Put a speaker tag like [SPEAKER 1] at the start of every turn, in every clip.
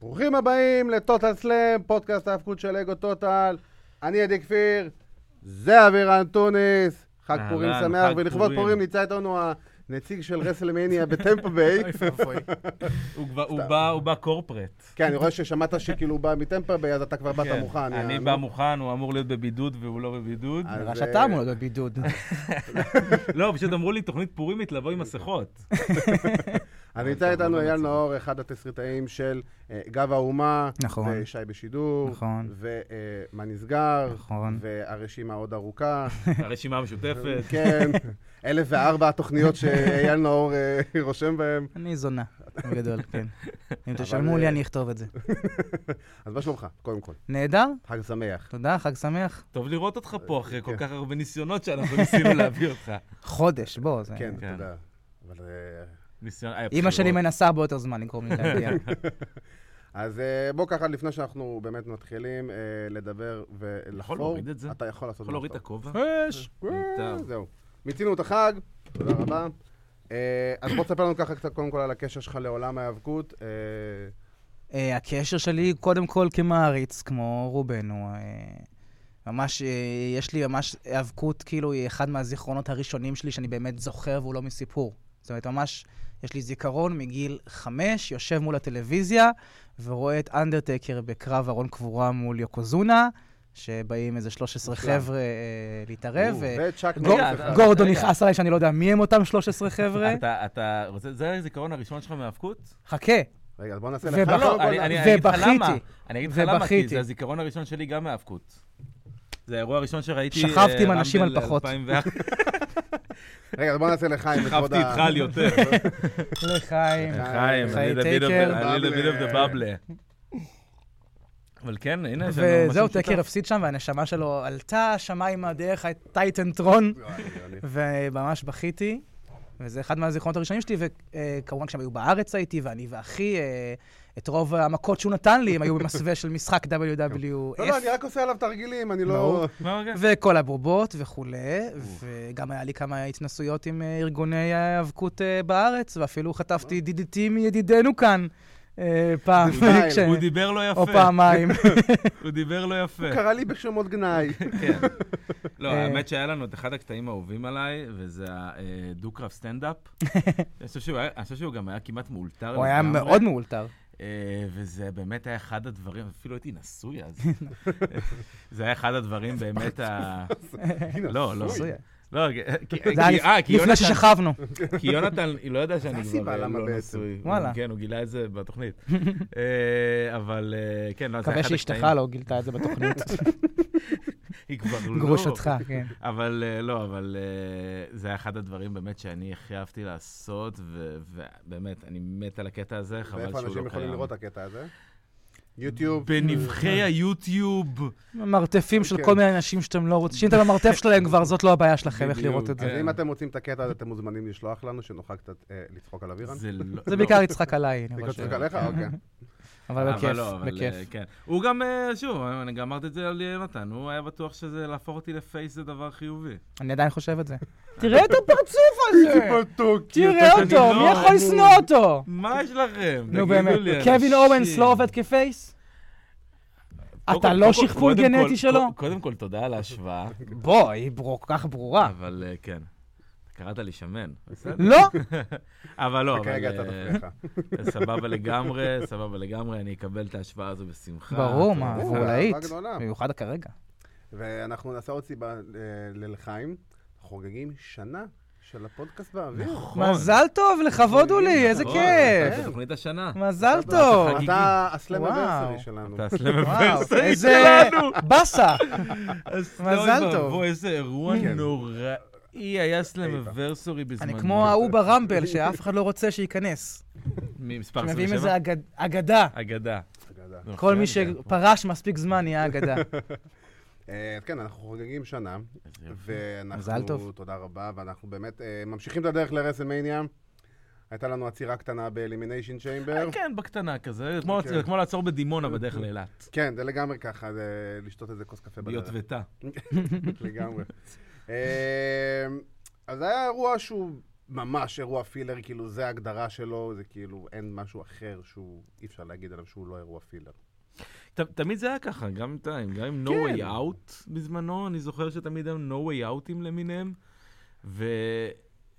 [SPEAKER 1] ברוכים הבאים לטוטל סלאם, פודקאסט ההאבקות של אגו טוטל. אני עדי כפיר, זה אבירן טוניס. חג
[SPEAKER 2] אהלן,
[SPEAKER 1] פורים שמח,
[SPEAKER 2] חג
[SPEAKER 1] ולכבוד
[SPEAKER 2] פורים.
[SPEAKER 1] פורים נמצא איתנו הנציג של רסלמניה בטמפה ביי.
[SPEAKER 3] אוי ואבוי.
[SPEAKER 2] הוא כבר- הוא בא- הוא בא קורפרט.
[SPEAKER 1] כן, אני רואה ששמעת שכאילו הוא בא מטמפה ביי, אז אתה כבר באת
[SPEAKER 2] כן.
[SPEAKER 1] מוכן.
[SPEAKER 2] אני
[SPEAKER 1] יענו.
[SPEAKER 2] בא מוכן, הוא אמור להיות בבידוד והוא לא בבידוד.
[SPEAKER 1] אז,
[SPEAKER 3] נראה
[SPEAKER 1] אה,
[SPEAKER 3] שאתה אמור להיות בבידוד.
[SPEAKER 2] לא, פשוט אמרו לי, תוכנית פורימית לבוא עם מסכות.
[SPEAKER 1] אז נמצא
[SPEAKER 2] לא
[SPEAKER 1] איתנו אייל נאור, אחד התסריטאים של אה, גב האומה.
[SPEAKER 3] נכון.
[SPEAKER 1] ושי בשידור.
[SPEAKER 3] נכון.
[SPEAKER 1] ומה נסגר.
[SPEAKER 3] נכון.
[SPEAKER 1] והרשימה עוד ארוכה.
[SPEAKER 2] הרשימה המשותפת.
[SPEAKER 1] כן, אלף וארבע התוכניות שאייל נאור אה, רושם בהן.
[SPEAKER 3] אני זונה, בגדול, כן. אם
[SPEAKER 1] אבל,
[SPEAKER 3] תשלמו
[SPEAKER 1] אה,
[SPEAKER 3] לי, אני אכתוב את זה.
[SPEAKER 1] אז מה שלומך, קודם כל?
[SPEAKER 3] נהדר?
[SPEAKER 1] חג שמח.
[SPEAKER 3] תודה, חג שמח.
[SPEAKER 2] טוב לראות אותך פה אחרי כל
[SPEAKER 1] כן.
[SPEAKER 2] כך הרבה ניסיונות שאנחנו ניסינו להביא אותך.
[SPEAKER 3] חודש, בוא. זה-
[SPEAKER 1] כן,
[SPEAKER 2] כן.
[SPEAKER 1] תודה. אבל... אה,
[SPEAKER 2] ניסיון... היה
[SPEAKER 3] אימא
[SPEAKER 2] בחירות.
[SPEAKER 3] שלי מנסה הרבה יותר זמן לגרום לי להגיע.
[SPEAKER 1] אז אה, בוא ככה, לפני שאנחנו באמת מתחילים אה, לדבר ולחפור.
[SPEAKER 2] יכול להוריד את זה?
[SPEAKER 1] אתה יכול לעשות
[SPEAKER 2] יכול
[SPEAKER 1] מה
[SPEAKER 2] להוריד את
[SPEAKER 1] שאתה
[SPEAKER 2] הכובע?
[SPEAKER 3] אש!
[SPEAKER 1] רוצה.
[SPEAKER 2] מותר.
[SPEAKER 1] זהו. מיצינו את החג, תודה רבה. אה, אז בוא תספר לנו ככה קצת, קודם כל, על הקשר שלך לעולם ההיאבקות. אה,
[SPEAKER 3] אה, הקשר שלי, קודם כל כמעריץ, כמו רובנו, אה, ממש, אה, יש לי ממש היאבקות, כאילו, היא אחד מהזיכרונות הראשונים שלי שאני באמת זוכר והוא לא מסיפור. זאת אומרת, ממש, יש לי זיכרון מגיל חמש, יושב מול הטלוויזיה ורואה את אנדרטקר בקרב ארון קבורה מול יוקוזונה, שבאים איזה 13
[SPEAKER 1] מושלם.
[SPEAKER 3] חבר'ה אה, להתערב. ו-
[SPEAKER 1] וצ'אק
[SPEAKER 3] גור-
[SPEAKER 1] נורס אחד.
[SPEAKER 2] גור-
[SPEAKER 3] גורדון
[SPEAKER 2] רגע.
[SPEAKER 3] יכעס עליי שאני לא יודע מי הם אותם 13 חבר'ה.
[SPEAKER 2] אתה- אתה רוצה... זה הזיכרון הראשון שלך מהאבקות?
[SPEAKER 3] חכה.
[SPEAKER 1] רגע, אז בוא נעשה לך...
[SPEAKER 3] ובח-
[SPEAKER 1] קודם
[SPEAKER 2] לא,
[SPEAKER 1] כל,
[SPEAKER 2] אני-
[SPEAKER 1] נע-
[SPEAKER 2] אני אני אגיד לך
[SPEAKER 3] ובכיתי.
[SPEAKER 2] למה. אני אגיד לך למה, כי
[SPEAKER 3] ובכיתי.
[SPEAKER 2] זה הזיכרון הראשון שלי גם מהאבקות. זה האירוע הראשון שראיתי...
[SPEAKER 3] שכבתי
[SPEAKER 2] אה,
[SPEAKER 3] עם אנשים על
[SPEAKER 2] רמבל
[SPEAKER 3] פחות.
[SPEAKER 2] 2001.
[SPEAKER 1] רגע, אז בוא נעשה לחיים. לכבוד
[SPEAKER 2] שכבתי
[SPEAKER 1] ה-
[SPEAKER 2] איתך על יותר.
[SPEAKER 3] לחיים.
[SPEAKER 2] אה, חיים,
[SPEAKER 3] חיי
[SPEAKER 2] אני the bit of the-
[SPEAKER 3] טייקר.
[SPEAKER 2] אני the bit of the
[SPEAKER 3] אה,
[SPEAKER 2] bubble. אבל כן, הנה, יש לנו משהו
[SPEAKER 1] לא
[SPEAKER 3] וזהו,
[SPEAKER 2] משותף.
[SPEAKER 3] טקר הפסיד שם, והנשמה שלו עלתה השמיימה דרך הטייטן טרון,
[SPEAKER 1] וואי, אני-
[SPEAKER 3] וממש בכיתי. וזה אחד מהזיכרונות הראשונים שלי, וכמובן כשהם היו בארץ הייתי, ואני ואחי, אה, את רוב המכות שהוא נתן לי, הם היו במסווה של משחק
[SPEAKER 1] לא, לא, אני
[SPEAKER 3] WWF,
[SPEAKER 1] רק עושה עליו תרגילים, אני לא...
[SPEAKER 3] ברור.
[SPEAKER 2] מה הרגע?
[SPEAKER 3] וכל הבובות וכולי, וגם היה לי כמה התנסויות עם אה, ארגוני ההיאבקות אה, בארץ, ואפילו
[SPEAKER 1] אה.
[SPEAKER 3] חטפתי DDT מידידינו כאן אה, פעם,
[SPEAKER 1] סטייל,
[SPEAKER 3] כש-
[SPEAKER 2] הוא דיבר לא יפה.
[SPEAKER 3] או פעמיים.
[SPEAKER 2] הוא דיבר לא יפה.
[SPEAKER 1] הוא קרא לי בשמות גנאי.
[SPEAKER 2] כן. לא,
[SPEAKER 3] אה.
[SPEAKER 2] האמת שהיה לנו את אחד הקטעים האהובים עליי, וזה הדו-קרב סטנדאפ. אני חושב שהוא היה- אני חושב שהוא גם היה כמעט מאולתר.
[SPEAKER 3] הוא היה
[SPEAKER 2] לגמרי.
[SPEAKER 3] מאוד מאולתר.
[SPEAKER 2] אה, וזה באמת היה אחד הדברים, אפילו הייתי נשוי אז. זה היה אחד הדברים באמת ה...
[SPEAKER 1] הנה,
[SPEAKER 2] לא, לא.
[SPEAKER 1] אוי.
[SPEAKER 3] זה
[SPEAKER 2] לא, כי- כי-
[SPEAKER 3] היה
[SPEAKER 2] אה, כי
[SPEAKER 3] לפני
[SPEAKER 2] יונתן-
[SPEAKER 3] ששכבנו.
[SPEAKER 2] כי יונתן, היא לא ידעה שאני
[SPEAKER 1] הסיבה,
[SPEAKER 2] כבר אה,
[SPEAKER 1] למה
[SPEAKER 2] לא
[SPEAKER 1] בעצם?
[SPEAKER 2] נשוי.
[SPEAKER 3] וואלה.
[SPEAKER 2] הוא- כן, הוא גילה את זה בתוכנית. אה, אבל אה, כן, לא, זה
[SPEAKER 3] מקווה
[SPEAKER 2] אחד
[SPEAKER 3] שאשתך
[SPEAKER 2] הקטעים. לא.
[SPEAKER 3] לא גילתה את זה בתוכנית.
[SPEAKER 2] היא כבר לא.
[SPEAKER 3] גרושתך, כן.
[SPEAKER 2] אבל אה, לא, אבל אה, זה היה אחד הדברים באמת שאני הכי אהבתי לעשות, ו- ובאמת, אני מת על הקטע הזה, חבל שהוא לא
[SPEAKER 1] ואיפה
[SPEAKER 2] קיים.
[SPEAKER 1] אנשים יכולים לראות אה. את הקטע הזה? יוטיוב.
[SPEAKER 2] בנבחי היוטיוב.
[SPEAKER 3] מרתפים של
[SPEAKER 1] כן.
[SPEAKER 3] כל מיני אנשים שאתם לא רוצים. שאם אתם במרתף שלהם כבר, זאת לא הבעיה שלכם, איך
[SPEAKER 2] בדיוק.
[SPEAKER 3] לראות את
[SPEAKER 1] אז
[SPEAKER 3] זה.
[SPEAKER 2] כן.
[SPEAKER 1] אם אתם רוצים את הקטע הזה, אתם מוזמנים לשלוח לנו, שנוכל קצת אה, לצחוק על אבירן.
[SPEAKER 2] זה כן. לא...
[SPEAKER 3] זה
[SPEAKER 2] לא.
[SPEAKER 3] בעיקר יצחק עליי, אני
[SPEAKER 1] לצחוק
[SPEAKER 3] חושב.
[SPEAKER 1] עליך? אוקיי.
[SPEAKER 3] אבל בכיף,
[SPEAKER 2] לא, אבל, אה,
[SPEAKER 3] בכיף.
[SPEAKER 2] כן. הוא גם, אה, שוב, אני גם אמרתי את זה על אה, יונתן, הוא היה בטוח שזה להפוך אותי לפייס זה דבר חיובי.
[SPEAKER 3] אני עדיין חושב את זה. תראה את הפרצוף הזה!
[SPEAKER 1] מתוק.
[SPEAKER 3] תראה
[SPEAKER 2] אתה
[SPEAKER 3] אותו,
[SPEAKER 2] כזה
[SPEAKER 3] מי
[SPEAKER 2] לא
[SPEAKER 3] יכול
[SPEAKER 2] אמור.
[SPEAKER 3] לשנוא אותו?
[SPEAKER 2] מה יש לכם?
[SPEAKER 3] נו
[SPEAKER 2] תגידו
[SPEAKER 3] באמת,
[SPEAKER 2] לי, אנשים.
[SPEAKER 3] קווין אורנס לא עובד כפייס?
[SPEAKER 2] קודם-
[SPEAKER 3] אתה
[SPEAKER 2] קודם-
[SPEAKER 3] לא
[SPEAKER 2] קודם-
[SPEAKER 3] שכפול
[SPEAKER 2] קודם
[SPEAKER 3] גנטי
[SPEAKER 2] כל-
[SPEAKER 3] שלו?
[SPEAKER 2] קוד- קודם כל, תודה על ההשוואה,
[SPEAKER 3] בוא, היא ברור- כל כך ברורה.
[SPEAKER 2] אבל אה, כן. קראת לי שמן, בסדר?
[SPEAKER 3] לא?
[SPEAKER 2] אבל לא, אבל...
[SPEAKER 1] וכרגע אוקיי, אתה
[SPEAKER 2] אה,
[SPEAKER 1] תפריע לך.
[SPEAKER 2] סבבה לגמרי, סבבה לגמרי, אני אקבל את ההשוואה הזו בשמחה.
[SPEAKER 3] ברור,
[SPEAKER 2] אתה
[SPEAKER 3] מה,
[SPEAKER 2] יודע.
[SPEAKER 1] ברור,
[SPEAKER 3] גבולאית.
[SPEAKER 1] אהבה גדולה.
[SPEAKER 3] במיוחד כרגע.
[SPEAKER 1] ואנחנו נעשה עוד סיבה אה, ללחיים. חוגגים שנה של הפודקאסט באוויר.
[SPEAKER 2] נכון.
[SPEAKER 3] מזל טוב, לכבוד הוא לי, איזה
[SPEAKER 2] נכון,
[SPEAKER 3] כיף.
[SPEAKER 2] אתה בתוכנית השנה.
[SPEAKER 3] מזל
[SPEAKER 1] אתה-
[SPEAKER 3] טוב.
[SPEAKER 2] חגיגי.
[SPEAKER 1] אתה הסלאם
[SPEAKER 3] וואו.
[SPEAKER 1] הברסרי שלנו.
[SPEAKER 2] אתה סלם
[SPEAKER 3] וואו,
[SPEAKER 2] הוורסרי
[SPEAKER 3] איזה
[SPEAKER 2] שלנו.
[SPEAKER 3] באסה.
[SPEAKER 2] אז
[SPEAKER 3] מזל
[SPEAKER 2] אוי
[SPEAKER 3] טוב.
[SPEAKER 2] ואבוי, איזה אירוע
[SPEAKER 1] כן.
[SPEAKER 2] נוראי היה סלם הוורסרי בזמנו.
[SPEAKER 3] אני כמו ההוא ברמבל, שאף אחד לא רוצה שייכנס.
[SPEAKER 2] אה, ממספר
[SPEAKER 3] מביאים
[SPEAKER 2] 27?
[SPEAKER 3] איזה אגד- אגדה.
[SPEAKER 2] אגדה. נכון,
[SPEAKER 1] אגדה.
[SPEAKER 2] זה מפריע
[SPEAKER 3] כל
[SPEAKER 2] לי כן.
[SPEAKER 3] מי
[SPEAKER 2] ככה.
[SPEAKER 3] שפרש מספיק זמן יהיה אגדה.
[SPEAKER 1] אה, אז כן, אנחנו חוגגים שנה,
[SPEAKER 3] מזל
[SPEAKER 1] ואנחנו,
[SPEAKER 3] טוב.
[SPEAKER 1] תודה רבה, ואנחנו באמת אה, ממשיכים את הדרך לרסלמניה. הייתה לנו עצירה קטנה באלימיניישן צ'יימבר.
[SPEAKER 2] אה, כן, בקטנה כזה, זה כמו-
[SPEAKER 1] כן.
[SPEAKER 2] זה כמו לעצור בדימונה בדרך לאילת.
[SPEAKER 1] כן, זה לגמרי ככה, זה לשתות איזה כוס קפה
[SPEAKER 2] להיות
[SPEAKER 1] בדרך.
[SPEAKER 2] ותה.
[SPEAKER 1] אמ, לגמרי. אה, אז היה אירוע שהוא ממש אירוע פילר, כאילו, זה ההגדרה שלו, זה כאילו, אין משהו אחר שהוא, אי אפשר להגיד עליו שהוא לא אירוע פילר.
[SPEAKER 2] ת, תמיד זה היה ככה, גם, אתה- גם עם No
[SPEAKER 1] כן.
[SPEAKER 2] Way Out בזמנו, אני זוכר שתמיד היו No Way Outים למיניהם,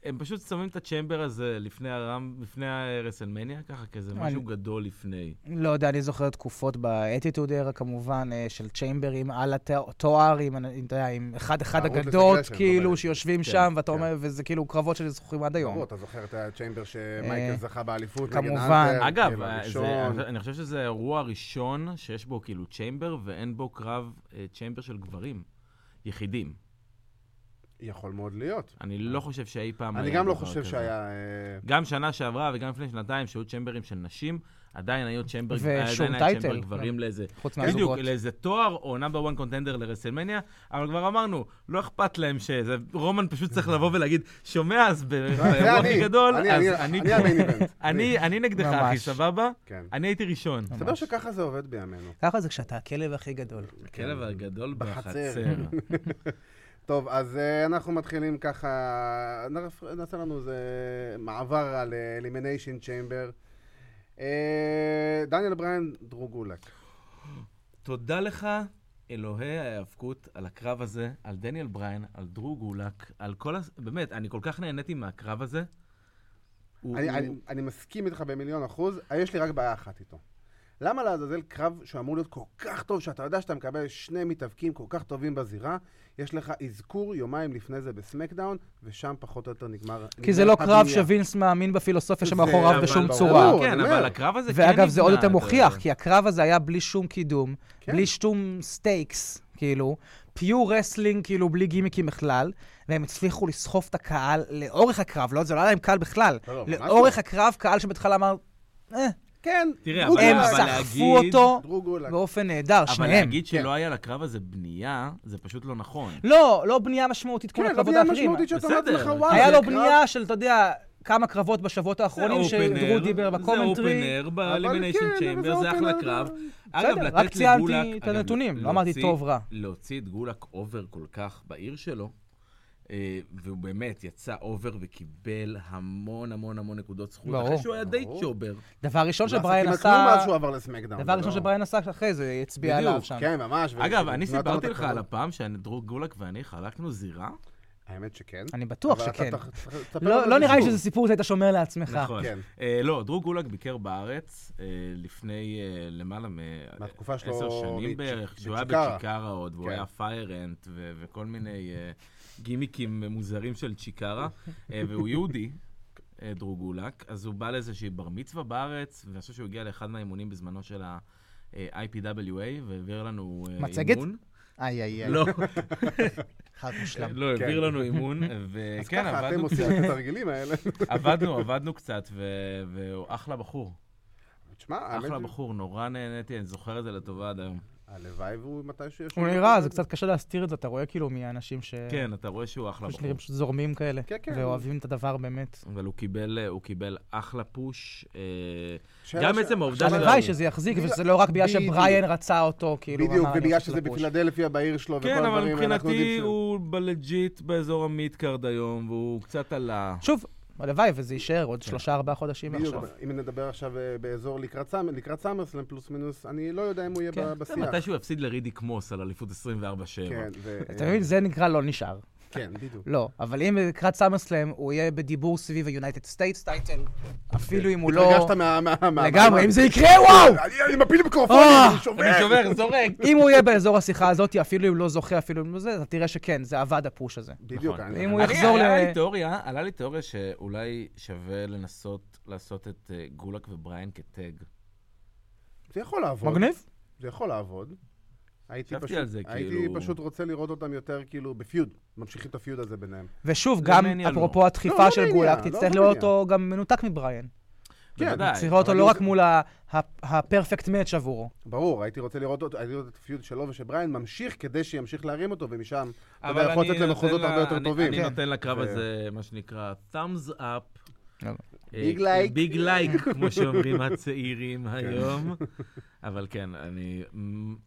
[SPEAKER 2] והם פשוט שמים את הצ'מבר הזה לפני הרם, לפני הרסלמניה, ככה, כזה
[SPEAKER 3] אני-
[SPEAKER 2] משהו גדול לפני.
[SPEAKER 3] לא יודע, אני זוכר תקופות באטיטוד ארה כמובן, אה, של צ'יימברים על התואר, עם, אנ- עם, אתה יודע, עם אחד אחד
[SPEAKER 1] הערוץ
[SPEAKER 3] אגדות,
[SPEAKER 1] לסגרשן,
[SPEAKER 3] כאילו,
[SPEAKER 1] אומרת.
[SPEAKER 3] שיושבים
[SPEAKER 2] כן,
[SPEAKER 3] שם, ואתה
[SPEAKER 1] כן.
[SPEAKER 3] אומר, וזה כאילו קרבות שזוכרים עד היום.
[SPEAKER 1] ברור, אתה זוכר את הצ'יימבר שמייקל
[SPEAKER 3] אה,
[SPEAKER 1] זכה באליפות נגד
[SPEAKER 3] כמובן.
[SPEAKER 1] אנדר,
[SPEAKER 2] אגב,
[SPEAKER 1] כאילו,
[SPEAKER 2] אה,
[SPEAKER 1] הראשון.
[SPEAKER 2] זה, אני- אני חושב שזה האירוע הראשון שיש בו כאילו צ'יימבר, ואין בו קרב אה, צ'יימבר של גברים, יחידים.
[SPEAKER 1] יכול מאוד להיות.
[SPEAKER 2] אני לא חושב שאי פעם
[SPEAKER 1] אה. אני
[SPEAKER 2] היה
[SPEAKER 1] גם לא
[SPEAKER 2] דבר
[SPEAKER 1] חושב
[SPEAKER 2] כזה.
[SPEAKER 1] שהיה... אה,
[SPEAKER 2] גם שנה שעברה וגם לפני שנתיים, שהיו צ'מברים של נשים, עדיין היו צ'מבר,
[SPEAKER 3] ושום
[SPEAKER 2] עדיין היה
[SPEAKER 3] טייטל,
[SPEAKER 2] צ'מבר
[SPEAKER 3] גם.
[SPEAKER 2] גברים
[SPEAKER 1] כן.
[SPEAKER 2] לאיזה...
[SPEAKER 3] חוץ
[SPEAKER 2] בדיוק,
[SPEAKER 3] מהזוגות.
[SPEAKER 2] לאיזה תואר או נאמבר וואן קונטנדר לרסלמניה, אבל כבר אמרנו, לא אכפת להם שזה... רומן פשוט צריך לבוא ולהגיד, שומע, אז ב-
[SPEAKER 1] זה
[SPEAKER 2] באירוע הכי
[SPEAKER 1] אני,
[SPEAKER 2] גדול,
[SPEAKER 1] אני-
[SPEAKER 2] אז
[SPEAKER 1] אני-
[SPEAKER 2] אני
[SPEAKER 1] אני
[SPEAKER 2] פה.
[SPEAKER 1] המיין איבנט.
[SPEAKER 2] אני- אני נגדך, אחי,
[SPEAKER 3] ממש.
[SPEAKER 2] סבבה?
[SPEAKER 1] כן.
[SPEAKER 2] אני הייתי ראשון.
[SPEAKER 1] מסתבר שככה זה עובד בימינו.
[SPEAKER 3] ככה זה כשאתה הכלב הכי גדול.
[SPEAKER 2] הכלב הגדול
[SPEAKER 1] בחצר.
[SPEAKER 2] בחצר.
[SPEAKER 1] טוב, אז אה, אנחנו מתחילים ככה, נרפ- נעשה לנו איזה מעבר על אה, אלימיניישן צ'יימבר. אה, דניאל בריין, דרו גולק.
[SPEAKER 2] תודה לך, אלוהי ההיאבקות, על הקרב הזה, על דניאל בריין, על דרו גולק, על כל ה... באמת, אני כל כך נהניתי מהקרב הזה. הוא-
[SPEAKER 1] אני-
[SPEAKER 2] הוא-
[SPEAKER 1] אני- אני מסכים איתך במיליון אחוז, אה, יש לי רק בעיה אחת איתו. למה לעזאזל קרב שאמור להיות כל כך טוב, שאתה יודע שאתה מקבל שני מתאבקים כל כך טובים בזירה, יש לך אזכור יומיים לפני זה בסמקדאון, ושם פחות או יותר נגמר...
[SPEAKER 3] כי זה
[SPEAKER 1] נגמר
[SPEAKER 3] לא קרב
[SPEAKER 1] הדמייה.
[SPEAKER 3] שווינס מאמין בפילוסופיה
[SPEAKER 1] זה-
[SPEAKER 3] שמאחוריו
[SPEAKER 2] אבל-
[SPEAKER 3] בשום
[SPEAKER 1] ברור.
[SPEAKER 3] צורה.
[SPEAKER 1] ברור.
[SPEAKER 2] כן,
[SPEAKER 1] אני
[SPEAKER 2] אבל
[SPEAKER 1] אומר.
[SPEAKER 2] הקרב הזה כן
[SPEAKER 3] ואגב, זה עוד
[SPEAKER 2] נבנה,
[SPEAKER 3] יותר
[SPEAKER 2] אתה
[SPEAKER 3] מוכיח,
[SPEAKER 2] יודע.
[SPEAKER 3] כי הקרב הזה היה בלי שום קידום,
[SPEAKER 1] כן.
[SPEAKER 3] בלי שום סטייקס, כאילו, פיור רסלינג, כאילו, בלי גימיקים בכלל, והם הצליחו לסחוף את הקהל לאורך הקרב, לא, זה לא היה להם קל בכלל.
[SPEAKER 1] לא, לא, ממש
[SPEAKER 3] לאורך
[SPEAKER 1] לא.
[SPEAKER 3] הקרב, קהל שבהתחלה אמר, "אה",
[SPEAKER 1] כן,
[SPEAKER 2] תראה,
[SPEAKER 1] דרו
[SPEAKER 2] אבל-
[SPEAKER 3] הם
[SPEAKER 1] גולק.
[SPEAKER 2] אבל
[SPEAKER 3] סחפו
[SPEAKER 2] להגיד-
[SPEAKER 3] אותו
[SPEAKER 1] דרו גולק.
[SPEAKER 3] באופן נהדר,
[SPEAKER 2] אבל
[SPEAKER 3] שניהם.
[SPEAKER 2] להגיד
[SPEAKER 1] כן.
[SPEAKER 2] שלא היה לקרב הזה בנייה, זה פשוט לא נכון.
[SPEAKER 3] לא, לא בנייה משמעותית כמו
[SPEAKER 1] כן,
[SPEAKER 3] הקרבות
[SPEAKER 1] הבנייה
[SPEAKER 3] האחרים.
[SPEAKER 1] המשמעותית שאתה אומר
[SPEAKER 2] בסדר.
[SPEAKER 1] לעצמך, וואו,
[SPEAKER 3] היה
[SPEAKER 1] זה
[SPEAKER 3] לו
[SPEAKER 1] קרב-
[SPEAKER 3] בנייה של, אתה יודע, כמה קרבות בשבועות האחרונים,
[SPEAKER 2] זה אופנר,
[SPEAKER 3] שדרו דיבר
[SPEAKER 2] זה
[SPEAKER 3] בקומנטרי.
[SPEAKER 2] אופנר
[SPEAKER 1] אבל
[SPEAKER 2] באלימיניישן
[SPEAKER 1] כן, אבל
[SPEAKER 2] צ'יימבר,
[SPEAKER 1] זה
[SPEAKER 2] זה אחלה
[SPEAKER 1] אופנר,
[SPEAKER 2] קרב.
[SPEAKER 1] זה-
[SPEAKER 2] אגב,
[SPEAKER 3] בסדר,
[SPEAKER 2] לתת
[SPEAKER 3] רק ציינתי
[SPEAKER 2] לגולק-
[SPEAKER 3] את
[SPEAKER 2] אגב,
[SPEAKER 3] הנתונים, לא
[SPEAKER 2] להוציא-
[SPEAKER 3] אמרתי טוב, רע.
[SPEAKER 2] להוציא את גולק אובר כל כך בעיר שלו, אה, והוא באמת יצא אובר וקיבל המון המון המון נקודות זכות,
[SPEAKER 3] ברור.
[SPEAKER 2] אחרי שהוא היה די
[SPEAKER 1] ברור.
[SPEAKER 2] צ'ובר.
[SPEAKER 3] דבר ראשון
[SPEAKER 1] הוא לא
[SPEAKER 3] שבריין
[SPEAKER 1] עשה כמעט כלום
[SPEAKER 3] עשה,
[SPEAKER 1] מאז שהוא עבר לסמקדאון.
[SPEAKER 3] דבר
[SPEAKER 1] זה
[SPEAKER 3] ראשון
[SPEAKER 1] לא-
[SPEAKER 3] שבריין עשה אחרי זה, הצביע
[SPEAKER 2] בדיוק,
[SPEAKER 3] עליו שם.
[SPEAKER 1] כן, ממש. ו-
[SPEAKER 2] אגב, אני
[SPEAKER 1] נתנו לו
[SPEAKER 2] סיפרתי
[SPEAKER 1] את
[SPEAKER 2] לך
[SPEAKER 1] הכבוד.
[SPEAKER 2] על הפעם שדרור גולק ואני חלקנו זירה.
[SPEAKER 1] האמת שכן.
[SPEAKER 3] אני בטוח
[SPEAKER 1] אבל אתה
[SPEAKER 3] שכן.
[SPEAKER 1] צריך- צריך- תספר לנו
[SPEAKER 3] לא לא
[SPEAKER 1] את
[SPEAKER 3] נראה לי
[SPEAKER 1] הסיפור.
[SPEAKER 3] שזה סיפור שהיית שומר לעצמך.
[SPEAKER 2] נכון.
[SPEAKER 1] כן.
[SPEAKER 2] אה, לא, דרור גולק ביקר בארץ אה, לפני אה, למעלה
[SPEAKER 1] מהתקופה שלו
[SPEAKER 2] מעשר שנים
[SPEAKER 1] בצ'יק-
[SPEAKER 2] בערך, כשהוא היה
[SPEAKER 1] בצ'יקרה.
[SPEAKER 2] בצ'יקרה עוד, והוא
[SPEAKER 1] כן.
[SPEAKER 2] היה פיירנט וכל מיני אה, גימיקים מוזרים של צ'יקרה, אה, והוא יהודי. אה, דרור גולק, אז הוא בא לאיזושהי בר מצווה בארץ, ואני חושב שהוא הגיע לאחד מהאימונים בזמנו של ה-IPWA, והעביר לנו אה,
[SPEAKER 3] מצגת? כן.
[SPEAKER 2] אימון.
[SPEAKER 3] איי איי איי,
[SPEAKER 2] לא,
[SPEAKER 3] חד מושלם.
[SPEAKER 2] לא, העביר
[SPEAKER 1] כן.
[SPEAKER 2] לנו אימון,
[SPEAKER 1] אז
[SPEAKER 2] וכן,
[SPEAKER 1] ככה אתם
[SPEAKER 2] עבדנו
[SPEAKER 1] עושים
[SPEAKER 2] קצת,
[SPEAKER 1] את התרגילים האלה.
[SPEAKER 2] עבדנו, עבדנו קצת, ו- והוא אחלה בחור.
[SPEAKER 1] תשמע, האמת
[SPEAKER 2] אחלה
[SPEAKER 1] היא-
[SPEAKER 2] בחור, נורא נהניתי, אני זוכר את זה לטובה עד היום.
[SPEAKER 1] כן. הלוואי והוא מתישהו יש...
[SPEAKER 3] הוא
[SPEAKER 1] לו-
[SPEAKER 3] נראה, זה קצת קשה להסתיר את זה, אתה רואה כאילו מהאנשים ש...
[SPEAKER 2] כן, אתה רואה שהוא אחלה
[SPEAKER 3] פשוט
[SPEAKER 2] בחור.
[SPEAKER 3] נראים פשוט זורמים כאלה.
[SPEAKER 1] כן, כן.
[SPEAKER 3] ואוהבים את הדבר באמת.
[SPEAKER 2] אבל הוא קיבל, אה, הוא קיבל אחלה פוש. אה,
[SPEAKER 1] שאלה
[SPEAKER 2] גם
[SPEAKER 1] ש-
[SPEAKER 2] עצם העובדה
[SPEAKER 1] שאלה-
[SPEAKER 3] הלוואי שזה יחזיק,
[SPEAKER 1] בדיוק.
[SPEAKER 3] וזה לא רק בגלל
[SPEAKER 1] בדיוק.
[SPEAKER 3] שבריין רצה אותו, כאילו,
[SPEAKER 1] בדיוק,
[SPEAKER 3] ואמר, אני
[SPEAKER 1] ובגלל
[SPEAKER 3] רוצה
[SPEAKER 1] שזה
[SPEAKER 3] לפוש.
[SPEAKER 1] בפילדלפיה, בעיר שלו, וכל
[SPEAKER 2] כן,
[SPEAKER 1] הדברים
[SPEAKER 2] אבל
[SPEAKER 1] האלה, אנחנו יודעים
[SPEAKER 2] מבחינתי
[SPEAKER 1] ש-
[SPEAKER 2] הוא בלג'יט באזור המידקארד היום, והוא קצת עלה.
[SPEAKER 3] שוב, הלוואי וזה יישאר עוד שלושה, ארבעה חודשים
[SPEAKER 1] כן. בדיוק,
[SPEAKER 3] מעכשיו.
[SPEAKER 1] אם נדבר עכשיו אה, באזור לקראת סאמר- לקראת סאמרסלאם, פלוס מינוס, אני לא יודע אם הוא יהיה
[SPEAKER 3] כן,
[SPEAKER 1] ב-
[SPEAKER 2] אתה
[SPEAKER 1] בשיח.
[SPEAKER 2] יודע, מתי שהוא יפסיד לרידיק מוס על אליפות 24-7.
[SPEAKER 1] כן, זה-
[SPEAKER 3] אתה מבין, זה נקרא לא נשאר.
[SPEAKER 1] כן, בדיוק.
[SPEAKER 3] לא, אבל אם לקראת סאמרסלאם הוא יהיה בדיבור סביב ה-United States טייטל, אפילו אם הוא לא...
[SPEAKER 1] הרגשת מה... מה- מה-
[SPEAKER 3] לגמרי,
[SPEAKER 1] מה-
[SPEAKER 3] אם זה יקרה, וואו!
[SPEAKER 1] אני- אני מפיל מיקרופונים,
[SPEAKER 3] אה,
[SPEAKER 1] אני שובר.
[SPEAKER 2] אני שובר, זורק.
[SPEAKER 3] אם הוא יהיה באזור השיחה הזאת, אפילו אם לא זוכה, אפילו אם לא זה, אתה תראה שכן, זה עבד הפוש הזה.
[SPEAKER 1] בדיוק.
[SPEAKER 2] נכון.
[SPEAKER 1] אני-
[SPEAKER 3] אם הוא
[SPEAKER 2] אני-
[SPEAKER 3] יחזור
[SPEAKER 2] עלה
[SPEAKER 3] ל-
[SPEAKER 2] לי תיאוריה, עלה לי תיאוריה שאולי שווה לנסות לעשות את אה, גולק ובריין כטג.
[SPEAKER 1] זה יכול לעבוד.
[SPEAKER 3] מגניב?
[SPEAKER 1] זה יכול לעבוד. הייתי
[SPEAKER 2] חשבתי
[SPEAKER 1] פשוט,
[SPEAKER 2] על זה,
[SPEAKER 1] הייתי
[SPEAKER 2] כאילו-
[SPEAKER 1] פשוט רוצה לראות אותם יותר כאילו בפיוד, ממשיכים את הפיוד הזה ביניהם.
[SPEAKER 3] ושוב,
[SPEAKER 2] זה
[SPEAKER 3] גם
[SPEAKER 2] מניה לא.
[SPEAKER 3] אפרופו
[SPEAKER 1] לא, לא
[SPEAKER 3] הדחיפה של
[SPEAKER 1] מניה,
[SPEAKER 3] גולק,
[SPEAKER 1] לא,
[SPEAKER 3] תצטרך
[SPEAKER 1] לא
[SPEAKER 3] לראות
[SPEAKER 1] מניה.
[SPEAKER 3] אותו גם מנותק מבריין.
[SPEAKER 1] כן,
[SPEAKER 2] בוודאי.
[SPEAKER 3] צריך לראות
[SPEAKER 1] אבל
[SPEAKER 3] אותו לא
[SPEAKER 1] הוא-
[SPEAKER 3] רק מול ה- ה- הפרפקט מאץ' עבורו.
[SPEAKER 1] ברור, הייתי רוצה לראות, אותו- הייתי רוצה את הפיוד שלו ושל בריין ממשיך כדי שימשיך להרים אותו, ומשם אתה
[SPEAKER 2] אבל
[SPEAKER 1] יודע, יכול
[SPEAKER 2] אני
[SPEAKER 1] לצאת למחוזות
[SPEAKER 2] נותן
[SPEAKER 3] לא-
[SPEAKER 1] הרבה
[SPEAKER 2] לה-
[SPEAKER 1] יותר
[SPEAKER 2] אני-
[SPEAKER 1] טובים.
[SPEAKER 2] אני
[SPEAKER 1] כן.
[SPEAKER 2] נותן לקרב
[SPEAKER 1] ו-
[SPEAKER 2] הזה, מה שנקרא, thumbs up.
[SPEAKER 3] לא.
[SPEAKER 1] Big like.
[SPEAKER 2] אה, ביג לייק, כמו שאומרים הצעירים היום. אבל כן, אני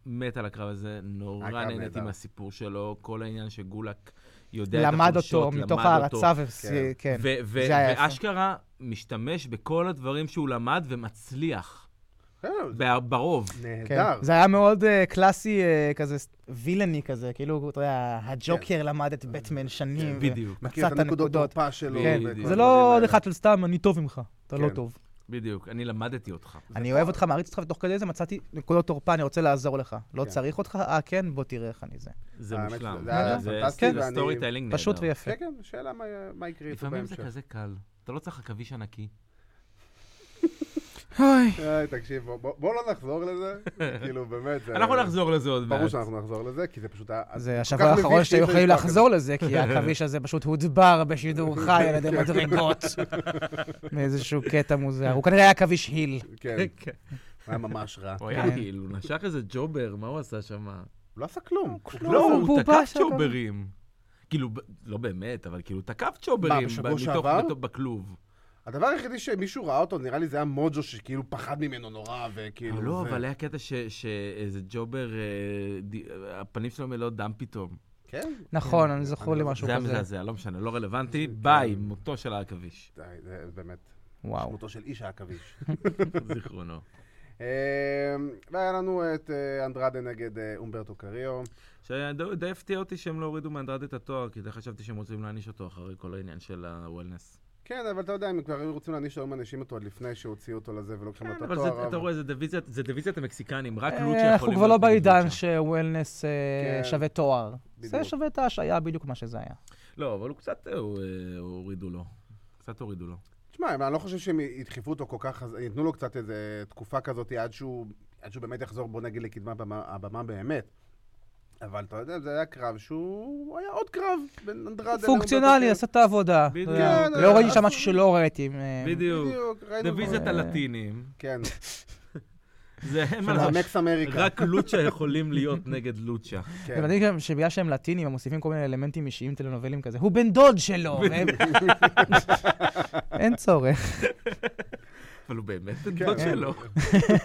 [SPEAKER 2] מת על הקרב הזה, נורא
[SPEAKER 1] הקרב
[SPEAKER 2] נהניתי
[SPEAKER 1] נהדר.
[SPEAKER 2] מהסיפור שלו, כל העניין שגולק יודע את
[SPEAKER 3] למד
[SPEAKER 2] החולשות,
[SPEAKER 3] אותו מתוך הערצה, וס-
[SPEAKER 1] כן.
[SPEAKER 3] כן.
[SPEAKER 2] ו- ו-
[SPEAKER 3] זה היה יפה.
[SPEAKER 2] ואשכרה משתמש בכל הדברים שהוא למד ומצליח,
[SPEAKER 1] כן,
[SPEAKER 2] ב- ברוב.
[SPEAKER 3] כן.
[SPEAKER 1] נהדר.
[SPEAKER 3] זה היה מאוד אה, קלאסי, אה, כזה ס- וילני כזה, כאילו, אתה יודע, הג'וקר למד את בטמן שנים. ו-
[SPEAKER 2] כן, בדיוק,
[SPEAKER 1] מכיר את
[SPEAKER 3] מצא את
[SPEAKER 1] הנקודות
[SPEAKER 3] הנקודות.
[SPEAKER 1] תורפה שלו.
[SPEAKER 2] כן,
[SPEAKER 1] וכל
[SPEAKER 2] בדיוק.
[SPEAKER 3] זה
[SPEAKER 1] הדברים
[SPEAKER 3] לא עוד
[SPEAKER 1] האלה.
[SPEAKER 3] אחד של סתם, אני טוב ממך, אתה לא
[SPEAKER 1] כן.
[SPEAKER 3] טוב.
[SPEAKER 2] בדיוק. אני למדתי אותך.
[SPEAKER 3] אני אוהב אותך, מעריץ אותך, ותוך כדי זה מצאתי נקודות תורפה, אני רוצה לעזור לך. לא
[SPEAKER 1] כן.
[SPEAKER 3] צריך אותך? אה, כן? בוא תראה איך אני זה.
[SPEAKER 2] זה
[SPEAKER 1] האמת
[SPEAKER 2] מושלם.
[SPEAKER 1] שזה היה
[SPEAKER 2] זה
[SPEAKER 1] פנטסטי,
[SPEAKER 2] זה
[SPEAKER 1] ואני-
[SPEAKER 2] סטורי טיילינג נהדר.
[SPEAKER 3] פשוט ויפה.
[SPEAKER 1] כן, כן, שאלה מה- מה יקרה איתו
[SPEAKER 2] לפעמים זה
[SPEAKER 1] בהמשך.
[SPEAKER 2] כזה קל. אתה לא צריך עכביש ענקי.
[SPEAKER 1] איי, תקשיב, בוא- בוא- בואו לא נחזור לזה, כאילו, באמת. זה-
[SPEAKER 2] אנחנו נחזור לזה עוד מעט.
[SPEAKER 1] ברור שאנחנו נחזור לזה, כי זה פשוט היה... כל
[SPEAKER 3] זה
[SPEAKER 1] כך
[SPEAKER 3] אה, השבוע
[SPEAKER 1] מביך
[SPEAKER 3] האחרון
[SPEAKER 1] שאי
[SPEAKER 3] שהיו
[SPEAKER 1] אפשר
[SPEAKER 3] יכולים
[SPEAKER 1] לשכוח
[SPEAKER 3] לחזור לזה, כי העכביש הזה פשוט הודבר בשידור חי על ידי מדרגות. מאיזשהו קטע מוזר. הוא כנראה היה עכביש היל.
[SPEAKER 1] את זה. כן,
[SPEAKER 2] כן.
[SPEAKER 1] היה ממש רע.
[SPEAKER 2] הוא
[SPEAKER 3] כן.
[SPEAKER 2] היה כאילו, הוא נשך איזה ג'ובר, מה הוא עשה שם?
[SPEAKER 1] הוא לא עשה כלום.
[SPEAKER 2] לא, הוא
[SPEAKER 3] בובה
[SPEAKER 2] תקף
[SPEAKER 3] שם.
[SPEAKER 2] צ'וברים. כאילו, ב- לא באמת, אבל כאילו, תקף צ'וברים.
[SPEAKER 1] בשבוע
[SPEAKER 2] ב- מתוך-
[SPEAKER 1] שעבר?
[SPEAKER 2] בתוך- בכלוב.
[SPEAKER 1] הדבר היחידי שמישהו ראה אותו, נראה לי זה היה מוג'ו שכאילו פחד ממנו נורא, וכאילו...
[SPEAKER 2] לא,
[SPEAKER 1] כאילו, זה-
[SPEAKER 2] אבל היה קטע ש- שאיזה ג'ובר, אה, ד- הפנים שלו מלאות דם פתאום.
[SPEAKER 1] כן,
[SPEAKER 3] נכון,
[SPEAKER 1] כן,
[SPEAKER 3] אני זוכר לי
[SPEAKER 1] לא-
[SPEAKER 3] משהו
[SPEAKER 2] זה היה
[SPEAKER 3] כזה.
[SPEAKER 2] מזעזע, לא משנה, לא רלוונטי. ביי, מותו של העכביש.
[SPEAKER 1] די, זה באמת,
[SPEAKER 3] וואו.
[SPEAKER 1] דמותו של איש העכביש.
[SPEAKER 2] זיכרונו.
[SPEAKER 1] אה, והיה לנו את אה, אנדרדה נגד אה, אומברטו קריו.
[SPEAKER 2] שדי הפתיע אותי שהם לא הורידו מאנדרד את התואר, כי די חשבתי שהם רוצים להעניש אותו אחרי כל העניין של הוולנס.
[SPEAKER 1] כן, אבל אתה יודע, אם כבר היו רוצים להעניש, היו מענישים אותו עוד לפני שהוציאו אותו לזה ולוקחים לו את
[SPEAKER 2] כן, אבל
[SPEAKER 1] התואר.
[SPEAKER 2] זה- אתה רואה, זה דיוויזיית- זה דיוויזיית המקסיקנים, רק לוצ'ה יכולים...
[SPEAKER 3] אנחנו כבר לא
[SPEAKER 2] להיות
[SPEAKER 3] בעידן
[SPEAKER 2] לוצ'ה.
[SPEAKER 3] שוולנס אה,
[SPEAKER 1] כן.
[SPEAKER 3] שווה תואר.
[SPEAKER 1] בדיוק.
[SPEAKER 3] זה שווה את ההשעיה בדיוק מה שזה היה.
[SPEAKER 2] לא, אבל הוא קצת אה, הוא, אה, הורידו לו. קצת הורידו לו.
[SPEAKER 1] תשמע, אני לא חושב שהם ידחפו אותו כל כך, חז- ייתנו לו קצת איזה תקופה כזאת עד שהוא, עד שהוא באמת יחזור, בוא נגיד, לקדמת הבמה- הבמה באמת. אבל אתה יודע, זה היה קרב שהוא היה עוד קרב בין אנדרדה
[SPEAKER 3] פונקציונלי,
[SPEAKER 1] לאומברטו
[SPEAKER 3] עשה את העבודה.
[SPEAKER 2] בדיוק.
[SPEAKER 3] אתה יודע.
[SPEAKER 1] כן,
[SPEAKER 3] לא ראיתי שם
[SPEAKER 1] אה,
[SPEAKER 3] משהו שלא ראיתי.
[SPEAKER 2] כן.
[SPEAKER 3] אה,
[SPEAKER 1] קריו.
[SPEAKER 2] בדיוק.
[SPEAKER 1] בדיוק, ראינו
[SPEAKER 2] דיוויזיית
[SPEAKER 1] כבר.
[SPEAKER 2] הלטינים.
[SPEAKER 1] כן,
[SPEAKER 2] זה אין מה
[SPEAKER 1] של
[SPEAKER 2] לעשות.
[SPEAKER 1] המקס אמריקה.
[SPEAKER 2] רק לוצ'ה יכולים להיות נגד לוצ'ה.
[SPEAKER 1] כן.
[SPEAKER 3] אתם יודעים גם שבגלל שהם לטינים, הם מוסיפים כל מיני אלמנטים אישיים טלנובלים כזה. הוא בן דוד שלו! והם- אין צורך,
[SPEAKER 2] אבל הוא באמת דוד
[SPEAKER 1] כן.
[SPEAKER 2] שלו.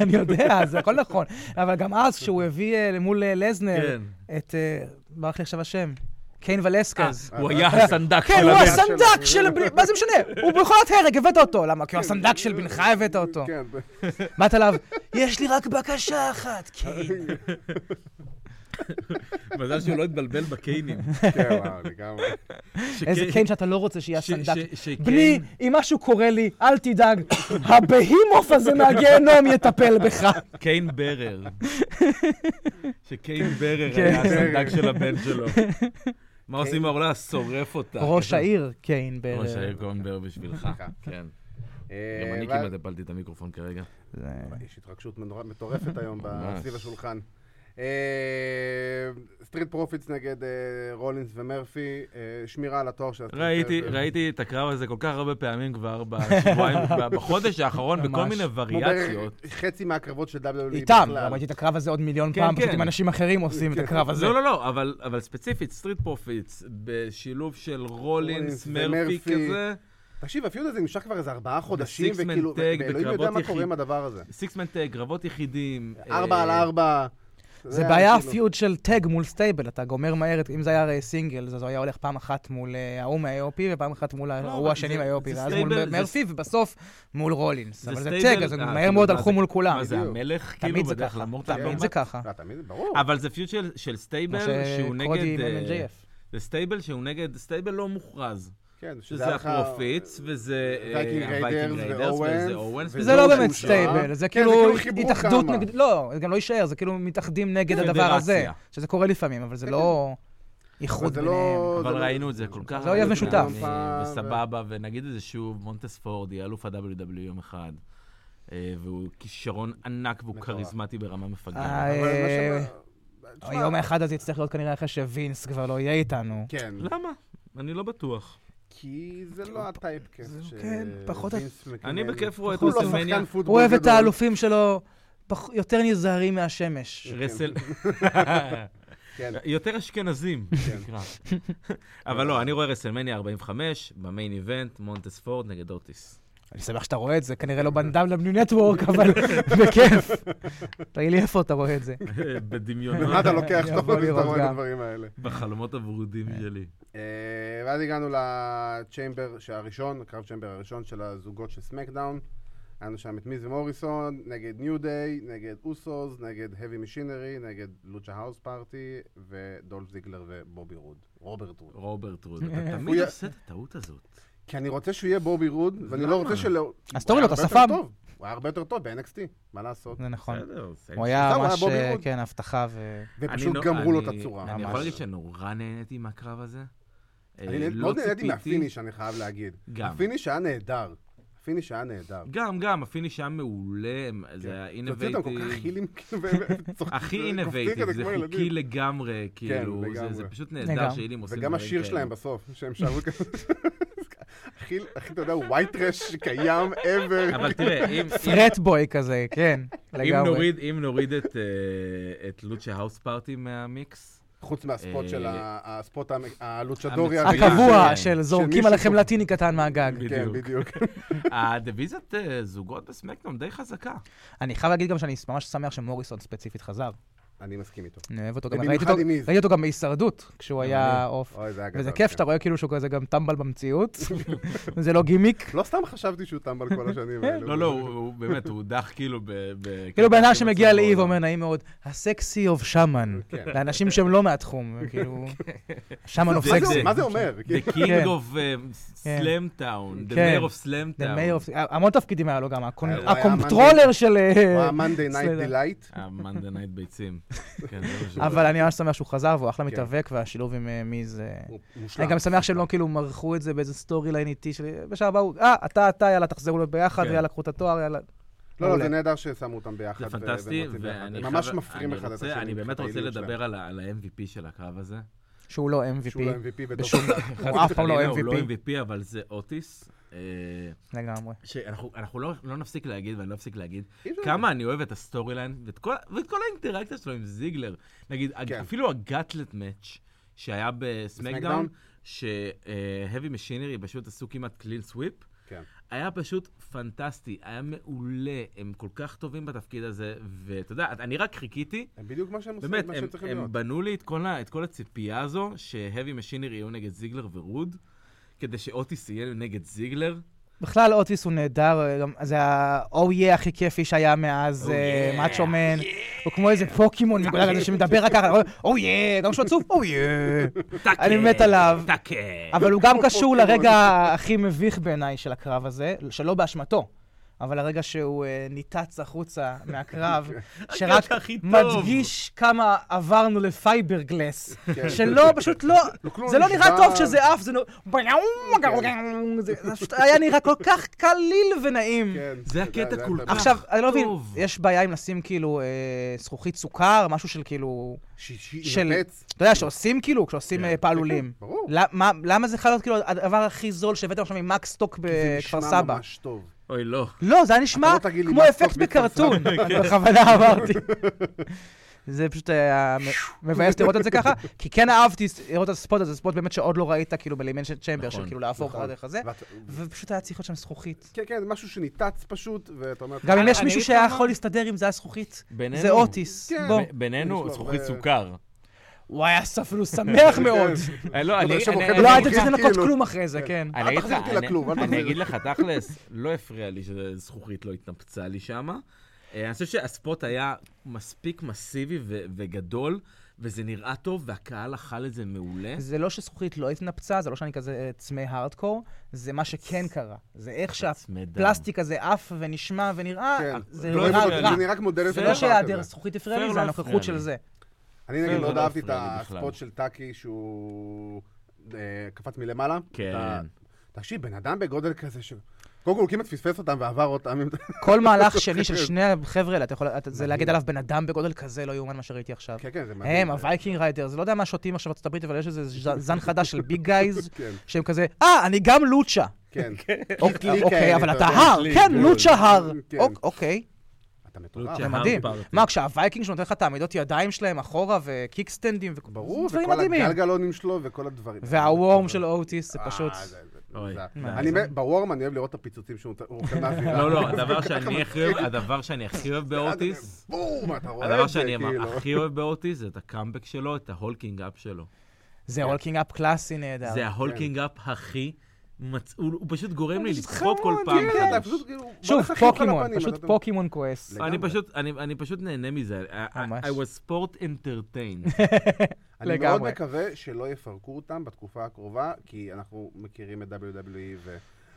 [SPEAKER 3] אני יודע, זה הכל נכון. אבל גם אז, כשהוא הביא אה, מול אה, לזנר
[SPEAKER 2] כן.
[SPEAKER 3] את, אה, ברח לי עכשיו השם, קיין ולסקז.
[SPEAKER 2] אה, הוא היה הסנדק
[SPEAKER 3] כן,
[SPEAKER 2] של
[SPEAKER 3] הוא
[SPEAKER 2] הבן.
[SPEAKER 1] הבן
[SPEAKER 3] הסנדק
[SPEAKER 1] שלו.
[SPEAKER 3] של... בני- מה זה משנה? הוא בכל זאת הרג, הבאת אותו. למה? כי הוא הסנדק של בנך הבאת אותו.
[SPEAKER 1] כן,
[SPEAKER 3] באת אליו, יש לי רק בקשה אחת, קיין.
[SPEAKER 1] כן,
[SPEAKER 2] מזל שהוא לא התבלבל בקיינים.
[SPEAKER 1] כן, וואו, לגמרי.
[SPEAKER 3] איזה
[SPEAKER 2] שקיי-
[SPEAKER 3] קיין שאתה לא רוצה שיהיה
[SPEAKER 2] ש-
[SPEAKER 3] הסנדק.
[SPEAKER 2] ש- שקיין-
[SPEAKER 3] בני, אם משהו קורה לי, אל תדאג, הבהימוף הזה מהגיהנום יטפל בך.
[SPEAKER 2] קיין ברר. שקיין ברר
[SPEAKER 3] כן.
[SPEAKER 2] היה הסנדק של הבן שלו. מה עושים עם העולם? שורף אותה.
[SPEAKER 3] ראש העיר קיין בערך.
[SPEAKER 2] ראש העיר קיין ברר בשבילך.
[SPEAKER 1] סליחה.
[SPEAKER 2] כן.
[SPEAKER 1] אה,
[SPEAKER 2] גם אני
[SPEAKER 1] ואז-
[SPEAKER 2] כמעט הפלתי את המיקרופון כרגע.
[SPEAKER 1] יש התרגשות מנור- מטורפת היום ב-
[SPEAKER 2] ממש.
[SPEAKER 1] סביב השולחן. אה, סטריט פרופיטס נגד אה, רולינס ומרפי, אה, שמירה על התואר של הסטריט.
[SPEAKER 3] אוקיי,
[SPEAKER 2] ראיתי,
[SPEAKER 1] פרופיטס.
[SPEAKER 2] ראיתי את הקרב הזה כל כך הרבה פעמים כבר בשבועיים, ב- בחודש האחרון, בכל
[SPEAKER 3] ממש.
[SPEAKER 2] מיני
[SPEAKER 1] כמו
[SPEAKER 2] וריאציות.
[SPEAKER 1] בערך חצי מהקרבות של WWE
[SPEAKER 3] איתם,
[SPEAKER 2] לא,
[SPEAKER 1] בכלל. כן.
[SPEAKER 3] ראיתי את הקרב הזה עוד מיליון
[SPEAKER 2] כן,
[SPEAKER 3] פעם, פשוט
[SPEAKER 2] כן.
[SPEAKER 3] עם אנשים אחרים עושים את הקרב הזה.
[SPEAKER 2] לא, לא, לא, אבל, אבל ספציפית, סטריט פרופיטס, בשילוב של
[SPEAKER 1] רולינס
[SPEAKER 2] רולינס, מרפי
[SPEAKER 1] ומרפי.
[SPEAKER 2] כזה,
[SPEAKER 1] תקשיב, הפיוד הזה נמשך כבר איזה ארבעה חודשים,
[SPEAKER 2] ב-six-man
[SPEAKER 1] וכאילו,
[SPEAKER 2] tag,
[SPEAKER 1] ואלוהים יודע
[SPEAKER 2] בקרבות
[SPEAKER 1] מה קורה
[SPEAKER 2] יחיד.
[SPEAKER 1] עם הדבר הזה.
[SPEAKER 2] סיקסמן טק, קרבות יחידים.
[SPEAKER 1] ארבע
[SPEAKER 2] אה,
[SPEAKER 1] על ארבע.
[SPEAKER 3] זה
[SPEAKER 1] היה
[SPEAKER 3] בעיה
[SPEAKER 1] כאילו-
[SPEAKER 3] פיוד של טאג מול סטייבל, אתה גומר מהר, אם זה היה הרי סינגל, אז הוא היה הולך פעם אחת מול אה, ההוא מהאיופי, ופעם אחת מול ההוא
[SPEAKER 2] לא, אבל
[SPEAKER 3] השני
[SPEAKER 2] זה-
[SPEAKER 3] מהאיופי,
[SPEAKER 2] זה
[SPEAKER 3] ואז מול
[SPEAKER 2] סטייבל, זה
[SPEAKER 3] מרפי, ובסוף מול רולינס. אבל זה
[SPEAKER 2] סטייבל-
[SPEAKER 3] טאג, אז הם
[SPEAKER 2] אה,
[SPEAKER 3] מהר
[SPEAKER 2] כאילו,
[SPEAKER 3] מאוד
[SPEAKER 2] מה
[SPEAKER 3] הלכו
[SPEAKER 2] זה-
[SPEAKER 3] מול כולם.
[SPEAKER 2] מה זה,
[SPEAKER 1] בדיוק.
[SPEAKER 2] המלך כאילו
[SPEAKER 3] תמיד זה
[SPEAKER 2] בדרך
[SPEAKER 3] ככה,
[SPEAKER 2] לאמור את
[SPEAKER 3] תמיד זה
[SPEAKER 2] הפורמט?
[SPEAKER 3] ככה.
[SPEAKER 1] אה, תמיד, ברור.
[SPEAKER 2] אבל זה פיוט של, של
[SPEAKER 3] כמו
[SPEAKER 2] סטייבל, שהוא
[SPEAKER 3] שקרודי
[SPEAKER 2] נגד...
[SPEAKER 3] עם
[SPEAKER 2] אה,
[SPEAKER 3] MJF.
[SPEAKER 2] זה סטייבל שהוא נגד, סטייבל לא מוכרז.
[SPEAKER 1] כן,
[SPEAKER 2] שזה
[SPEAKER 1] לך-
[SPEAKER 2] הפרופיטס, וזה... אה,
[SPEAKER 1] Viking
[SPEAKER 2] ה-Viking
[SPEAKER 1] Raiders
[SPEAKER 2] Raiders,
[SPEAKER 1] ו-Owens,
[SPEAKER 2] וזה אורנס.
[SPEAKER 1] וזה
[SPEAKER 3] זה לא
[SPEAKER 1] לא
[SPEAKER 3] באמת
[SPEAKER 1] שאושר.
[SPEAKER 3] סטייבל, זה
[SPEAKER 1] כן, זה
[SPEAKER 3] כאילו
[SPEAKER 1] כאילו חיבור
[SPEAKER 3] התאחדות
[SPEAKER 1] כמה. כן,
[SPEAKER 3] נגד... לא, זה גם לא יישאר, זה כאילו מתאחדים נגד הדבר הזה.
[SPEAKER 2] פדרציה.
[SPEAKER 3] שזה קורה לפעמים, אבל זה לא איחוד
[SPEAKER 1] אבל זה לא-
[SPEAKER 3] ביניהם.
[SPEAKER 1] זה
[SPEAKER 2] אבל
[SPEAKER 1] לא-
[SPEAKER 2] ראינו את זה כל כך...
[SPEAKER 3] זה אויב
[SPEAKER 2] הרבה
[SPEAKER 3] משותף.
[SPEAKER 2] פעמים, אה,
[SPEAKER 1] פעם,
[SPEAKER 2] וסבבה, ונגיד את זה שוב, מונטס פורד יהיה אלוף ה-WW יום אחד. אה, והוא כישרון ענק והוא
[SPEAKER 1] מטורף.
[SPEAKER 2] כריזמטי ברמה מפגרת.
[SPEAKER 3] אה,
[SPEAKER 1] אבל מה
[SPEAKER 3] אה,
[SPEAKER 1] ש-
[SPEAKER 3] או
[SPEAKER 1] תשמע,
[SPEAKER 3] יום האחד הזה יצטרך להיות כנראה אחרי שווינס כבר לא יהיה איתנו.
[SPEAKER 1] כן.
[SPEAKER 2] למה? אני לא בטוח.
[SPEAKER 1] כי זה לא הטייפקאסט.
[SPEAKER 3] זה-
[SPEAKER 1] ש-
[SPEAKER 3] כן, פחות-
[SPEAKER 1] וינס מקמן.
[SPEAKER 2] אני בכיף רואה את
[SPEAKER 1] הוא לא
[SPEAKER 2] רסלמניה.
[SPEAKER 1] שחקן פוטבול
[SPEAKER 3] הוא אוהב את
[SPEAKER 1] גדול.
[SPEAKER 3] האלופים שלו פח- יותר נזהרים מהשמש.
[SPEAKER 2] רסל...
[SPEAKER 1] כן.
[SPEAKER 2] יותר אשכנזים, נקרא. אבל לא, אני רואה רסלמניה 45, במיין איבנט, מונטס פורד נגד אוטיס.
[SPEAKER 3] אני שמח שאתה רואה את זה, כנראה לא בנדם לבניו נטוורק, אבל בכיף. תגיד לי איפה אתה רואה
[SPEAKER 1] כן,
[SPEAKER 3] את זה.
[SPEAKER 2] בדמיונות,
[SPEAKER 1] מה אתה לא- לוקח
[SPEAKER 3] אני
[SPEAKER 1] שאתה
[SPEAKER 3] אבוא
[SPEAKER 1] רואה את
[SPEAKER 3] לראות גם.
[SPEAKER 1] הדברים האלה? כן.
[SPEAKER 2] בחלומות הוורודים שלי.
[SPEAKER 1] אה, ואז הגענו לצ'יימבר הראשון, הקרב צ'יימבר הראשון של הזוגות של סמקדאון. היה לנו שם את מיז ומוריסון, נגד ניו דיי, נגד אוסוס, נגד האבי משינרי, נגד לוצ'ה האוס פארטי, ודולף זיגלר ובובי רוד. רוברט רוד.
[SPEAKER 2] רוברט רוד, אתה
[SPEAKER 1] הוא
[SPEAKER 2] תמיד
[SPEAKER 1] י-
[SPEAKER 2] עושה את הטעות הזאת.
[SPEAKER 1] כי אני רוצה שהוא יהיה בובי רוד, ואני לא רוצה של...
[SPEAKER 3] הסטורי לא, אתה
[SPEAKER 1] הוא היה הרבה יותר
[SPEAKER 3] שפם.
[SPEAKER 1] טוב. הוא היה הרבה יותר טוב ב-NXT, מה לעשות?
[SPEAKER 3] זה נכון.
[SPEAKER 2] בסדר, זה-
[SPEAKER 3] הוא היה
[SPEAKER 1] סתם, הוא היה
[SPEAKER 3] ממש,
[SPEAKER 1] בובי
[SPEAKER 3] אה,
[SPEAKER 1] רוד.
[SPEAKER 3] כן, הבטחה ו...
[SPEAKER 2] אני
[SPEAKER 1] ופשוט
[SPEAKER 2] לא-
[SPEAKER 1] גמרו לו את
[SPEAKER 2] אני-
[SPEAKER 1] הצורה.
[SPEAKER 2] אני
[SPEAKER 3] ממש.
[SPEAKER 2] יכול להגיד שנורא נהניתי מהקרב הזה. אה,
[SPEAKER 1] אני
[SPEAKER 2] לא
[SPEAKER 1] מאוד נהניתי
[SPEAKER 2] ציפיתי-
[SPEAKER 1] מהפיניש, אני חייב להגיד.
[SPEAKER 2] גם.
[SPEAKER 1] הפיניש היה נהדר. הפיניש היה נהדר.
[SPEAKER 2] גם, גם, הפיניש היה מעולה, הם- זה היה
[SPEAKER 1] זה הוציא אותם כל כך
[SPEAKER 2] אינובייטיב.
[SPEAKER 1] הילים, כאילו, והם צוחקים,
[SPEAKER 2] הכי
[SPEAKER 1] קופצים
[SPEAKER 2] אינובייטיב,
[SPEAKER 1] כזה
[SPEAKER 2] זה
[SPEAKER 1] כמו
[SPEAKER 2] חוקי
[SPEAKER 1] ילדים. כן,
[SPEAKER 2] לגמרי, כאילו, זה-
[SPEAKER 1] לגמרי.
[SPEAKER 2] זה פשוט נהדר
[SPEAKER 3] לגמרי.
[SPEAKER 2] שאילים עושים
[SPEAKER 1] וגם
[SPEAKER 2] דברים
[SPEAKER 1] השיר
[SPEAKER 2] כאלה.
[SPEAKER 1] שלהם בסוף, שהם שרו כזה. הכי, הכי, אתה יודע, ווייט טרש קיים ever.
[SPEAKER 2] אבל תראה, אם- אם-
[SPEAKER 3] פרט בוי כזה, כן,
[SPEAKER 2] אם
[SPEAKER 3] לגמרי.
[SPEAKER 2] נוריד- אם נוריד את, אה, את לוצ'ה האוס פארטי מהמיקס,
[SPEAKER 1] חוץ מהספוט של
[SPEAKER 2] אה,
[SPEAKER 1] ה- הספוט המ- הלוצ'דורי
[SPEAKER 2] המצ-
[SPEAKER 1] הראשון.
[SPEAKER 2] כן.
[SPEAKER 3] הקבוע של זורקים
[SPEAKER 1] מישהו
[SPEAKER 3] עליכם
[SPEAKER 1] פה.
[SPEAKER 3] לטיני קטן מהגג.
[SPEAKER 1] כן,
[SPEAKER 2] בדיוק.
[SPEAKER 1] בדיוק.
[SPEAKER 2] הדיוויזיית אה, זוגות בסמקדאום די חזקה.
[SPEAKER 3] אני חייב להגיד גם שאני ממש שמח שמוריסון ספציפית חזר.
[SPEAKER 1] אני מסכים איתו.
[SPEAKER 3] אני אוהב אותו גם,
[SPEAKER 1] ובמיוחד
[SPEAKER 3] ראיתי אותו-
[SPEAKER 1] עם מיז.
[SPEAKER 3] ראיתי אותו גם בהישרדות, כשהוא היה עוף.
[SPEAKER 1] אוי, זה היה גדול. כן.
[SPEAKER 3] וזה כיף, שאתה רואה כאילו שהוא כזה גם טמבל במציאות, וזה לא גימיק.
[SPEAKER 1] לא סתם חשבתי שהוא טמבל כל השנים האלו.
[SPEAKER 2] לא, לא, הוא- הוא באמת, הוא הודח כאילו ב... ב-
[SPEAKER 1] כן,
[SPEAKER 3] כאילו בן אדם
[SPEAKER 2] במצב
[SPEAKER 3] שמגיע לאי
[SPEAKER 2] מאוד-
[SPEAKER 3] ואומר נעים מאוד, הסקסי אוף שמן,
[SPEAKER 1] כן.
[SPEAKER 3] לאנשים שהם לא מהתחום, כאילו, שמן אוף
[SPEAKER 1] מה זה-
[SPEAKER 3] סקסי.
[SPEAKER 1] מה זה אומר? כאילו,
[SPEAKER 2] The
[SPEAKER 3] כן.
[SPEAKER 2] King of סלאמטאון, The
[SPEAKER 3] כן.
[SPEAKER 2] Mayor of
[SPEAKER 3] The
[SPEAKER 2] סלאמטאון.
[SPEAKER 3] mayor of- המון תפקידים היה לו גם, הקונ-
[SPEAKER 1] הוא היה
[SPEAKER 3] הקומפטרולר של... אה,
[SPEAKER 1] הוא ה-Monday Night
[SPEAKER 3] בסדר.
[SPEAKER 1] Delight.
[SPEAKER 2] המאנדה נייט ביצים. כן, זה מה שהוא
[SPEAKER 3] אבל אני ממש שמח שהוא חזר, והוא אחלה
[SPEAKER 1] כן.
[SPEAKER 3] מתאבק, והשילוב עם אה, מי זה...
[SPEAKER 1] הוא מושלם.
[SPEAKER 3] אני גם שמח שהם לא כאילו מרחו את זה באיזה סטורי ליין איטי שלי, בשעה באו, אה, אתה, אתה, יאללה, תחזרו לו ביחד,
[SPEAKER 2] כן.
[SPEAKER 3] ויאללה, קחו את התואר, יאללה.
[SPEAKER 1] לא, לא,
[SPEAKER 3] מעולה.
[SPEAKER 1] זה נהדר ששמו אותם ביחד.
[SPEAKER 2] זה
[SPEAKER 1] ו-
[SPEAKER 2] פנטסטי,
[SPEAKER 1] ומוצאים ביחד.
[SPEAKER 2] ואני
[SPEAKER 1] הם אה, ממש
[SPEAKER 2] חייב-
[SPEAKER 1] מפרים
[SPEAKER 2] אני
[SPEAKER 1] אחד את
[SPEAKER 2] רוצה-
[SPEAKER 1] השני.
[SPEAKER 2] אני באמת
[SPEAKER 1] מבחינת
[SPEAKER 2] רוצה
[SPEAKER 1] היעילות שלהם.
[SPEAKER 2] לדבר על ה- על ה-MVP של הקרב הזה.
[SPEAKER 3] שהוא לא
[SPEAKER 1] שהוא לא
[SPEAKER 3] MVP,
[SPEAKER 1] MVP
[SPEAKER 3] בשום-
[SPEAKER 1] בתוך...
[SPEAKER 3] הוא אף פעם לא
[SPEAKER 2] חלילה, הוא לא
[SPEAKER 3] MVP.
[SPEAKER 2] MVP, אבל זה אוטיס. אה,
[SPEAKER 3] לגמרי.
[SPEAKER 2] שאנחנו אנחנו לא, לא נפסיק להגיד, ואני לא אפסיק להגיד,
[SPEAKER 1] אי אפשר
[SPEAKER 2] כמה אני אוהב את הסטורי ליין ואת כל, ואת כל האינטראקציה שלו עם זיגלר. נגיד,
[SPEAKER 1] כן.
[SPEAKER 2] כן. אפילו הגאטלט מאץ' שהיה
[SPEAKER 1] בסמקדאון?
[SPEAKER 2] בסמקדאון, שהאבי משינרי פשוט עשו כמעט קלין סוויפ,
[SPEAKER 1] כן.
[SPEAKER 2] היה פשוט פנטסטי, היה מעולה, הם כל כך טובים בתפקיד הזה, ואתה יודע, אני רק חיכיתי.
[SPEAKER 1] הם בדיוק מה שהם עושים,
[SPEAKER 2] באמת,
[SPEAKER 1] מה
[SPEAKER 2] הם,
[SPEAKER 1] שהם צריכים להיות.
[SPEAKER 2] הם בנו לי את כל, ה, את כל הציפייה הזו, שהאבי משינרי יהיו נגד זיגלר ורוד, כדי שאוטיס יהיה נגד זיגלר.
[SPEAKER 3] בכלל, אוטיס הוא נהדר, גם- זה ה-Oh yeah הכי כיפי שהיה מאז
[SPEAKER 2] Oh
[SPEAKER 3] אה,
[SPEAKER 2] yeah,
[SPEAKER 3] מאצ'ו מן. הוא כמו איזה פוקימון מגולג כזה שמדבר רק ככה, או יא, גם שהוא עצוב, או יא. אני מת עליו.
[SPEAKER 2] טאקה.
[SPEAKER 3] אבל הוא גם
[SPEAKER 1] כמו
[SPEAKER 3] קשור
[SPEAKER 1] פוקימון.
[SPEAKER 3] לרגע הכי מביך בעיניי של הקרב הזה, שלא באשמתו, אבל הרגע שהוא אה, ניתץ החוצה מהקרב, שרק
[SPEAKER 2] הקטע הכי טוב.
[SPEAKER 3] מדגיש כמה עברנו לפייברגלס,
[SPEAKER 1] כן,
[SPEAKER 3] שלא, פשוט לא,
[SPEAKER 1] לא, כלום,
[SPEAKER 3] זה לא נראה
[SPEAKER 1] נשבר.
[SPEAKER 3] טוב שזה עף, זה נו... זה זה פשוט היה נראה כל כך קליל ונעים.
[SPEAKER 1] כן.
[SPEAKER 2] זה הקטע כל
[SPEAKER 1] זה-
[SPEAKER 2] כך-
[SPEAKER 3] עכשיו, אני לא מבין,
[SPEAKER 2] טוב.
[SPEAKER 3] יש בעיה אם לשים כאילו אה, זכוכית סוכר, משהו של כאילו,
[SPEAKER 1] ש- ש-
[SPEAKER 3] של-
[SPEAKER 1] ינפץ.
[SPEAKER 3] אתה יודע, שעושים כאילו, כשעושים
[SPEAKER 2] כן.
[SPEAKER 3] אה, פעלולים.
[SPEAKER 1] ברור.
[SPEAKER 3] ל- מה- למה זה חייב להיות כאילו הדבר הכי זול שהבאתם עכשיו ממקס סטוק בכפר
[SPEAKER 1] זה נשמע
[SPEAKER 3] סבא?
[SPEAKER 1] ממש טוב.
[SPEAKER 2] אוי, לא.
[SPEAKER 3] לא, זה היה נשמע
[SPEAKER 1] לא תגיד לי
[SPEAKER 3] כמו
[SPEAKER 1] מה כן.
[SPEAKER 3] אפקט
[SPEAKER 1] סטוק בכפר
[SPEAKER 3] בקרטון, אני בכוונה אמרתי. זה פשוט היה מ- מבאס לראות את זה ככה, כי כן אהבתי ס- לראות את הספוט הזה, ספוט באמת שעוד לא ראית כאילו בלימן של צ'מבר, של
[SPEAKER 2] נכון,
[SPEAKER 3] כאילו להפוך
[SPEAKER 1] נכון.
[SPEAKER 3] הדרך הזה,
[SPEAKER 1] ואת-
[SPEAKER 3] ופשוט היה צריך להיות שם זכוכית.
[SPEAKER 1] כן, כן, זה משהו שניתץ פשוט, ואתה אומר... אה,
[SPEAKER 3] גם אם
[SPEAKER 2] אני-
[SPEAKER 3] יש
[SPEAKER 2] אה, אני
[SPEAKER 3] מישהו
[SPEAKER 2] אגיד לך
[SPEAKER 3] שהיה
[SPEAKER 2] מה.
[SPEAKER 3] יכול להסתדר עם זה היה זכוכית,
[SPEAKER 2] בינינו.
[SPEAKER 3] זה אוטיס,
[SPEAKER 1] כן.
[SPEAKER 3] בוא.
[SPEAKER 2] ב- בינינו,
[SPEAKER 1] יש לו
[SPEAKER 2] זכוכית
[SPEAKER 1] הרבה-
[SPEAKER 2] סוכר.
[SPEAKER 3] הוא היה אפילו שמח
[SPEAKER 1] כן.
[SPEAKER 3] מאוד.
[SPEAKER 2] אה, לא, אני-
[SPEAKER 1] יושב
[SPEAKER 2] אני-
[SPEAKER 1] אוכל
[SPEAKER 2] אני-
[SPEAKER 3] לא
[SPEAKER 1] היה
[SPEAKER 3] הייתם צריכים לנקות
[SPEAKER 1] כאילו.
[SPEAKER 3] כלום אחרי זה, כן.
[SPEAKER 2] אני
[SPEAKER 1] אל
[SPEAKER 2] אגיד לך-
[SPEAKER 1] תחזיר אותי
[SPEAKER 2] אני-
[SPEAKER 1] לכלוב, אל
[SPEAKER 2] אני
[SPEAKER 1] תחזיר.
[SPEAKER 2] אגיד לך, תכלס, לא הפריע לי שזכוכית לא התנפצה לי שמה. אה, אני חושב שהספוט היה מספיק מסיבי ו- וגדול, וזה נראה טוב, והקהל אכל את זה מעולה.
[SPEAKER 3] זה לא שזכוכית לא התנפצה, זה לא שאני כזה אה, צמא הארדקור, זה מה שכן קרה. זה איך
[SPEAKER 2] צמא דם.
[SPEAKER 3] שהפלסטיק הזה עף ונשמע ונראה, אה,
[SPEAKER 1] כן.
[SPEAKER 3] זה
[SPEAKER 1] לא
[SPEAKER 3] נראה
[SPEAKER 1] הבנתי,
[SPEAKER 3] רע.
[SPEAKER 1] זה נראה כמו דלת
[SPEAKER 2] זה
[SPEAKER 3] זה
[SPEAKER 2] לא
[SPEAKER 3] לא
[SPEAKER 1] לדבר
[SPEAKER 3] שהיעדר
[SPEAKER 1] כזה.
[SPEAKER 3] זכוכית
[SPEAKER 2] פייר
[SPEAKER 3] הפריע לי,
[SPEAKER 2] לא
[SPEAKER 3] זה
[SPEAKER 2] הפריע
[SPEAKER 3] הנוכחות של
[SPEAKER 2] לי.
[SPEAKER 3] זה.
[SPEAKER 1] אני נגיד
[SPEAKER 2] זה
[SPEAKER 1] מאוד
[SPEAKER 2] לא
[SPEAKER 1] אהבתי את
[SPEAKER 2] הפריע לי בכלל.
[SPEAKER 1] הספוט של טאקי שהוא אה, קפץ מלמעלה.
[SPEAKER 2] כן.
[SPEAKER 1] אתה- תקשיב, בן אדם בגודל כזה ש... קודם כל הוא כמעט פספס אותם ועבר אותם.
[SPEAKER 3] כל מהלך שני
[SPEAKER 1] כן.
[SPEAKER 3] של שני החבר'ה האלה, אתה יכול אתה- זה להגיד עליו בן אדם בגודל כזה, לא יאומן מה שראיתי עכשיו.
[SPEAKER 1] כן, כן, זה מדהים.
[SPEAKER 3] הם, הווייקינג ריידר, זה לא יודע מה שותים עכשיו בארצות הברית, אבל יש איזה ז- זן חדש של ביג גייז,
[SPEAKER 1] כן,
[SPEAKER 3] שהם כזה, אה, אני גם לוצ'ה.
[SPEAKER 1] כן.
[SPEAKER 3] אוקיי,
[SPEAKER 1] קיטלי
[SPEAKER 3] אוקיי,
[SPEAKER 1] כאלה,
[SPEAKER 3] אבל
[SPEAKER 1] אתה
[SPEAKER 3] אתה
[SPEAKER 1] יודע,
[SPEAKER 3] הר,
[SPEAKER 1] קיטלי,
[SPEAKER 3] כן,
[SPEAKER 1] כן.
[SPEAKER 3] לוצ'ה הר.
[SPEAKER 1] כן.
[SPEAKER 3] אוק- אוקיי.
[SPEAKER 1] אתה מטורף.
[SPEAKER 2] לוצ'ה.
[SPEAKER 3] זה מדהים.
[SPEAKER 2] פארטי.
[SPEAKER 3] מה, כשהווייקינג שנותן לך את העמידות ידיים שלהם אחורה וקיקסטנדים, ו-
[SPEAKER 1] ברור,
[SPEAKER 3] דברים
[SPEAKER 1] וכל
[SPEAKER 3] מדהימים.
[SPEAKER 1] הגלגלונים שלו וכל הדברים.
[SPEAKER 3] והוורם של אוטיס זה פשוט...
[SPEAKER 1] אה, זה- זה-
[SPEAKER 2] אוי.
[SPEAKER 1] זה-
[SPEAKER 2] מה,
[SPEAKER 1] אני
[SPEAKER 2] זה-
[SPEAKER 1] מת- בוורם אני אוהב לראות את הפיצוצים שהוא הוא אוכל מהזירה.
[SPEAKER 2] לא, לא, הדבר שאני הכי אוהב, הדבר שאני הכי אוהב באוטיס,
[SPEAKER 1] בום, אתה רואה
[SPEAKER 2] הדבר
[SPEAKER 1] את זה,
[SPEAKER 2] שאני אה,
[SPEAKER 1] כאילו.
[SPEAKER 2] הכי אוהב באוטיס זה את הקאמבק שלו, את ההולקינג אפ שלו.
[SPEAKER 3] זה הולקינג אפ קלאסי נהדר.
[SPEAKER 2] זה ההולקינג
[SPEAKER 1] כן.
[SPEAKER 2] אפ הכי מצאו, הוא פשוט גורם לי
[SPEAKER 3] פשוט
[SPEAKER 2] לצחוק כל
[SPEAKER 3] חמוד,
[SPEAKER 2] פעם.
[SPEAKER 3] כן.
[SPEAKER 2] מחדש.
[SPEAKER 1] אתה פשוט כאילו... בא
[SPEAKER 3] שוב,
[SPEAKER 1] לך חיוך על
[SPEAKER 3] פוקימון,
[SPEAKER 1] הפנים,
[SPEAKER 3] פשוט
[SPEAKER 1] אתה-
[SPEAKER 3] פוקימון כועס.
[SPEAKER 1] לגמרי.
[SPEAKER 2] אני פשוט, אני, אני פשוט נהנה מזה. I- I-
[SPEAKER 3] ממש.
[SPEAKER 2] I was sport entertained.
[SPEAKER 1] אני מאוד
[SPEAKER 3] לגמרי.
[SPEAKER 1] מקווה שלא יפרקו אותם בתקופה הקרובה, כי אנחנו מכירים את WWE ו...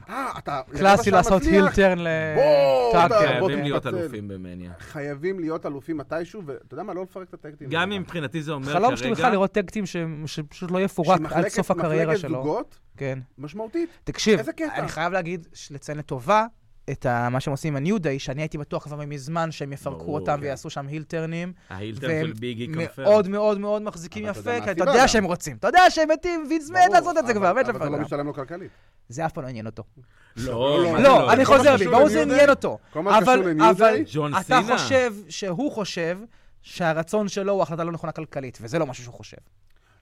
[SPEAKER 1] אה, אתה... לרבע
[SPEAKER 3] קלאסי
[SPEAKER 1] שעה
[SPEAKER 3] לעשות
[SPEAKER 1] מצליח?
[SPEAKER 3] הילטרן
[SPEAKER 1] בואו,
[SPEAKER 3] לטאקר.
[SPEAKER 1] אתה- בוא
[SPEAKER 2] חייבים להיות
[SPEAKER 1] תתפצל.
[SPEAKER 2] אלופים במניה.
[SPEAKER 1] חייבים להיות אלופים מתישהו, ואתה יודע מה? לא לפרק את הטקטים.
[SPEAKER 2] גם אם מבחינתי זה אומר
[SPEAKER 3] חלום שלך
[SPEAKER 2] כרגע,
[SPEAKER 3] לראות טקטים שפשוט לא יפורק עד סוף הקריירה
[SPEAKER 1] מחלקת
[SPEAKER 3] שלו.
[SPEAKER 1] זוגות
[SPEAKER 3] כן.
[SPEAKER 1] משמעותית.
[SPEAKER 3] תקשיב,
[SPEAKER 1] איזה קטע.
[SPEAKER 3] אני חייב להגיד, ש- לציין לטובה, את ה- מה שהם עושים עם ה-New Day, שאני הייתי בטוח כבר מזמן שהם יפרקו
[SPEAKER 2] ברור,
[SPEAKER 3] אותם
[SPEAKER 2] כן.
[SPEAKER 3] ויעשו שם הילטרנים.
[SPEAKER 2] ההילטר
[SPEAKER 3] והם
[SPEAKER 2] של ביגי קונפר.
[SPEAKER 3] מאוד לא, מאוד מאוד מחזיקים
[SPEAKER 1] אבל אתה
[SPEAKER 3] יפה,
[SPEAKER 1] יודע מה
[SPEAKER 3] כי אתה
[SPEAKER 1] הסיבה
[SPEAKER 3] יודע
[SPEAKER 1] גם.
[SPEAKER 3] שהם רוצים. אתה יודע שהם מתים, וינס מת
[SPEAKER 1] ברור,
[SPEAKER 3] לעשות את זה
[SPEAKER 1] אבל-
[SPEAKER 3] כבר, מת
[SPEAKER 1] אבל זה לא
[SPEAKER 3] לפרק.
[SPEAKER 1] משתלם לו כלכלית.
[SPEAKER 3] זה אף פעם לא עניין אותו.
[SPEAKER 2] לא, מה
[SPEAKER 1] לא,
[SPEAKER 2] זה
[SPEAKER 3] לא, אני
[SPEAKER 1] כל מה
[SPEAKER 3] חוזר בי,
[SPEAKER 1] שקשור
[SPEAKER 3] ברור
[SPEAKER 1] לניו
[SPEAKER 3] שזה
[SPEAKER 1] דיי-
[SPEAKER 3] עניין אותו.
[SPEAKER 1] כל מה שקשור
[SPEAKER 3] אבל-
[SPEAKER 1] לניו
[SPEAKER 3] אבל
[SPEAKER 1] דיי-
[SPEAKER 2] לא? ג'ון
[SPEAKER 3] אתה
[SPEAKER 2] סינה.
[SPEAKER 3] חושב שהוא חושב שהרצון שלו הוא החלטה לא נכונה כלכלית, וזה לא משהו שהוא חושב.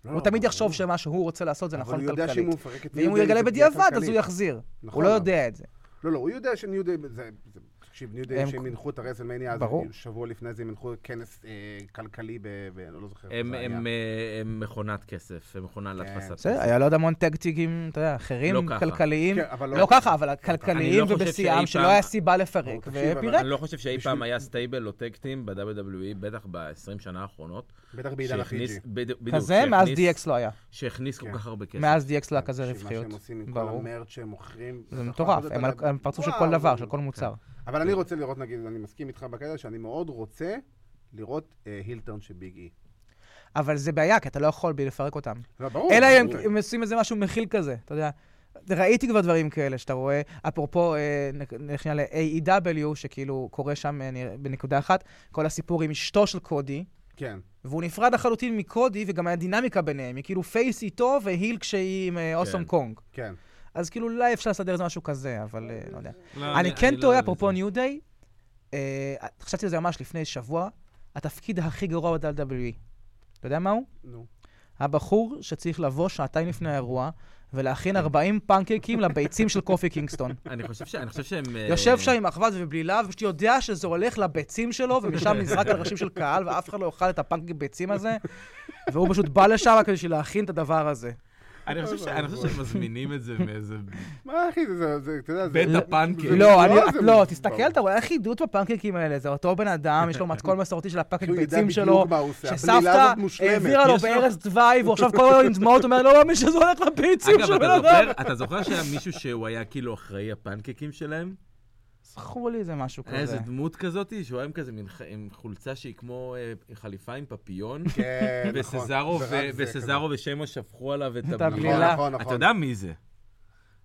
[SPEAKER 1] לא,
[SPEAKER 3] הוא
[SPEAKER 1] לא,
[SPEAKER 3] תמיד
[SPEAKER 1] ברור.
[SPEAKER 3] יחשוב שמה שהוא רוצה לעשות זה
[SPEAKER 1] אבל
[SPEAKER 3] נכון
[SPEAKER 1] הוא יודע שאם
[SPEAKER 3] כלכלית.
[SPEAKER 1] הוא מפרק את ניו
[SPEAKER 3] ואם הוא
[SPEAKER 1] דיי,
[SPEAKER 3] יגלה
[SPEAKER 1] זה פגיעה
[SPEAKER 3] בדיעבד, אז הוא
[SPEAKER 1] כלכלית.
[SPEAKER 3] יחזיר. הוא
[SPEAKER 1] נכון,
[SPEAKER 3] לא
[SPEAKER 1] אבל-
[SPEAKER 3] יודע את זה.
[SPEAKER 1] לא, לא, הוא יודע שניו דיי... זה- זה- תקשיב, ניו דיי,
[SPEAKER 3] הם-
[SPEAKER 1] שהם הנחו את הרסלמניה, אז כאילו
[SPEAKER 3] ברור.
[SPEAKER 1] שבוע לפני זה הם הנחו כנס אה, כלכלי, ב- ב- אני לא זוכר. איפה
[SPEAKER 2] הם-
[SPEAKER 1] זה כן, היה.
[SPEAKER 2] הם אה, הם מכונת כסף, הם מכונה להדפסת כסף.
[SPEAKER 3] בסדר, היה לו עוד המון טקטיקים, אתה יודע, אחרים,
[SPEAKER 2] לא ככה.
[SPEAKER 3] כלכליים.
[SPEAKER 1] נכון. כן, אבל לא-
[SPEAKER 3] לא ככה, אבל
[SPEAKER 2] אני לא
[SPEAKER 3] הכלכליים
[SPEAKER 2] חושב שאי
[SPEAKER 3] ובשיאם, שלא
[SPEAKER 2] פעם-
[SPEAKER 3] היה סיבה לפרק,
[SPEAKER 1] תקשיב, אבל-
[SPEAKER 3] ופירק.
[SPEAKER 2] אני לא חושב שאי
[SPEAKER 1] בשביל-
[SPEAKER 2] פעם היה סטייבל או טקטים ב-WWE, E, בטח ב-20 שנה האחרונות.
[SPEAKER 1] בטח בעידן
[SPEAKER 2] שהכניס-
[SPEAKER 1] הפיג'י.
[SPEAKER 2] בדיוק, בדיוק,
[SPEAKER 3] כזה, מאז
[SPEAKER 2] שהכניס-
[SPEAKER 3] DX לא היה.
[SPEAKER 2] שהכניס כל
[SPEAKER 1] כן.
[SPEAKER 2] כך הרבה כסף.
[SPEAKER 3] מאז DX לא היה כזה
[SPEAKER 1] תקשיב,
[SPEAKER 3] רווחיות.
[SPEAKER 1] מה שהם עושים עם כל
[SPEAKER 3] ברור.
[SPEAKER 1] המרץ שהם מוכרים.
[SPEAKER 3] זה
[SPEAKER 1] אתה
[SPEAKER 3] מטורף,
[SPEAKER 1] יכול
[SPEAKER 3] הם על
[SPEAKER 1] לדעת-
[SPEAKER 3] הם פרצוף של
[SPEAKER 1] וואו, כן.
[SPEAKER 3] כל דבר,
[SPEAKER 1] וואו.
[SPEAKER 3] של כל מוצר.
[SPEAKER 1] אבל אני רוצה לראות, נגיד, אני מסכים איתך בקטע שאני מאוד רוצה לראות אה, הילטרן של ביג אי.
[SPEAKER 3] אבל זה בעיה, כי אתה לא יכול בלי לפרק אותם.
[SPEAKER 1] לא, ברור.
[SPEAKER 3] אלא אם
[SPEAKER 1] ברור.
[SPEAKER 3] הם עושים איזה משהו מכיל כזה, אתה יודע. ראיתי כבר דברים כאלה שאתה רואה, אפרופו, אה, נ- נכנע ל-AEW, שכאילו קורה שם אה, נראה- בנקודה אחת, כל הסיפור עם אשתו של קודי,
[SPEAKER 1] כן.
[SPEAKER 3] והוא נפרד לחלוטין מקודי, וגם הדינמיקה ביניהם, היא כאילו פייס איתו והיל כשהיא עם אה, אוסם קונג.
[SPEAKER 1] כן.
[SPEAKER 3] אז כאילו אולי אפשר לסדר איזה משהו כזה, אבל אה, לא יודע.
[SPEAKER 2] לא,
[SPEAKER 3] אני כן
[SPEAKER 2] לא-
[SPEAKER 3] טועה,
[SPEAKER 2] זה-
[SPEAKER 3] אפרופו ניו דיי, חשבתי על זה ממש לפני שבוע, התפקיד הכי גרוע ב-WWE. E. אתה יודע מה הוא?
[SPEAKER 1] נו.
[SPEAKER 3] הבחור שצריך לבוא שעתיים לפני האירוע ולהכין 40 פנקייקים לביצים של קופי קינגסטון.
[SPEAKER 2] אני חושב ש- אני חושב שהם... אה,
[SPEAKER 3] יושב שם עם אחוות ובלילה, ופשוט יודע שזה הולך לביצים שלו, ומשם נזרק על ראשים של קהל, ואף אחד לא יאכל את הפנקייק ביצים הזה, והוא פשוט בא לשם רק בשביל להכין את הדבר הזה.
[SPEAKER 2] אני חושב ש- אני חושב שהם מזמינים את זה מאיזה...
[SPEAKER 1] מה, אחי, זה- זה, זה, אתה יודע, זה...
[SPEAKER 2] בית הפנקייק.
[SPEAKER 1] זה-
[SPEAKER 3] לא, אני...
[SPEAKER 1] זה-
[SPEAKER 3] לא, תסתכל, אתה רואה אחידות בפנקייקים האלה, זה אותו בן אדם, יש לו מתכון מסורתי של הפנקייק
[SPEAKER 1] הוא יודע
[SPEAKER 3] ביצים
[SPEAKER 1] בדיוק
[SPEAKER 3] שלו,
[SPEAKER 1] מה הוא עושה, הבלילה
[SPEAKER 3] שסבתא
[SPEAKER 1] הזאת מושלמת.
[SPEAKER 3] העבירה לו
[SPEAKER 2] יש לו-
[SPEAKER 3] בארז דווי, והוא עכשיו כל היום עם דמעות אומר, לא מאמין שזה הולך לביצים
[SPEAKER 2] אגב,
[SPEAKER 3] של
[SPEAKER 2] אתה
[SPEAKER 3] בן אדם.
[SPEAKER 2] זוכר- אתה זוכר שהיה מישהו שהוא היה כאילו אחראי הפנקקים שלהם?
[SPEAKER 3] כן. זכור לי איזה משהו
[SPEAKER 2] היה איזה
[SPEAKER 3] כזה.
[SPEAKER 2] דמות כזאת, שהוא היה עם כזה מין ח- עם חולצה שהיא כמו אה, עם חליפה עם פפיון,
[SPEAKER 1] כן, נכון.
[SPEAKER 2] וסזארו
[SPEAKER 1] זה
[SPEAKER 2] ו-
[SPEAKER 1] רק זה
[SPEAKER 2] וסזארו ושמו שפכו עליו את
[SPEAKER 3] את
[SPEAKER 1] כזה.
[SPEAKER 2] הבלילה.
[SPEAKER 3] הבלילה.
[SPEAKER 1] נכון, נכון,
[SPEAKER 2] אתה יודע מי זה?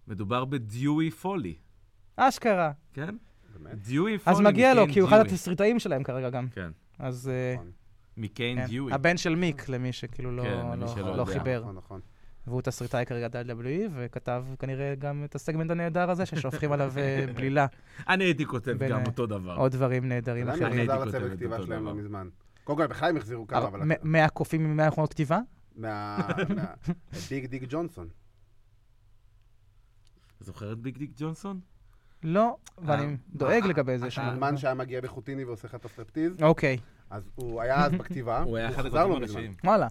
[SPEAKER 2] מדובר בדיואי פולי,
[SPEAKER 3] אשכרה.
[SPEAKER 2] כן?
[SPEAKER 1] נכון.
[SPEAKER 2] דיואי פולי.
[SPEAKER 3] אז מגיע לו,
[SPEAKER 2] מקיין
[SPEAKER 3] כי הוא אחד
[SPEAKER 2] דיואי.
[SPEAKER 3] התסריטאים שלהם כרגע גם.
[SPEAKER 2] כן,
[SPEAKER 3] אז... אה,
[SPEAKER 1] נכון.
[SPEAKER 2] מקיין
[SPEAKER 3] כן.
[SPEAKER 2] דיואי.
[SPEAKER 3] הבן של מיק, למי שכאילו לא-
[SPEAKER 2] כן, למי
[SPEAKER 3] לא-
[SPEAKER 2] שלא
[SPEAKER 3] לא
[SPEAKER 2] יודע.
[SPEAKER 3] חיבר.
[SPEAKER 1] נכון, נכון.
[SPEAKER 3] והוא תסריטאי כרגע WWE, וכתב כנראה גם את הסגמנט הנהדר הזה, ששופכים עליו אה, בלילה,
[SPEAKER 2] אני הייתי כותב
[SPEAKER 3] בין,
[SPEAKER 2] גם
[SPEAKER 3] אה,
[SPEAKER 2] אותו דבר.
[SPEAKER 3] עוד דברים נהדרים
[SPEAKER 1] למה
[SPEAKER 3] אחרים.
[SPEAKER 2] אני
[SPEAKER 1] חזר
[SPEAKER 2] הייתי
[SPEAKER 1] לצוות
[SPEAKER 2] כותב את
[SPEAKER 1] כתיבה
[SPEAKER 2] אותו
[SPEAKER 1] שלהם לא
[SPEAKER 2] דבר.
[SPEAKER 1] מזמן. קודם כל, בכלל הם החזירו כמה, אבל...
[SPEAKER 3] מ- 100 קופים עם 100 מכונות כתיבה?
[SPEAKER 1] מה... מה- ביג דיק
[SPEAKER 3] אה,
[SPEAKER 1] ג'ונסון.
[SPEAKER 2] זוכר את ביג דיק ג'ונסון?
[SPEAKER 3] לא,
[SPEAKER 1] אה,
[SPEAKER 3] ואני דואג לגבי זה. שאני-
[SPEAKER 1] השלמן שהיה מגיע בחוטיני ועושה לך את הסטרפטיז,
[SPEAKER 3] אוקיי,
[SPEAKER 1] אז הוא היה אז בכתיבה,
[SPEAKER 2] הוא היה אחד
[SPEAKER 1] חזר
[SPEAKER 2] הכותבים
[SPEAKER 1] לא מזמן.
[SPEAKER 2] הראשיים.
[SPEAKER 3] וואלה.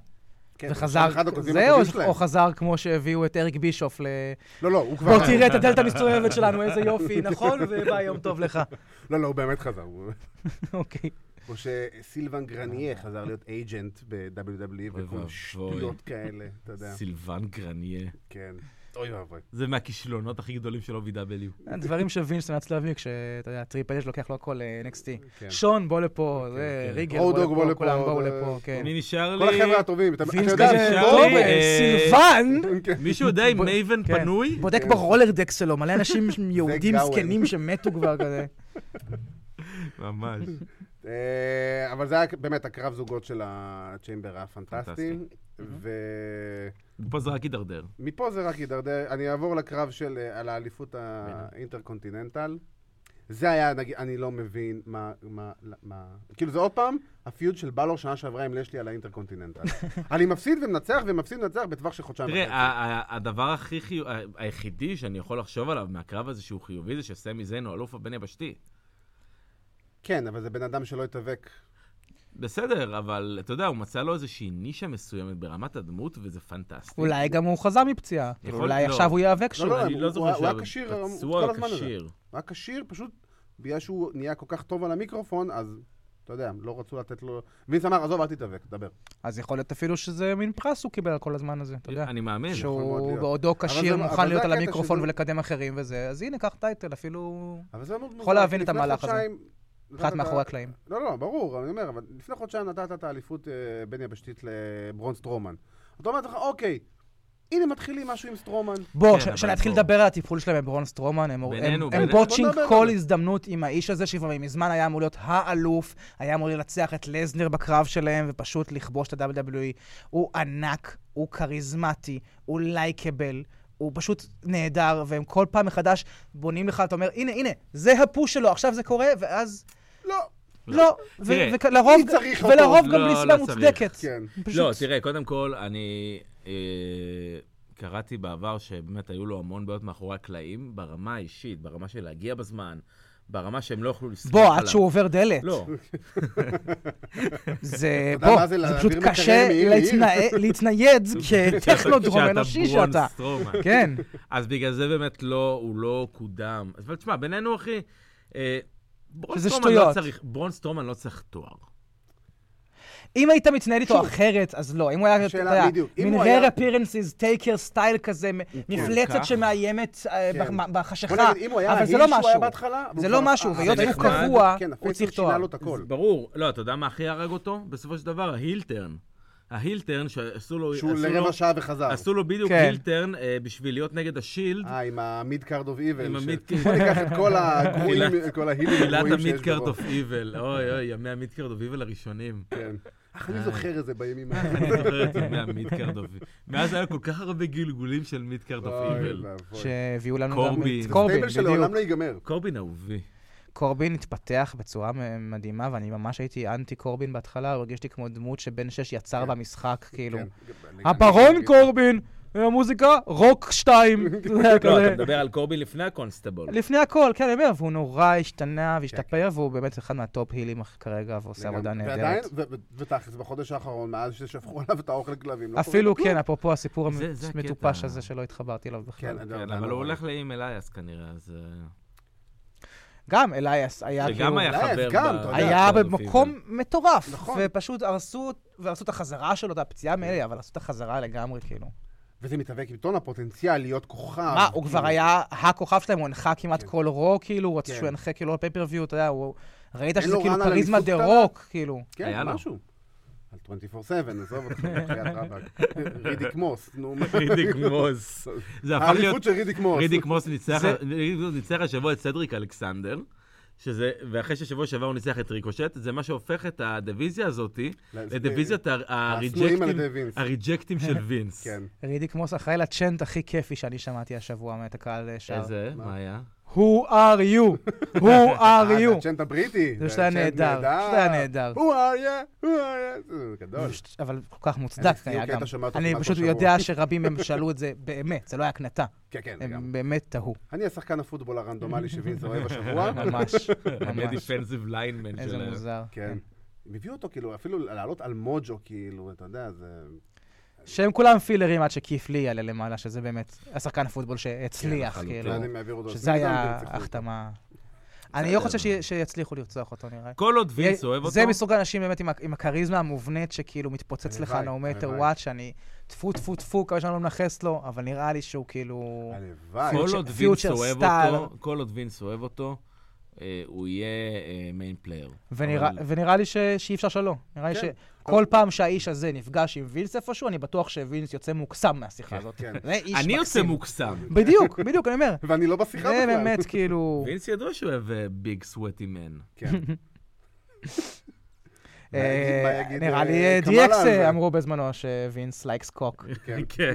[SPEAKER 1] כן,
[SPEAKER 3] וחזר,
[SPEAKER 1] אחד הכותבים
[SPEAKER 3] זה או-
[SPEAKER 1] הטובים שלהם.
[SPEAKER 3] או חזר כמו שהביאו את אריק בישוף ל...
[SPEAKER 1] לא, לא, הוא כבר...
[SPEAKER 3] בוא תראה את הדלת המסתובבת שלנו, איזה יופי, נכון? ובא יום טוב לך.
[SPEAKER 1] לא, לא, הוא באמת חזר. הוא-
[SPEAKER 3] אוקיי.
[SPEAKER 1] או שסילבן
[SPEAKER 3] אה.
[SPEAKER 1] גרניה חזר להיות אייג'נט ב-WWE
[SPEAKER 2] אוי
[SPEAKER 1] E וכל
[SPEAKER 2] ואבוי.
[SPEAKER 1] שטויות כאלה, אתה יודע.
[SPEAKER 2] סילבן גרניה.
[SPEAKER 1] כן. אוי ואבוי.
[SPEAKER 2] זה מהכישלונות הכי גדולים שלו ב-W.
[SPEAKER 3] הדברים שווינס מנסה להביא כשאתה יודע, טריפל אש לוקח לו הכל אה, NXT.
[SPEAKER 1] כן.
[SPEAKER 3] שון, בוא לפה, זה,
[SPEAKER 1] כן.
[SPEAKER 3] ריגל,
[SPEAKER 1] רודוג,
[SPEAKER 3] בוא
[SPEAKER 1] בוא
[SPEAKER 3] לפה,
[SPEAKER 1] לפה,
[SPEAKER 3] כולם באו
[SPEAKER 1] זה-
[SPEAKER 3] לפה, כן.
[SPEAKER 2] מי נשאר לי?
[SPEAKER 1] כל החבר'ה הטובים, אתה אתה
[SPEAKER 3] וינס
[SPEAKER 1] יודע, כן.
[SPEAKER 3] כזה,
[SPEAKER 1] שטוב,
[SPEAKER 3] טוב,
[SPEAKER 2] לי,
[SPEAKER 3] אה,
[SPEAKER 2] אה,
[SPEAKER 3] סילבן!
[SPEAKER 2] מישהו יודע אם
[SPEAKER 3] בוא-
[SPEAKER 2] מייבן
[SPEAKER 3] כן.
[SPEAKER 2] פנוי?
[SPEAKER 3] בודק ברולרדקס שלו, מלא אנשים יהודים
[SPEAKER 1] גאוול.
[SPEAKER 3] זקנים שמתו כבר כזה.
[SPEAKER 2] ממש.
[SPEAKER 1] אה, אבל זה היה באמת הקרב זוגות של הצ'יימבר הפנטסטי.
[SPEAKER 2] פנטסטי.
[SPEAKER 1] ומפה
[SPEAKER 2] פה זה רק הידרדר.
[SPEAKER 1] זה רק יידרדר. אני אעבור לקרב של, אה, על האליפות האינטרקונטיננטל. זה היה, נגיד, אני לא מבין מה, מה, מה... כאילו זה עוד פעם, הפיוד של בלור שנה שעברה עם לשלי על האינטרקונטיננטל. אני מפסיד ומנצח ומפסיד ומנצח בטווח של חודשיים.
[SPEAKER 2] תראה,
[SPEAKER 1] וחצי.
[SPEAKER 2] ה- ה- הדבר הכי חיובי, היחידי שאני יכול לחשוב עליו מהקרב הזה שהוא חיובי זה שסמי זיין הוא אלוף הבין יבשתי.
[SPEAKER 1] כן, אבל זה בן אדם שלא התאבק.
[SPEAKER 2] בסדר, אבל אתה יודע, הוא מצא לו איזושהי נישה מסוימת ברמת הדמות, וזה פנטסטי.
[SPEAKER 3] אולי גם הוא חזר מפציעה.
[SPEAKER 2] יכול-
[SPEAKER 3] אולי
[SPEAKER 2] לא.
[SPEAKER 3] עכשיו הוא ייאבק
[SPEAKER 1] לא,
[SPEAKER 3] שוב.
[SPEAKER 1] לא,
[SPEAKER 2] אני
[SPEAKER 1] הוא-
[SPEAKER 2] לא
[SPEAKER 1] הוא-
[SPEAKER 2] זוכר
[SPEAKER 1] הוא היה כשיר, הוא
[SPEAKER 2] פצוע
[SPEAKER 1] כל הזמן
[SPEAKER 2] או כשיר.
[SPEAKER 1] הוא היה כשיר, פשוט בגלל שהוא נהיה כל כך טוב על המיקרופון, אז אתה יודע, לא רצו לתת לו... וינס אמר, עזוב, אל תתאבק, תדבר.
[SPEAKER 3] אז יכול להיות אפילו שזה מין פרס הוא קיבל על כל הזמן הזה, אתה יודע.
[SPEAKER 2] אני מאמין.
[SPEAKER 1] כן, יכול מאוד
[SPEAKER 3] שהוא
[SPEAKER 1] להיות.
[SPEAKER 3] בעודו
[SPEAKER 1] זה-
[SPEAKER 3] כשיר,
[SPEAKER 1] אבל
[SPEAKER 3] מוכן
[SPEAKER 1] זה
[SPEAKER 3] להיות על
[SPEAKER 1] הקטע
[SPEAKER 3] המיקרופון
[SPEAKER 1] שזה-
[SPEAKER 3] ולקדם אחרים וזה, אז הנה, קח טייטל, אפילו
[SPEAKER 1] אבל זה מאוד מוזר.
[SPEAKER 3] יכול להבין
[SPEAKER 1] כי
[SPEAKER 3] את
[SPEAKER 1] לפני
[SPEAKER 3] המהלך הזה.
[SPEAKER 1] חודשיים-
[SPEAKER 3] מבחינת
[SPEAKER 1] נתת-
[SPEAKER 3] מאחורי הקלעים.
[SPEAKER 1] לא, לא, ברור, אני אומר, אבל לפני חודשיים נתת את האליפות אה, בין יבשתית לברון סטרומן. אתה אומר לעצמך, אוקיי, הנה מתחילים משהו עם סטרומן.
[SPEAKER 3] בוא,
[SPEAKER 2] כן,
[SPEAKER 3] ש-
[SPEAKER 2] אבל
[SPEAKER 3] שנתחיל
[SPEAKER 2] בוא.
[SPEAKER 3] לדבר על הטיפול שלהם בברון סטרומן, הם- הם
[SPEAKER 2] בינינו,
[SPEAKER 3] הם
[SPEAKER 2] בינינו.
[SPEAKER 3] בוטשינג
[SPEAKER 1] בוא נדבר על
[SPEAKER 3] כל
[SPEAKER 1] זה.
[SPEAKER 3] הזדמנות עם האיש הזה, שכבר מזמן היה אמור להיות האלוף, היה אמור לנצח את לזנר בקרב שלהם ופשוט לכבוש את ה-WWE. הוא ענק, הוא כריזמטי, הוא לייקבל. הוא פשוט נהדר, והם כל פעם מחדש בונים לך, אתה אומר, הנה, הנה, זה הפוש שלו, עכשיו זה קורה, ואז
[SPEAKER 1] לא,
[SPEAKER 3] לא.
[SPEAKER 2] תראה,
[SPEAKER 3] ולרוב
[SPEAKER 1] מי צריך אותו?
[SPEAKER 3] ולרוב גם
[SPEAKER 2] לא,
[SPEAKER 3] בלי סיבה
[SPEAKER 2] לא צריך.
[SPEAKER 3] מוצדקת.
[SPEAKER 1] כן.
[SPEAKER 3] פשוט-
[SPEAKER 2] לא, תראה, קודם כל, אני אה, קראתי בעבר שבאמת היו לו המון בעיות מאחורי הקלעים, ברמה האישית, ברמה של להגיע בזמן, ברמה שהם לא יכלו לסמוך עליו.
[SPEAKER 3] בוא, עד שהוא עובר דלת.
[SPEAKER 2] לא,
[SPEAKER 3] זה,
[SPEAKER 1] אתה יודע
[SPEAKER 3] בוא,
[SPEAKER 1] מה זה
[SPEAKER 3] זה
[SPEAKER 1] להעביר
[SPEAKER 3] פשוט
[SPEAKER 1] מקרר
[SPEAKER 3] קשה
[SPEAKER 1] מעיר
[SPEAKER 3] להתנא- להתנייד כטכנודרום
[SPEAKER 2] כשאתה
[SPEAKER 3] אנושי
[SPEAKER 2] ברון
[SPEAKER 3] שאתה.
[SPEAKER 2] סטרומן.
[SPEAKER 3] כן,
[SPEAKER 2] אז בגלל זה באמת לא, הוא לא קודם. אבל תשמע, בינינו, אחי, אה, ברון
[SPEAKER 3] שזה
[SPEAKER 2] סטרומן
[SPEAKER 3] שטויות.
[SPEAKER 2] לא צריך- ברון סטרומן לא צריך תואר.
[SPEAKER 3] אם היית מתנהל איתו
[SPEAKER 1] שוב.
[SPEAKER 3] אחרת, אז לא. אם הוא היה, אתה
[SPEAKER 1] השאלה
[SPEAKER 3] יודע,
[SPEAKER 1] בדיוק. אם
[SPEAKER 3] מין
[SPEAKER 1] הוא
[SPEAKER 3] rare
[SPEAKER 1] היה-
[SPEAKER 3] appearances, taker style כזה, מ-
[SPEAKER 2] כל
[SPEAKER 3] מפלצת
[SPEAKER 2] כך-
[SPEAKER 3] שמאיימת אה,
[SPEAKER 1] כן.
[SPEAKER 3] בח-
[SPEAKER 1] בוא
[SPEAKER 3] בחשיכה.
[SPEAKER 1] נגיד, אם הוא היה
[SPEAKER 3] אבל
[SPEAKER 1] ההיא
[SPEAKER 3] זה לא
[SPEAKER 1] שהוא היה
[SPEAKER 3] משהו.
[SPEAKER 1] בהתחלה...
[SPEAKER 3] זה
[SPEAKER 1] והוא
[SPEAKER 3] לא
[SPEAKER 1] כבר-
[SPEAKER 3] משהו,
[SPEAKER 1] אה,
[SPEAKER 3] היות
[SPEAKER 1] זה
[SPEAKER 2] והוא
[SPEAKER 1] נחמד.
[SPEAKER 3] קבוע,
[SPEAKER 1] כן,
[SPEAKER 3] הוא
[SPEAKER 1] הפייסבוק
[SPEAKER 3] צריך
[SPEAKER 1] שינה
[SPEAKER 3] תואר.
[SPEAKER 1] לו את הכל.
[SPEAKER 2] ברור. לא, אתה יודע מה הכי הרג אותו? בסופו של דבר, ההילטרן. ההילטרן שעשו לו...
[SPEAKER 1] שהוא
[SPEAKER 2] עשו
[SPEAKER 1] לרבע
[SPEAKER 2] לו-
[SPEAKER 1] שעה וחזר.
[SPEAKER 2] עשו לו בדיוק
[SPEAKER 3] כן.
[SPEAKER 2] הילטרן אה, בשביל להיות נגד השילד.
[SPEAKER 1] אה, עם המידקארד אוף איבל.
[SPEAKER 2] עם
[SPEAKER 1] ש-
[SPEAKER 2] המיד-
[SPEAKER 1] בוא ניקח את כל הגרועים,
[SPEAKER 2] תחילת-
[SPEAKER 1] את כל ההילים
[SPEAKER 2] תחילת
[SPEAKER 1] הגרועים שיש
[SPEAKER 2] המידקארד
[SPEAKER 1] בו.
[SPEAKER 2] אוף איבל. אוי אוי, ימי המידקארד אוף איבל הראשונים.
[SPEAKER 1] כן. אך אני זוכר את זה בימים האלה.
[SPEAKER 2] אה. אני זוכר את ימי המידקארד אוף איבל. מאז היה כל כך הרבה גלגולים של מידקארד אוף
[SPEAKER 1] אוי לא.
[SPEAKER 2] איבל.
[SPEAKER 1] ואבוי.
[SPEAKER 3] שהביאו לנו גם
[SPEAKER 2] קורבין.
[SPEAKER 3] את
[SPEAKER 1] זה
[SPEAKER 3] קורבין,
[SPEAKER 1] סטייבל שלעולם
[SPEAKER 3] בדיוק.
[SPEAKER 1] לא ייגמר.
[SPEAKER 2] קורבין אהובי.
[SPEAKER 3] קורבין התפתח בצורה מ- מדהימה, ואני ממש הייתי אנטי קורבין בהתחלה, הרגישתי כמו דמות שבן שש יצר
[SPEAKER 1] כן.
[SPEAKER 3] במשחק, כאילו.
[SPEAKER 1] כן. אני-
[SPEAKER 3] הברון
[SPEAKER 1] אני-
[SPEAKER 3] קורבין, אה, המוזיקה, רוק 2. אתה יודע,
[SPEAKER 2] לא,
[SPEAKER 3] כזה.
[SPEAKER 2] אתה מדבר על קורבין לפני הקונסטבול.
[SPEAKER 3] לפני הכל, כן, אני אומר, והוא נורא השתנה והשתפר, והוא באמת אחד מהטופ הילים כרגע, ועושה עבודה
[SPEAKER 1] כן, לגמרי. ועדיין, לא
[SPEAKER 3] נהדרת.
[SPEAKER 1] ו- ו- ותכלס, בחודש האחרון, מאז ששפכו עליו את האוכל כלבים, לא קורה
[SPEAKER 3] אפילו,
[SPEAKER 1] כלום.
[SPEAKER 3] כן, אפרופו הסיפור
[SPEAKER 2] זה- זה הקטע.
[SPEAKER 3] המטופש הזה שלא התחברתי אליו בכלל.
[SPEAKER 1] כן, אני-
[SPEAKER 2] כן,
[SPEAKER 1] אני-
[SPEAKER 2] אבל הוא הולך לאיים אלייס כנראה, אז... אה,
[SPEAKER 3] גם אלייס היה כאילו...
[SPEAKER 2] שגם היה
[SPEAKER 1] אלייס,
[SPEAKER 2] חבר
[SPEAKER 1] גם, אתה יודע.
[SPEAKER 3] היה
[SPEAKER 2] בקארד אוף
[SPEAKER 3] במקום מטורף,
[SPEAKER 1] נכון. כן.
[SPEAKER 3] ופשוט הרסו, והרסו את החזרה שלו, את הפציעה מאלה, אבל הרסו את החזרה לגמרי, כאילו.
[SPEAKER 1] וזה מתאבק עם טון הפוטנציאל להיות כוכב.
[SPEAKER 3] מה, הוא כבר
[SPEAKER 1] כאילו.
[SPEAKER 3] היה הכוכב שלהם, הוא הנחה כמעט
[SPEAKER 1] כן.
[SPEAKER 3] כל רו, כאילו, רצו
[SPEAKER 1] כן.
[SPEAKER 3] שהוא ינחה כאילו על פייפריוויו, אתה יודע, הוא... ראית
[SPEAKER 1] אין
[SPEAKER 3] שזה
[SPEAKER 1] לו
[SPEAKER 3] כאילו
[SPEAKER 1] רן על
[SPEAKER 3] כריזמה
[SPEAKER 1] אליפות
[SPEAKER 3] דה
[SPEAKER 1] קטנה?
[SPEAKER 3] רוק, כאילו.
[SPEAKER 1] כן,
[SPEAKER 2] היה לו.
[SPEAKER 1] משהו. על 24/7, עזוב אותך, בחייאת רבאק. רידיק מוס, נו. מה-
[SPEAKER 2] רידיק מוס. זה הפך להיות...
[SPEAKER 1] האליפות של רידיק מוס.
[SPEAKER 2] רידיק מוס ניצח-
[SPEAKER 3] זה-
[SPEAKER 2] רידיק מוס ניצח השבוע את סדריק אלכסנדר. שזה, ואחרי ששבוע שעבר הוא ניצח את ריקושט, זה מה שהופך את הדיוויזיה הזאתי לדיוויזיות הר-
[SPEAKER 1] השנואים על ידי
[SPEAKER 2] הריג'קטים-
[SPEAKER 1] וינס.
[SPEAKER 2] הריג'קטים של וינס.
[SPEAKER 1] כן.
[SPEAKER 3] רידיק מוס אחראי לצ'נט הכי כיפי שאני שמעתי השבוע מאת הקהל אה, שר.
[SPEAKER 2] איזה,
[SPEAKER 1] מה?
[SPEAKER 2] מה היה?
[SPEAKER 3] Who are you? Who
[SPEAKER 1] אה,
[SPEAKER 3] are
[SPEAKER 1] זה
[SPEAKER 3] you?
[SPEAKER 1] הצ'נט הבריטי.
[SPEAKER 3] זה פשוט היה
[SPEAKER 1] הצ'נט
[SPEAKER 3] נהדר, פשוט היה נהדר.
[SPEAKER 1] Who are you? Who are you? זה גדול.
[SPEAKER 3] זה פשוט- אבל כל כך מוצדק
[SPEAKER 1] NXT
[SPEAKER 3] היה
[SPEAKER 1] UK,
[SPEAKER 3] גם.
[SPEAKER 1] אתה שומע אותו
[SPEAKER 3] אני
[SPEAKER 1] כמעט כל
[SPEAKER 3] פשוט
[SPEAKER 1] שבוע.
[SPEAKER 3] יודע שרבים הם שאלו את זה באמת, זה לא היה הקנטה.
[SPEAKER 1] כן, כן,
[SPEAKER 3] הם
[SPEAKER 1] גם.
[SPEAKER 3] באמת תהו,
[SPEAKER 1] אני השחקן הפוטבול הרנדומלי שווינס אוהב השבוע.
[SPEAKER 3] ממש,
[SPEAKER 2] אני
[SPEAKER 3] ממש.
[SPEAKER 2] דיפנסיב
[SPEAKER 1] אה,
[SPEAKER 2] ליינמן
[SPEAKER 3] איזה
[SPEAKER 2] שלהם.
[SPEAKER 3] מוזר.
[SPEAKER 1] כן. הם הביאו אותו כאילו, אפילו לעלות על מוג'ו, כאילו, אתה יודע, זה...
[SPEAKER 3] שהם כולם פילרים עד שכיף לי יעלה למעלה, שזה באמת השחקן הפוטבול שהצליח,
[SPEAKER 2] לחלוטין.
[SPEAKER 3] כאילו.
[SPEAKER 1] לא כן יודע אם יעבירו אותו. כאילו
[SPEAKER 3] שזה
[SPEAKER 1] לסמקדאון
[SPEAKER 3] היה
[SPEAKER 1] וירצחו אותו.
[SPEAKER 3] החתמה. אני לא חושב שי- שיצליחו לרצוח אותו, נראה.
[SPEAKER 2] כל עוד וינס אוהב אותו,
[SPEAKER 3] זה מסוג האנשים באמת עם ה- עם הכריזמה המובנית שכאילו מתפוצץ לך
[SPEAKER 1] הלוואי,
[SPEAKER 3] no matter
[SPEAKER 1] הלוואי.
[SPEAKER 3] what, שאני טפו טפו טפו, כמה שאני לא מנכס לו, אבל נראה לי שהוא כאילו...
[SPEAKER 1] הלוואי.
[SPEAKER 2] כל
[SPEAKER 3] פיוטר-
[SPEAKER 2] עוד וינס
[SPEAKER 3] פיוטר
[SPEAKER 2] אוהב
[SPEAKER 3] סטייל.
[SPEAKER 2] אותו, כל עוד וינס אוהב אותו, אה, הוא יהיה אה, מיין פלייר.
[SPEAKER 3] ונראה- ונראה לי ש- שאי אפשר שלא. נראה לי
[SPEAKER 1] כן.
[SPEAKER 3] שכל פעם שהאיש הזה נפגש עם וינס איפשהו, אני בטוח שווינס יוצא מוקסם מהשיחה הזאת.
[SPEAKER 1] כן.
[SPEAKER 3] זה איש
[SPEAKER 2] אני יוצא
[SPEAKER 3] מקסים.
[SPEAKER 2] מוקסם.
[SPEAKER 3] בדיוק, בדיוק, אני אומר.
[SPEAKER 1] ואני לא בשיחה
[SPEAKER 3] זה
[SPEAKER 1] בכלל.
[SPEAKER 3] באמת כאילו...
[SPEAKER 2] וינס ידוע שהוא אוהב אה, ביג סוואטי מן.
[SPEAKER 1] כן. מה יגיד- מה
[SPEAKER 3] אה,
[SPEAKER 1] יגיד,
[SPEAKER 3] נראה
[SPEAKER 1] אה,
[SPEAKER 3] לי
[SPEAKER 1] קמאלה על
[SPEAKER 3] DX
[SPEAKER 1] זה?
[SPEAKER 3] אמרו בזמנו שווינס לייקס קוק.
[SPEAKER 1] כן,
[SPEAKER 2] כן,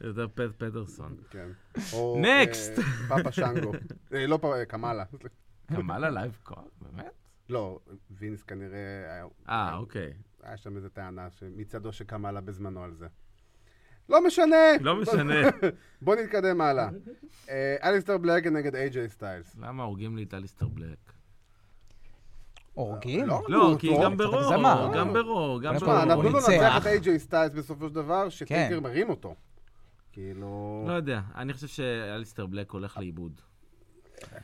[SPEAKER 2] זה יותר פט פטרסון.
[SPEAKER 1] כן. או,
[SPEAKER 2] Next.
[SPEAKER 1] אה, פאפה שנגו. אה, לא פאפה, קמאלה.
[SPEAKER 2] קמאלה לייב קול, באמת?
[SPEAKER 1] לא, וינס כנראה... היה-
[SPEAKER 2] אה, אוקיי.
[SPEAKER 1] היה שם איזו טענה מצעדו של קמאלה בזמנו על זה. לא משנה!
[SPEAKER 2] לא משנה.
[SPEAKER 1] בוא נתקדם הלאה. אה, אליסטר בלאק נגד איי-ג'יי סטיילס.
[SPEAKER 2] למה הורגים לי את אליסטר בלק?
[SPEAKER 3] הורגים?
[SPEAKER 1] לא,
[SPEAKER 2] לא,
[SPEAKER 1] הוא-
[SPEAKER 2] כי
[SPEAKER 1] הוא-
[SPEAKER 2] גם ברו,
[SPEAKER 3] הגזמה.
[SPEAKER 2] גם ברו, גם ברו.
[SPEAKER 3] אבל
[SPEAKER 1] תשמע, נתנו
[SPEAKER 3] לא, הוא
[SPEAKER 1] לו
[SPEAKER 3] ניצח.
[SPEAKER 1] לנצח לא את איי-ג'יי סטייס בסופו של דבר, שטינקר
[SPEAKER 3] כן.
[SPEAKER 1] מרים אותו. כאילו...
[SPEAKER 2] לא יודע, אני חושב שאליסטר בלק הולך לאיבוד.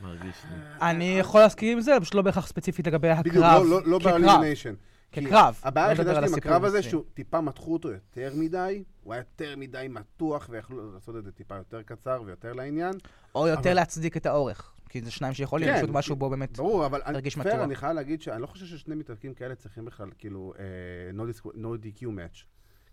[SPEAKER 2] מרגיש לי.
[SPEAKER 3] אני יכול להסכים עם זה, פשוט לא בהכרח ספציפית לגבי הקרב.
[SPEAKER 1] לא. בדיוק, לא- לא- לא
[SPEAKER 3] כקרב.
[SPEAKER 1] באלימיניישן.
[SPEAKER 3] כקרב.
[SPEAKER 1] הבעיה
[SPEAKER 3] לא נדבר
[SPEAKER 1] היחידה
[SPEAKER 3] על
[SPEAKER 1] שלי עם
[SPEAKER 3] הסיפור
[SPEAKER 1] הקרב הזה,
[SPEAKER 3] המקצועי.
[SPEAKER 1] שהוא טיפה מתחו אותו יותר מדי, הוא היה יותר מדי מתוח, ויכלו לעשות את זה טיפה יותר קצר ויותר לעניין.
[SPEAKER 3] או יותר
[SPEAKER 1] אבל-
[SPEAKER 3] להצדיק את האורך. כי זה שניים שיכולים,
[SPEAKER 1] כן,
[SPEAKER 3] פשוט משהו בו באמת...
[SPEAKER 1] ברור, אבל אני,
[SPEAKER 3] תרגיש
[SPEAKER 1] פייר,
[SPEAKER 3] מתוח.
[SPEAKER 1] אני חייב להגיד שאני לא חושב ששני מתאבקים כאלה צריכים בכלל, כאילו, אה, no disqu- no DQ match.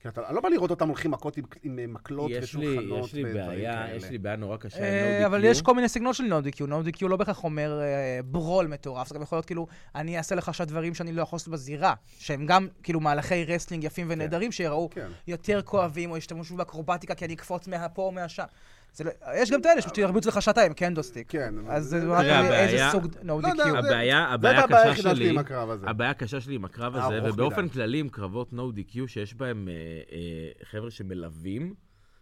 [SPEAKER 1] כי אתה, אני לא בא לראות אותם הולכים מכות עם, עם אה, מקלות
[SPEAKER 2] יש לי,
[SPEAKER 1] ושולחנות
[SPEAKER 2] יש לי
[SPEAKER 1] ודברים
[SPEAKER 2] בעיה,
[SPEAKER 1] כאלה.
[SPEAKER 2] יש לי בעיה נורא קשה
[SPEAKER 3] אה,
[SPEAKER 2] עם NoDQ.
[SPEAKER 3] אבל יש כל מיני סגנון של נודיקיו, נודיקיו לא בהכרח אומר אה, ברול מטורף, זה גם יכול להיות כאילו, אני אעשה לך עכשיו דברים שאני לא יכול לעשות בזירה, שהם גם כאילו מהלכי רסלינג יפים ונהדרים, שיראו
[SPEAKER 1] כן.
[SPEAKER 3] יותר כואבים, או ישתמשו באקרובטיקה כי אני אקפוץ מהפה או מהשם. זה לא- יש גם את האלה שפשוט ירביצו לך שעתיים, קנדוסטיק.
[SPEAKER 1] כן, אבל-
[SPEAKER 3] אז זה
[SPEAKER 1] זה-
[SPEAKER 3] רק
[SPEAKER 2] תראה,
[SPEAKER 3] תלוי איזה
[SPEAKER 2] הבעיה-
[SPEAKER 3] סוג
[SPEAKER 1] לא יודע,
[SPEAKER 3] נודיקיו.
[SPEAKER 1] זה-
[SPEAKER 2] הבעיה,
[SPEAKER 1] זאת
[SPEAKER 2] הבעיה
[SPEAKER 1] הייתה הבעיה
[SPEAKER 2] הקשה
[SPEAKER 1] היחידה שלי
[SPEAKER 2] שלי,
[SPEAKER 1] עם הקרב הזה.
[SPEAKER 2] הבעיה הקשה שלי עם הקרב
[SPEAKER 1] ארוך
[SPEAKER 2] הזה, ובאופן
[SPEAKER 1] מדי.
[SPEAKER 2] כללי עם קרבות no DQ שיש בהם אה, אה, חבר'ה שמלווים,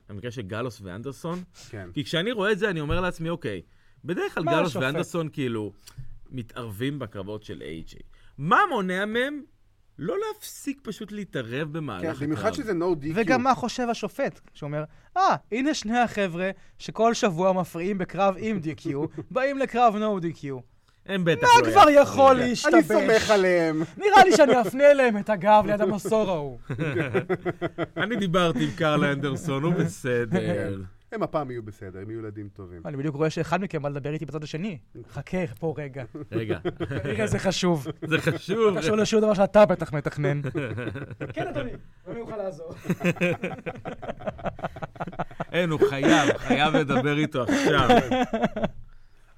[SPEAKER 2] במקרה של גלוס ואנדרסון,
[SPEAKER 1] כן.
[SPEAKER 2] כי כשאני רואה את זה אני אומר לעצמי, אוקיי, בדרך כלל
[SPEAKER 3] מה
[SPEAKER 2] גלוס
[SPEAKER 3] השופט?
[SPEAKER 2] ואנדרסון כאילו מתערבים בקרבות של AJ. מה מונע מהם לא להפסיק פשוט להתערב
[SPEAKER 1] כן,
[SPEAKER 2] במהלך
[SPEAKER 1] במיוחד
[SPEAKER 2] הקרב?
[SPEAKER 1] שזה no DQ.
[SPEAKER 3] וגם מה חושב השופט, שאומר, אה, הנה שני החבר'ה שכל שבוע מפריעים בקרב עם DQ, באים לקרב נו DQ.
[SPEAKER 2] הם בטח
[SPEAKER 3] מה
[SPEAKER 2] לא
[SPEAKER 3] כבר
[SPEAKER 2] יעשו
[SPEAKER 3] יכול
[SPEAKER 2] את זה.
[SPEAKER 3] להשתבש?
[SPEAKER 1] לא אני סומך עליהם.
[SPEAKER 3] נראה לי שאני אפנה אליהם את הגב ליד המסור ההוא.
[SPEAKER 2] אני דיברתי עם קרל אנדרסון, הוא בסדר.
[SPEAKER 1] הם הפעם יהיו בסדר, הם יהיו ילדים טובים.
[SPEAKER 3] אני בדיוק רואה שאחד מכם בא לדבר איתי בצד השני. חכה פה רגע.
[SPEAKER 2] רגע,
[SPEAKER 3] רגע, זה חשוב.
[SPEAKER 2] זה חשוב.
[SPEAKER 3] קשור לשום דבר שאתה בטח מתכנן. כן, אדוני, אני אוכל לעזור.
[SPEAKER 2] אין, הוא חייב, חייב לדבר איתו עכשיו.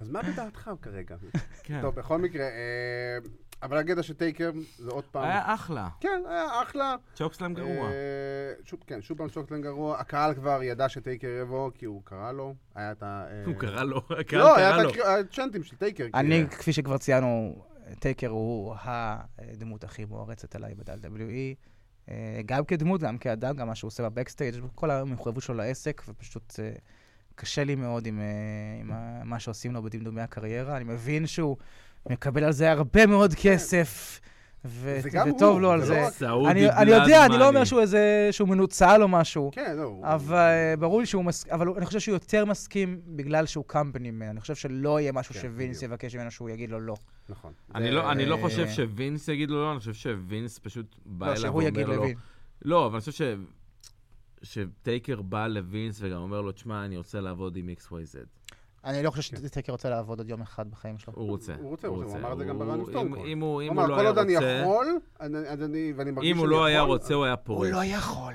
[SPEAKER 1] אז מה בדעתך כרגע?
[SPEAKER 2] כן.
[SPEAKER 1] טוב, בכל מקרה, אה, אבל הגדע של טייקר זה עוד פעם...
[SPEAKER 2] היה אחלה.
[SPEAKER 1] כן, היה אחלה.
[SPEAKER 2] צ'וקסלאם גרוע.
[SPEAKER 1] אה, שוב, כן, שוב פעם צ'וקלן גרוע. הקהל כבר ידע שטייקר יבוא, כי הוא קרא לו. היה את ה... אה,
[SPEAKER 2] הוא קרא לו, הקהל
[SPEAKER 1] לא, היה
[SPEAKER 2] קרא לו.
[SPEAKER 1] את הקר- הצ'אנטים של טייקר.
[SPEAKER 3] אני,
[SPEAKER 1] כאילו.
[SPEAKER 3] כפי שכבר ציינו, טייקר הוא הדמות הכי מוערצת עליי ב-WWE. אה, גם כדמות, גם כאדם, גם מה שהוא עושה בבקסטייג', כל המחויבות שלו לעסק, ופשוט אה, קשה לי מאוד עם, אה, עם ה- מה שעושים לו בדמדומי הקריירה. אני מבין שהוא מקבל על זה הרבה מאוד כסף, ו-
[SPEAKER 1] זה גם
[SPEAKER 3] וטוב
[SPEAKER 1] הוא,
[SPEAKER 3] לו על
[SPEAKER 1] זה לא
[SPEAKER 3] זה.
[SPEAKER 1] רק-
[SPEAKER 2] סעודי
[SPEAKER 3] אני,
[SPEAKER 2] בלאד
[SPEAKER 3] אני יודע, אני לא אומר
[SPEAKER 2] מאני.
[SPEAKER 3] שהוא איזה, שהוא מנוצל או משהו.
[SPEAKER 1] כן, לא. הוא-
[SPEAKER 3] אבל אה, ברור לי שהוא מסכים, אבל הוא- אני חושב שהוא יותר מסכים בגלל שהוא קמפני מן. אני חושב שלא יהיה משהו
[SPEAKER 1] כן,
[SPEAKER 3] שווינס
[SPEAKER 1] בדיוק.
[SPEAKER 3] יבקש ממנו שהוא יגיד לו לא.
[SPEAKER 1] נכון.
[SPEAKER 2] אני
[SPEAKER 1] זה-
[SPEAKER 2] לא- אני לא
[SPEAKER 3] אה,
[SPEAKER 2] חושב שווינס יגיד לו לא, אני חושב שווינס פשוט בא
[SPEAKER 3] לא,
[SPEAKER 2] אליו
[SPEAKER 3] שהוא
[SPEAKER 2] ואומר
[SPEAKER 3] יגיד
[SPEAKER 2] לו...
[SPEAKER 3] לוין.
[SPEAKER 2] לא, אבל אני חושב ש... שטייקר בא לווינס וגם אומר לו, תשמע, אני רוצה לעבוד עם XYZ.
[SPEAKER 3] אני לא חושב שטייקר רוצה לעבוד עוד יום אחד בחיים שלו.
[SPEAKER 2] הוא רוצה.
[SPEAKER 1] הוא רוצה, הוא רוצה, הוא אמר את זה גם ברן
[SPEAKER 2] הוא-
[SPEAKER 1] סטון
[SPEAKER 2] אם-
[SPEAKER 1] קול.
[SPEAKER 2] אם הוא
[SPEAKER 1] הוא
[SPEAKER 2] אם
[SPEAKER 1] אמר,
[SPEAKER 2] הוא לא
[SPEAKER 1] כל
[SPEAKER 2] היה
[SPEAKER 1] עוד אני
[SPEAKER 2] רוצה...
[SPEAKER 1] יכול, אני- אז אני, ואני מרגיש
[SPEAKER 2] אם הוא
[SPEAKER 1] שאני
[SPEAKER 2] לא היה
[SPEAKER 1] יכול,
[SPEAKER 2] רוצה, הוא לא היה פורש.
[SPEAKER 3] יכול.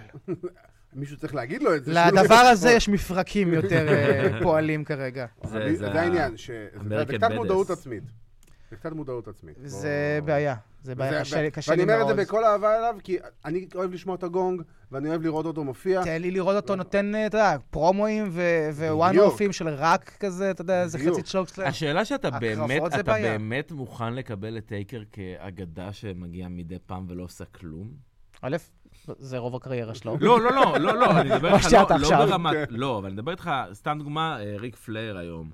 [SPEAKER 1] מישהו צריך להגיד לו את זה. שהוא לא
[SPEAKER 3] לדבר
[SPEAKER 1] יכול.
[SPEAKER 3] הזה יש מפרקים יותר אה, פועלים כרגע.
[SPEAKER 1] אבל
[SPEAKER 2] זה-
[SPEAKER 1] לי-
[SPEAKER 2] זה
[SPEAKER 1] זה העניין,
[SPEAKER 2] ה-
[SPEAKER 1] ש- זה-
[SPEAKER 2] American
[SPEAKER 1] זה קצת
[SPEAKER 2] Badass.
[SPEAKER 1] מודעות עצמית. זה קצת מודעות עצמית.
[SPEAKER 3] זה
[SPEAKER 1] בוא-
[SPEAKER 3] בעיה. זה בעיה,
[SPEAKER 1] וזה-
[SPEAKER 3] קשה לי-
[SPEAKER 1] ו-
[SPEAKER 3] קשה לי
[SPEAKER 1] ואני אומר
[SPEAKER 3] מאוד.
[SPEAKER 1] את זה בכל אהבה אליו, כי אני אוהב לשמוע את הגונג, ואני אוהב לראות אותו מופיע.
[SPEAKER 3] תן לי לראות אותו נותן, אה, אתה יודע, פרומואים ווואן
[SPEAKER 1] בדיוק.
[SPEAKER 3] אופים של רק כזה, אתה יודע, איזה
[SPEAKER 1] בדיוק.
[SPEAKER 3] חצי צ'וק שלהם.
[SPEAKER 2] השאלה שאתה
[SPEAKER 3] הקרבות
[SPEAKER 2] באמת,
[SPEAKER 3] זה
[SPEAKER 2] אתה
[SPEAKER 3] בעיה.
[SPEAKER 2] באמת מוכן לקבל את טייקר כאגדה שמגיעה מדי פעם ולא עושה כלום?
[SPEAKER 3] א', זה רוב הקריירה שלו.
[SPEAKER 2] לא, לא, לא, לא, לא, אני מדבר
[SPEAKER 3] אוקיי. מה
[SPEAKER 2] איתך, לא,
[SPEAKER 3] שאתה
[SPEAKER 2] לא
[SPEAKER 3] עכשיו.
[SPEAKER 2] ברמת, לא, אבל אני מדבר איתך, סתם דוגמה, אה, ריק פלר היום,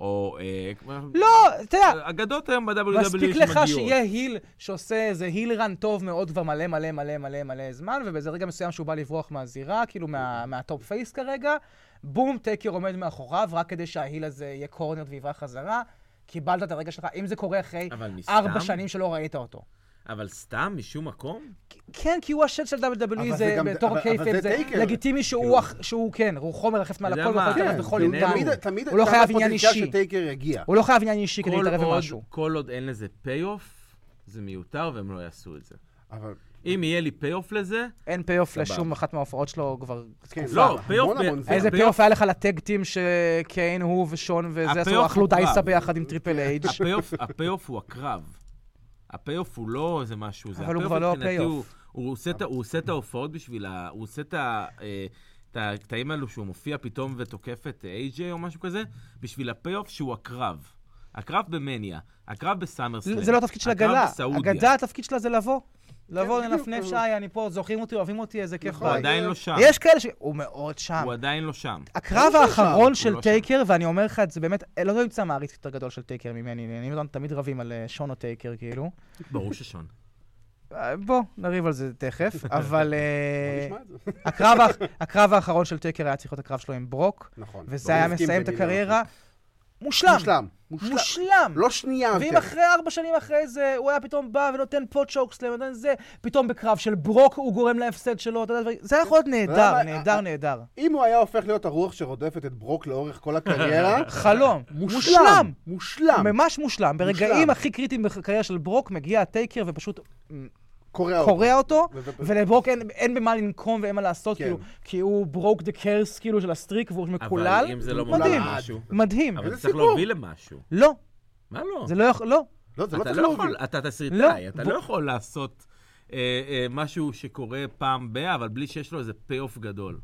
[SPEAKER 2] או... אה, כמו-
[SPEAKER 3] לא, אתה יודע,
[SPEAKER 2] אגדות היום ב-WWE
[SPEAKER 3] מספיק לך
[SPEAKER 2] E שמגיעות.
[SPEAKER 3] שיהיה היל שעושה איזה היל רן טוב מאוד כבר מלא מלא מלא מלא מלא זמן, ובאיזה רגע מסוים שהוא בא לברוח מהזירה, כאילו מה, מהטופ פייס כרגע, בום, טייקר עומד מאחוריו, רק כדי שההיל הזה יהיה קורנר ויברח חזרה. קיבלת את הרגע שלך, אם זה קורה אחרי
[SPEAKER 2] אבל מסתם?
[SPEAKER 3] ארבע שנים שלא ראית אותו.
[SPEAKER 2] אבל סתם, משום מקום?
[SPEAKER 3] כן, כי הוא השד של WWE,
[SPEAKER 1] אבל
[SPEAKER 3] זה
[SPEAKER 1] זה גם-
[SPEAKER 3] בתור
[SPEAKER 1] אבל-
[SPEAKER 3] קייפייב,
[SPEAKER 1] אבל
[SPEAKER 2] זה
[SPEAKER 3] זה
[SPEAKER 1] טייקר. כאילו-
[SPEAKER 3] לגיטימי שהוא, אח- שהוא כן, הוא חומר יחף מעל
[SPEAKER 2] יודע
[SPEAKER 3] הכל, הוא
[SPEAKER 2] מה?
[SPEAKER 3] לא יכול להתערב
[SPEAKER 2] כן,
[SPEAKER 3] בכל
[SPEAKER 2] בינינו.
[SPEAKER 3] עולם.
[SPEAKER 1] תמיד- תמיד
[SPEAKER 3] הוא לא
[SPEAKER 1] כמה
[SPEAKER 3] חייב עניין
[SPEAKER 1] פוטנציאל
[SPEAKER 3] אישי.
[SPEAKER 1] שטייקר יגיע.
[SPEAKER 3] הוא לא חייב עניין אישי כדי
[SPEAKER 2] כל
[SPEAKER 3] להתערב
[SPEAKER 2] עוד-
[SPEAKER 3] במשהו.
[SPEAKER 2] כל עוד אין לזה פי-אוף, זה מיותר והם לא יעשו את זה.
[SPEAKER 1] אבל
[SPEAKER 2] אם יהיה לי פי-אוף לזה,
[SPEAKER 3] אין פי-אוף
[SPEAKER 2] סבבה.
[SPEAKER 3] לשום אחת מההופעות שלו כבר
[SPEAKER 1] כן,
[SPEAKER 3] תקופה.
[SPEAKER 2] לא, פי-אוף...
[SPEAKER 1] המון המון זמן.
[SPEAKER 3] איזה
[SPEAKER 2] הפי-אוף-
[SPEAKER 3] פי-אוף היה לך לטג טים שקיין, הוא ושון וזה, עשו-
[SPEAKER 2] הפי-אוף
[SPEAKER 3] אכלו
[SPEAKER 2] הוא
[SPEAKER 3] דייסה
[SPEAKER 2] קרב.
[SPEAKER 3] ביחד עם
[SPEAKER 2] כן.
[SPEAKER 3] טריפל אייג'.
[SPEAKER 2] הפי-אוף, הפי-אוף הוא הקרב. הפי-אוף הוא לא איזה משהו, זה
[SPEAKER 3] אבל הוא
[SPEAKER 2] הפי-אוף
[SPEAKER 3] כבר לא
[SPEAKER 2] מבחינתי
[SPEAKER 3] הפי-אוף.
[SPEAKER 2] הוא- הוא עושה את ה- הוא עושה את ההופעות בשביל ה... הוא עושה את ה... אה, את הקטעים האלו שהוא מופיע פתאום ותוקף את איי-ג'יי או משהו כזה, בשביל הפי-אוף שהוא הקרב. הקרב במניה, הקרב בסאמרסלאם.
[SPEAKER 3] זה לא התפקיד של
[SPEAKER 2] הקרב
[SPEAKER 3] הגלה.
[SPEAKER 2] בסעודיה.
[SPEAKER 3] הגדה, התפקיד שלה זה לבוא. לבוא,
[SPEAKER 1] בדיוק,
[SPEAKER 3] לנפנף
[SPEAKER 1] הוא-
[SPEAKER 3] שי, אני פה, זוכרים אותי, אוהבים אותי, איזה כיף.
[SPEAKER 1] נכון.
[SPEAKER 2] הוא
[SPEAKER 1] אוי,
[SPEAKER 3] ביי.
[SPEAKER 2] עדיין
[SPEAKER 1] אה,
[SPEAKER 2] לא שם.
[SPEAKER 3] יש כאלה ש... הוא מאוד שם.
[SPEAKER 2] הוא עדיין לא שם.
[SPEAKER 3] הקרב
[SPEAKER 1] הוא לא שם,
[SPEAKER 3] האחרון
[SPEAKER 1] הוא
[SPEAKER 3] של
[SPEAKER 2] לא שם.
[SPEAKER 3] טייקר, ואני אומר לך את זה באמת, אה, לא נמצא מעריץ יותר גדול של טייקר ממני, אני ואתה תמיד רבים על אה, שון או טייקר, כאילו.
[SPEAKER 2] ברור ששון.
[SPEAKER 3] אה, בוא, נריב על זה תכף, אבל אה,
[SPEAKER 1] בוא נשמע את זה.
[SPEAKER 3] הקרב האח- הקרב האחרון של טייקר היה צריך להיות הקרב שלו עם ברוק,
[SPEAKER 1] נכון.
[SPEAKER 3] וזה
[SPEAKER 1] ברור.
[SPEAKER 3] היה
[SPEAKER 1] מסכים
[SPEAKER 3] מסיים את
[SPEAKER 1] במיליון
[SPEAKER 3] הקריירה.
[SPEAKER 1] אחוז.
[SPEAKER 3] מושלם,
[SPEAKER 1] מושלם. מושלם.
[SPEAKER 3] מושלם.
[SPEAKER 1] לא שנייה
[SPEAKER 3] ואם
[SPEAKER 1] יותר.
[SPEAKER 3] אחרי ארבע שנים אחרי זה, הוא היה פתאום בא ונותן פה צ'וקסלאם, נותן זה, פתאום בקרב של ברוק הוא גורם להפסד שלו, אתה יודע, דברים- זה היה יכול להיות נהדר,
[SPEAKER 1] למה-
[SPEAKER 3] נהדר, נהדר.
[SPEAKER 1] אם הוא היה הופך להיות הרוח שרודפת את ברוק לאורך כל הקריירה,
[SPEAKER 3] חלום,
[SPEAKER 1] אה, מושלם.
[SPEAKER 3] מושלם.
[SPEAKER 1] מושלם.
[SPEAKER 3] ממש מושלם.
[SPEAKER 1] מושלם. לא.
[SPEAKER 3] ברגעים הכי קריטיים בקריירה של ברוק, מגיע הטייקר ופשוט
[SPEAKER 1] קורע אותו.
[SPEAKER 3] קורע אותו,
[SPEAKER 1] וזה-
[SPEAKER 3] ולברוק אין- אין במה לנקום ואין מה לעשות,
[SPEAKER 1] כן.
[SPEAKER 3] כאילו, כי הוא ברוק דה קרס, כאילו, של הסטריק, והוא מקולל.
[SPEAKER 2] אבל אם זה לא
[SPEAKER 1] מקולל.
[SPEAKER 2] מוביל
[SPEAKER 3] מדהים.
[SPEAKER 2] למשהו,
[SPEAKER 3] מדהים.
[SPEAKER 2] אבל
[SPEAKER 1] איזה
[SPEAKER 2] זה צריך
[SPEAKER 1] סיפור.
[SPEAKER 2] להוביל למשהו.
[SPEAKER 3] לא,
[SPEAKER 2] מה לא?
[SPEAKER 3] זה לא יכול, לא.
[SPEAKER 1] לא, זה לא
[SPEAKER 2] אתה
[SPEAKER 1] צריך
[SPEAKER 2] לא
[SPEAKER 1] להוביל.
[SPEAKER 2] יכול, אתה תסריטאי,
[SPEAKER 3] לא,
[SPEAKER 2] אתה
[SPEAKER 3] בוא-
[SPEAKER 2] לא יכול לעשות אה, אה, משהו שקורה פעם ב-, אבל בלי שיש לו איזה פי-אוף גדול.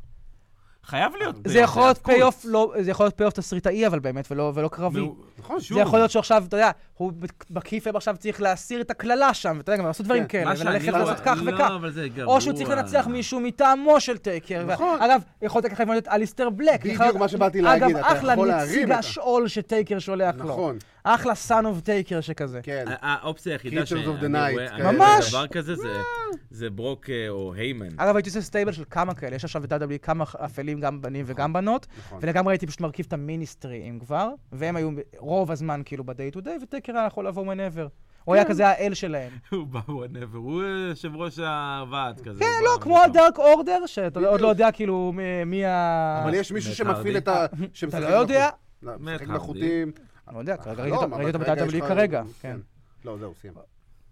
[SPEAKER 2] חייב להיות פי-אוף.
[SPEAKER 3] זה יכול להיות
[SPEAKER 2] האבקות.
[SPEAKER 3] פי-אוף, לא- זה יכול להיות פי-אוף תסריטאי, אבל באמת, ולא ולא קרבי.
[SPEAKER 2] נו,
[SPEAKER 1] נכון.
[SPEAKER 2] שוב,
[SPEAKER 3] זה יכול להיות שעכשיו, אתה יודע, הוא בכיף עכשיו צריך להסיר את הקללה שם, ואתה יודע, גם לעשות דברים
[SPEAKER 1] כן,
[SPEAKER 3] כאלה,
[SPEAKER 2] מה שאני
[SPEAKER 3] וללכת
[SPEAKER 2] לא-
[SPEAKER 3] לעשות כך וכך.
[SPEAKER 2] לא, אבל זה גרוע.
[SPEAKER 3] או שהוא צריך לנצח מישהו מטעמו של טייקר.
[SPEAKER 1] נכון.
[SPEAKER 3] נכון. אגב, יכולת ככה לבנות את אליסטר בלק.
[SPEAKER 1] בדיוק
[SPEAKER 3] יכול-
[SPEAKER 1] מה שבאתי להגיד, אתה יכול
[SPEAKER 3] אגב,
[SPEAKER 1] להרים
[SPEAKER 3] אחלה נציג
[SPEAKER 1] את ה-
[SPEAKER 3] השאול שטייקר שולח לו.
[SPEAKER 1] נכון.
[SPEAKER 3] אחלה son of טייקר שכזה.
[SPEAKER 1] כן.
[SPEAKER 2] הא- האופציה היחידה
[SPEAKER 1] Creatures
[SPEAKER 2] שאני
[SPEAKER 1] of the
[SPEAKER 2] רואה,
[SPEAKER 1] night,
[SPEAKER 2] אני
[SPEAKER 1] כן.
[SPEAKER 2] רואה
[SPEAKER 3] ממש.
[SPEAKER 2] דבר כזה, זה- זה ברוק אה, או היימן.
[SPEAKER 3] אגב, הייתי עושה סטייבל של כמה כאלה, יש עכשיו ב-WWE כמה אפלים, גם בנים וגם בנות,
[SPEAKER 1] נכון.
[SPEAKER 3] ולגמרי הייתי פשוט מרכיב את המיניסטרי, אם כבר, והם היו רוב הזמן כאילו ב-day to day, וטייקר היה יכול לבוא מנבר. הוא
[SPEAKER 1] כן.
[SPEAKER 3] היה כזה האל שלהם.
[SPEAKER 2] הוא בא וואנבר, הוא אה, יושב ראש הוועד כזה.
[SPEAKER 3] כן,
[SPEAKER 2] הוא
[SPEAKER 3] לא,
[SPEAKER 2] בא
[SPEAKER 3] כמו
[SPEAKER 2] ונכנס.
[SPEAKER 3] הדארק אורדר, שאתה
[SPEAKER 1] בדיוק.
[SPEAKER 3] עוד לא יודע כאילו מי- מי ה...
[SPEAKER 1] אבל יש מישהו
[SPEAKER 2] מת
[SPEAKER 1] שמפעיל
[SPEAKER 2] הרדי.
[SPEAKER 1] את ה...
[SPEAKER 3] אתה
[SPEAKER 1] שמשחק
[SPEAKER 3] לא יודע?
[SPEAKER 1] בחוט- לא,
[SPEAKER 2] מת
[SPEAKER 1] משחק
[SPEAKER 2] הרדי.
[SPEAKER 1] בחוטים.
[SPEAKER 3] אני לא יודע, כרגע ראיתי
[SPEAKER 1] החלום,
[SPEAKER 3] אותו-
[SPEAKER 1] אבל
[SPEAKER 3] ראיתי אותו
[SPEAKER 1] כרגע יש
[SPEAKER 3] ב-WWE
[SPEAKER 1] לך- כן.
[SPEAKER 3] כרגע. כן.
[SPEAKER 1] לא, זהו, סיים.